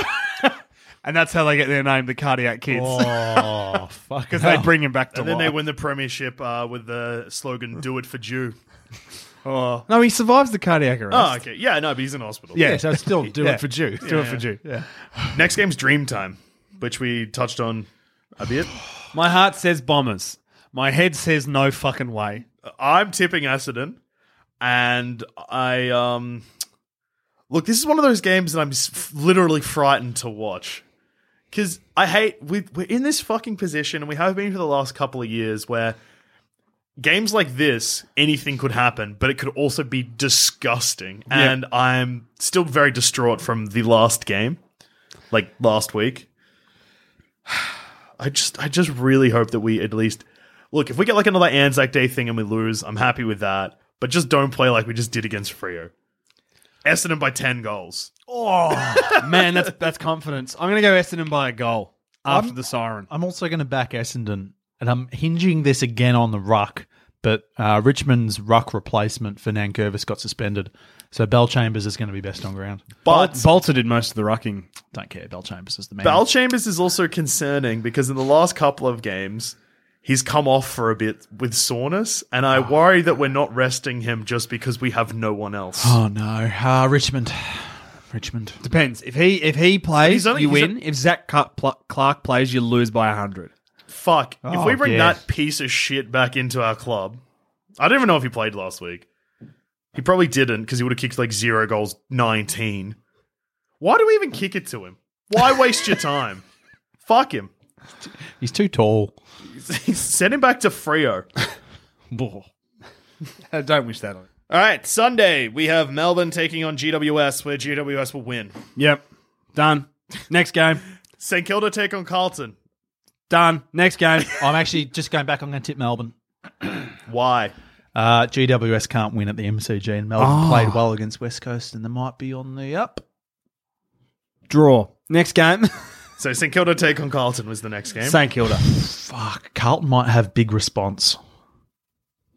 [SPEAKER 3] and that's how they get their name, the Cardiac Kids,
[SPEAKER 2] Oh, fuck.
[SPEAKER 3] because they bring him back to
[SPEAKER 1] And then they
[SPEAKER 3] life.
[SPEAKER 1] win the premiership uh, with the slogan "Do it for Jew."
[SPEAKER 3] Oh. No, he survives the cardiac arrest.
[SPEAKER 1] Oh, okay. Yeah, no, but he's in hospital.
[SPEAKER 2] Yeah, so still do
[SPEAKER 3] Yeah.
[SPEAKER 2] it for Jew.
[SPEAKER 3] Do it for Jew.
[SPEAKER 1] Next game's Dream Time, which we touched on a bit.
[SPEAKER 3] My heart says bombers. My head says no fucking way.
[SPEAKER 1] I'm tipping Essendon, and I um look. This is one of those games that I'm s- f- literally frightened to watch because I hate we, we're in this fucking position, and we have been for the last couple of years where. Games like this, anything could happen, but it could also be disgusting. And I'm still very distraught from the last game, like last week. I just I just really hope that we at least look if we get like another Anzac Day thing and we lose, I'm happy with that. But just don't play like we just did against Frio. Essendon by ten goals.
[SPEAKER 3] Man, that's that's confidence. I'm gonna go Essendon by a goal after the siren.
[SPEAKER 2] I'm also going to back Essendon, and I'm hinging this again on the ruck. But uh, Richmond's ruck replacement for Nankervis got suspended, so Bell Chambers is going to be best on ground.
[SPEAKER 1] But
[SPEAKER 3] Bolter did most of the rucking.
[SPEAKER 2] Don't care, Bell Chambers is the man.
[SPEAKER 1] Bal Chambers is also concerning because in the last couple of games, he's come off for a bit with soreness, and I worry that we're not resting him just because we have no one else.
[SPEAKER 2] oh no, uh, Richmond, Richmond.
[SPEAKER 3] Depends if he if he plays,
[SPEAKER 1] He's only-
[SPEAKER 3] you
[SPEAKER 1] he's
[SPEAKER 3] win. if Zach Cu- Pl- Clark plays, you lose by hundred.
[SPEAKER 1] Fuck. if
[SPEAKER 2] Oh,
[SPEAKER 1] we bring
[SPEAKER 2] yeah.
[SPEAKER 1] that piece of shit back into our club, I don't even know if he played last week. He probably didn't because he would have kicked like zero goals, 19. Why do we even kick it to him? Why waste your time? Fuck him.
[SPEAKER 2] He's too tall.
[SPEAKER 1] Send him back to Frio.
[SPEAKER 3] I Uh, don't wish that on.
[SPEAKER 1] All right, Sunday, we have Melbourne taking on GWS, where GWS will win.
[SPEAKER 3] Yep, done. Next game,
[SPEAKER 1] St Kilda take on Carlton.
[SPEAKER 3] done. Next game.
[SPEAKER 2] I'm actually just going back. I'm going to tip Melbourne.
[SPEAKER 1] Why?
[SPEAKER 2] Uh, GWS can't win at the MCG, and Melbourne played well against West Coast, and they might be on the up.
[SPEAKER 3] Draw. Next game,
[SPEAKER 1] So St Kilda take on Carlton was the next game.
[SPEAKER 3] St Kilda.
[SPEAKER 2] Fuck, Carlton might have big response.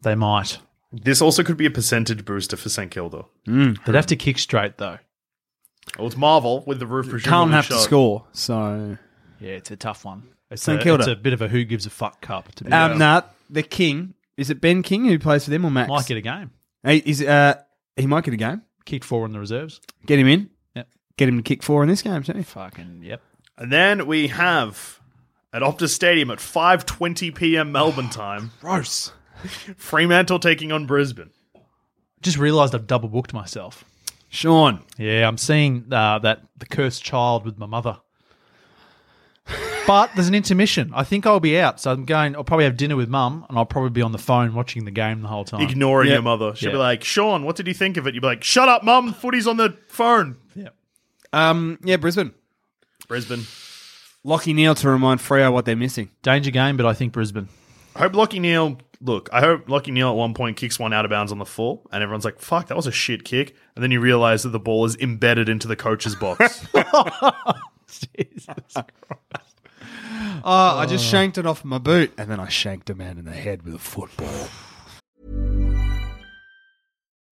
[SPEAKER 2] They might.
[SPEAKER 1] This also could be a percentage booster for St Kilda.
[SPEAKER 2] They'd have to kick straight though.
[SPEAKER 1] Well, it's Marvel with the roof.
[SPEAKER 3] Can't
[SPEAKER 1] presumably
[SPEAKER 3] have to
[SPEAKER 1] shut.
[SPEAKER 3] score. So
[SPEAKER 2] Yeah, it's a tough one. It's
[SPEAKER 3] St
[SPEAKER 2] a,
[SPEAKER 3] Kilda.
[SPEAKER 2] It's a bit of a who gives a fuck cup to be
[SPEAKER 3] um, nah, the King. Is it Ben King who plays for them or Max?
[SPEAKER 2] might get a game.
[SPEAKER 3] Hey, is uh, he might get a game.
[SPEAKER 2] Kicked four in the reserves.
[SPEAKER 3] Get him in.
[SPEAKER 2] Yep.
[SPEAKER 3] Get him to kick four in this game, don't you?
[SPEAKER 2] Fucking yep.
[SPEAKER 1] And then we have at Optus Stadium at 5:20 p.m. Melbourne time,
[SPEAKER 2] Gross.
[SPEAKER 1] Fremantle taking on Brisbane.
[SPEAKER 2] Just realised I've double booked myself.
[SPEAKER 3] Sean.
[SPEAKER 2] Yeah, I'm seeing uh, that the cursed child with my mother. But there's an intermission. I think I'll be out, so I'm going. I'll probably have dinner with mum, and I'll probably be on the phone watching the game the whole time.
[SPEAKER 1] Ignoring
[SPEAKER 3] Yeah.
[SPEAKER 1] your mother, she'll be
[SPEAKER 2] Oh. Yeah.
[SPEAKER 1] like, "Sean, what did you think of it?" You'll be like, "Shut up, mum. Footy's on the phone."
[SPEAKER 2] yeah.
[SPEAKER 3] Um, yeah, Brisbane.
[SPEAKER 1] Brisbane.
[SPEAKER 3] Lockie Neal to remind Freo what they're missing.
[SPEAKER 2] Danger game, but I think Brisbane.
[SPEAKER 1] I hope Lockie Neal. Look, I hope Lockie Neal at one point kicks one out of bounds on the full, and everyone's like, "Fuck, that was a shit kick." And then you realize that the ball is embedded into the coach's box.
[SPEAKER 2] Jesus Christ.
[SPEAKER 3] Oh, I just shanked it off my boot, and then I shanked a man in the head with a football.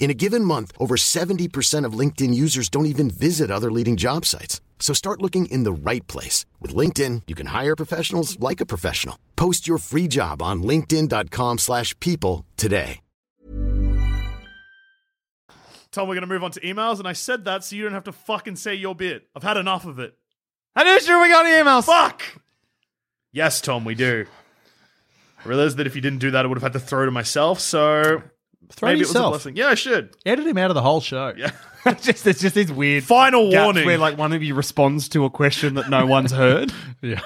[SPEAKER 5] In a given month, over 70% of LinkedIn users don't even visit other leading job sites. So start looking in the right place. With LinkedIn, you can hire professionals like a professional. Post your free job on linkedin.com/people slash people today.
[SPEAKER 1] Tom, we're going to move on to emails, and I said that so you don't have to fucking say your bit. I've had enough of it.
[SPEAKER 3] And sure we got emails.
[SPEAKER 1] Fuck! Yes, Tom, we do. I realized that if you didn't do that, I would have had to throw to myself, so
[SPEAKER 2] Throw
[SPEAKER 1] maybe it
[SPEAKER 2] yourself.
[SPEAKER 1] was a blessing. Yeah, I should.
[SPEAKER 2] Edit him out of the whole show. Yeah.
[SPEAKER 3] just, it's just these weird
[SPEAKER 1] Final
[SPEAKER 3] gaps
[SPEAKER 1] warning.
[SPEAKER 3] where like one of you responds to a question that no one's heard.
[SPEAKER 2] yeah.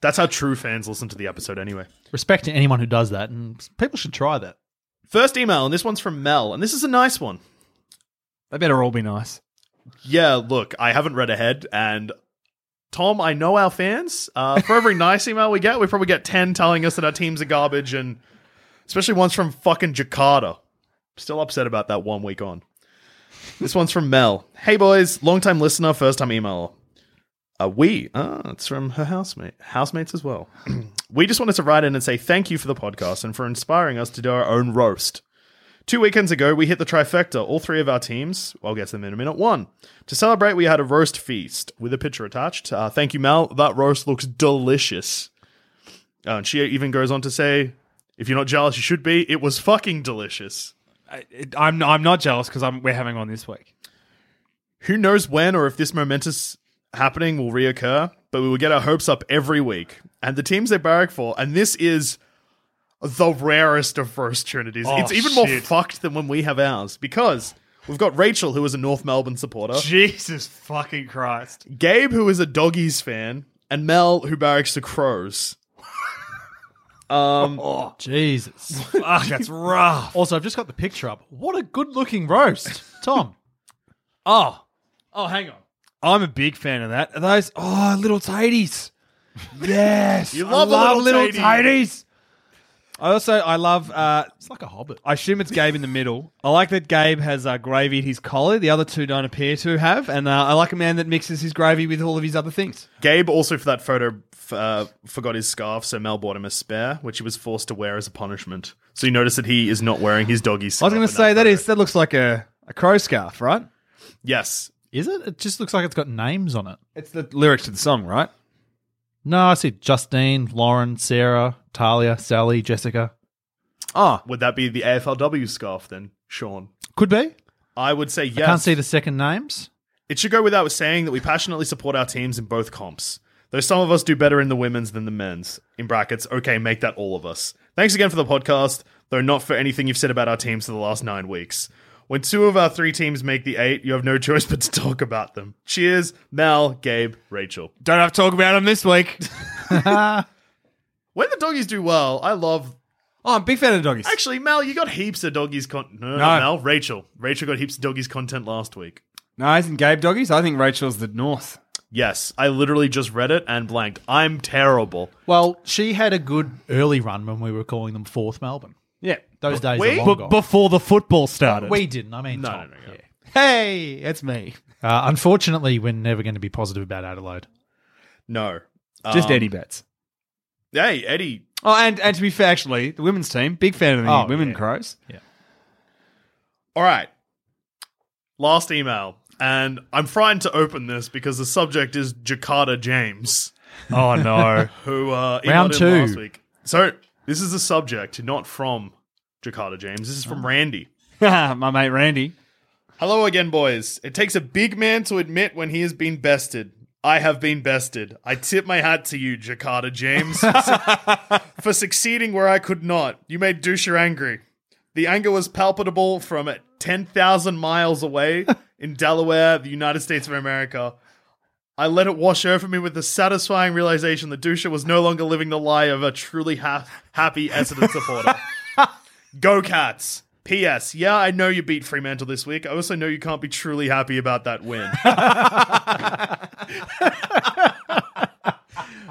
[SPEAKER 1] That's how true fans listen to the episode anyway.
[SPEAKER 2] Respect to anyone who does that, and people should try that.
[SPEAKER 1] First email, and this one's from Mel, and this is a nice one.
[SPEAKER 3] They better all be nice.
[SPEAKER 1] Yeah, look, I haven't read ahead, and Tom, I know our fans. Uh, for every nice email we get, we probably get 10 telling us that our teams are garbage, and especially ones from fucking Jakarta. Still upset about that one week on. This one's from Mel. Hey, boys, long time listener, first time emailer. Uh, we, ah, it's from her housemate, housemates as well. we just wanted to write in and say thank you for the podcast and for inspiring us to do our own roast. Two weekends ago, we hit the trifecta, all three of our teams. I'll get to them in a minute. One. To celebrate, we had a roast feast with a picture attached. Uh, thank you, Mel. That roast looks delicious. Uh, and she even goes on to say, if you're not jealous, you should be. It was fucking delicious.
[SPEAKER 3] I, it- I'm I'm not jealous because I'm we're having one this week.
[SPEAKER 1] Who knows when or if this momentous happening will reoccur, but we will get our hopes up every week. And the teams they barrack for, and this is the rarest of roast trinities.
[SPEAKER 3] Oh,
[SPEAKER 1] it's even more
[SPEAKER 3] shit.
[SPEAKER 1] fucked than when we have ours because we've got Rachel, who is a North Melbourne supporter.
[SPEAKER 3] Jesus fucking Christ!
[SPEAKER 1] Gabe, who is a doggies fan, and Mel, who barracks the crows.
[SPEAKER 3] Oh,
[SPEAKER 2] Jesus.
[SPEAKER 3] Fuck, that's rough.
[SPEAKER 2] also, I've just got the picture up. What a good looking roast. Tom.
[SPEAKER 3] Oh, oh, hang on. I'm a big fan of that. Are those oh little taties. Yes,
[SPEAKER 1] You
[SPEAKER 3] I
[SPEAKER 1] love a little tatey.
[SPEAKER 3] taties. I also I love. Uh,
[SPEAKER 2] It's like a hobbit.
[SPEAKER 3] I assume it's Gabe in the middle. I like that Gabe has uh, gravy at his collar. The other two don't appear to have, and uh, I like a man that mixes his gravy with all of his other things.
[SPEAKER 1] Gabe also, for that photo, f- uh, forgot his scarf, so Mel bought him a spare, which he was forced to wear as a punishment. So you notice that he is not wearing his doggies.
[SPEAKER 3] I was going to say that is that looks like a, a crow scarf, right?
[SPEAKER 1] yes.
[SPEAKER 2] Is it? It just looks like it's got names on it.
[SPEAKER 3] It's the lyrics to the song, right?
[SPEAKER 2] No, I see Justine, Lauren, Sarah, Talia, Sally, Jessica.
[SPEAKER 3] Ah,
[SPEAKER 1] Would that be the AFLW scarf then, Sean?
[SPEAKER 2] Could be.
[SPEAKER 1] I would say
[SPEAKER 2] I
[SPEAKER 1] yes.
[SPEAKER 2] can't see the second names.
[SPEAKER 1] It should go without saying that we passionately support our teams in both comps, though some of us do better in the women's than the men's. In brackets, okay, make that all of us. Thanks again for the podcast, though not for anything you've said about our teams for the last nine weeks. When two of our three teams make the eight, you have no choice but to talk about them. Cheers, Mal, Gabe, Rachel.
[SPEAKER 3] don't have to talk about them this week.
[SPEAKER 1] When the doggies do well, I love.
[SPEAKER 3] oh, I'm a big fan of doggies.
[SPEAKER 1] Actually, Mal, you got heaps of doggies content. No, no,
[SPEAKER 3] No.
[SPEAKER 1] Mal, Rachel. Rachel got heaps of doggies content last week.
[SPEAKER 3] no, isn't Gabe doggies? I think Rachel's the North.
[SPEAKER 1] Yes, I literally just read it and blanked. I'm terrible.
[SPEAKER 2] Well, she had a good early run when we were calling them Fourth Melbourne.
[SPEAKER 3] Yeah,
[SPEAKER 2] Those days
[SPEAKER 1] We-
[SPEAKER 2] are long
[SPEAKER 1] but-
[SPEAKER 2] gone.
[SPEAKER 3] before the football started.
[SPEAKER 2] we didn't. I mean,
[SPEAKER 1] No,
[SPEAKER 2] Tom.
[SPEAKER 1] no, no, no.
[SPEAKER 2] Yeah.
[SPEAKER 3] Hey, it's me.
[SPEAKER 2] Uh, unfortunately, we're never going to be positive about Adelaide.
[SPEAKER 1] No.
[SPEAKER 3] Just
[SPEAKER 1] Um,
[SPEAKER 3] Eddie Betts.
[SPEAKER 1] Hey, Eddie.
[SPEAKER 3] Oh, and, and to be fair, actually, the women's team, big fan of the
[SPEAKER 2] Oh,
[SPEAKER 3] women
[SPEAKER 2] yeah.
[SPEAKER 3] crows.
[SPEAKER 1] All right. Last email. And I'm frightened to open this because the subject is Jakarta James.
[SPEAKER 3] Oh no.
[SPEAKER 1] who uh, emailed
[SPEAKER 2] Round
[SPEAKER 1] in
[SPEAKER 2] two.
[SPEAKER 1] last week. So this is the subject, not from Jakarta James. This is from Randy.
[SPEAKER 3] My mate Randy.
[SPEAKER 1] Hello again, boys. It takes a big man to admit when he has been bested. I have been bested. I tip my hat to you, Jakarta James, for succeeding where I could not. You made Dusha angry. The anger was palpable from 10,000 miles away in Delaware, the United States of America. I let it wash over me with the satisfying realization that Dusha was no longer living the lie of a truly ha- happy Essendon supporter. Go Cats! P.S. Yeah, I know you beat Fremantle this week. I also know you can't be truly happy about that win.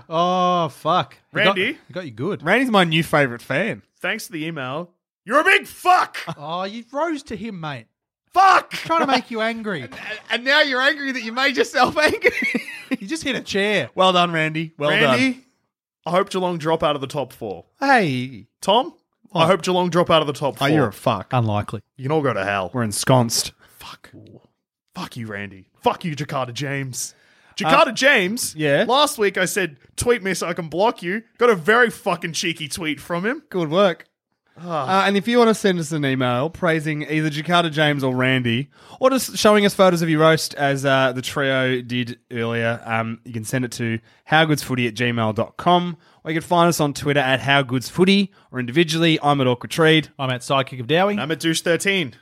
[SPEAKER 2] Oh fuck, We got-
[SPEAKER 1] Randy?
[SPEAKER 2] we got you good.
[SPEAKER 3] Randy's my new favourite fan.
[SPEAKER 1] Thanks to the email. You're a big fuck!
[SPEAKER 2] Oh, you rose to him, mate.
[SPEAKER 1] fuck!
[SPEAKER 2] Trying to make you angry.
[SPEAKER 3] And now you're angry that you made yourself angry.
[SPEAKER 2] You just hit a chair.
[SPEAKER 3] well done, Randy. Well
[SPEAKER 1] Randy, I hope Geelong drop out of the top four.
[SPEAKER 3] done. Hey.
[SPEAKER 1] Tom, I hope Geelong drop out of the top
[SPEAKER 3] Oh,
[SPEAKER 1] four.
[SPEAKER 3] you're a fuck.
[SPEAKER 2] Unlikely.
[SPEAKER 1] you can all go to hell.
[SPEAKER 3] We're ensconced.
[SPEAKER 1] Fuck you, Randy. Fuck you, Jakarta James. Jakarta James.
[SPEAKER 3] Uh, yeah?
[SPEAKER 1] Last week I said, tweet me so I can block you. Got a very fucking cheeky tweet from him.
[SPEAKER 3] Good work.
[SPEAKER 2] Ah.
[SPEAKER 3] Uh, and if you want to send us an email praising either Jakarta James or Randy, or just showing us photos of your roast as uh, the trio did earlier, um, you can send it to howgoodsfooty at gmail.com, or you can find us on Twitter at howgoodsfooty, or individually, I'm at awkward treed.
[SPEAKER 2] I'm at sidekick of Dowie.
[SPEAKER 1] I'm at douche 13.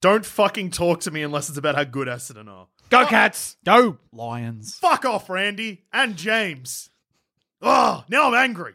[SPEAKER 1] Don't fucking talk to me unless it's about how good Essendon are.
[SPEAKER 3] Go, Cats!
[SPEAKER 2] Go Lions.
[SPEAKER 1] Fuck off, Randy and James. Oh, now I'm angry.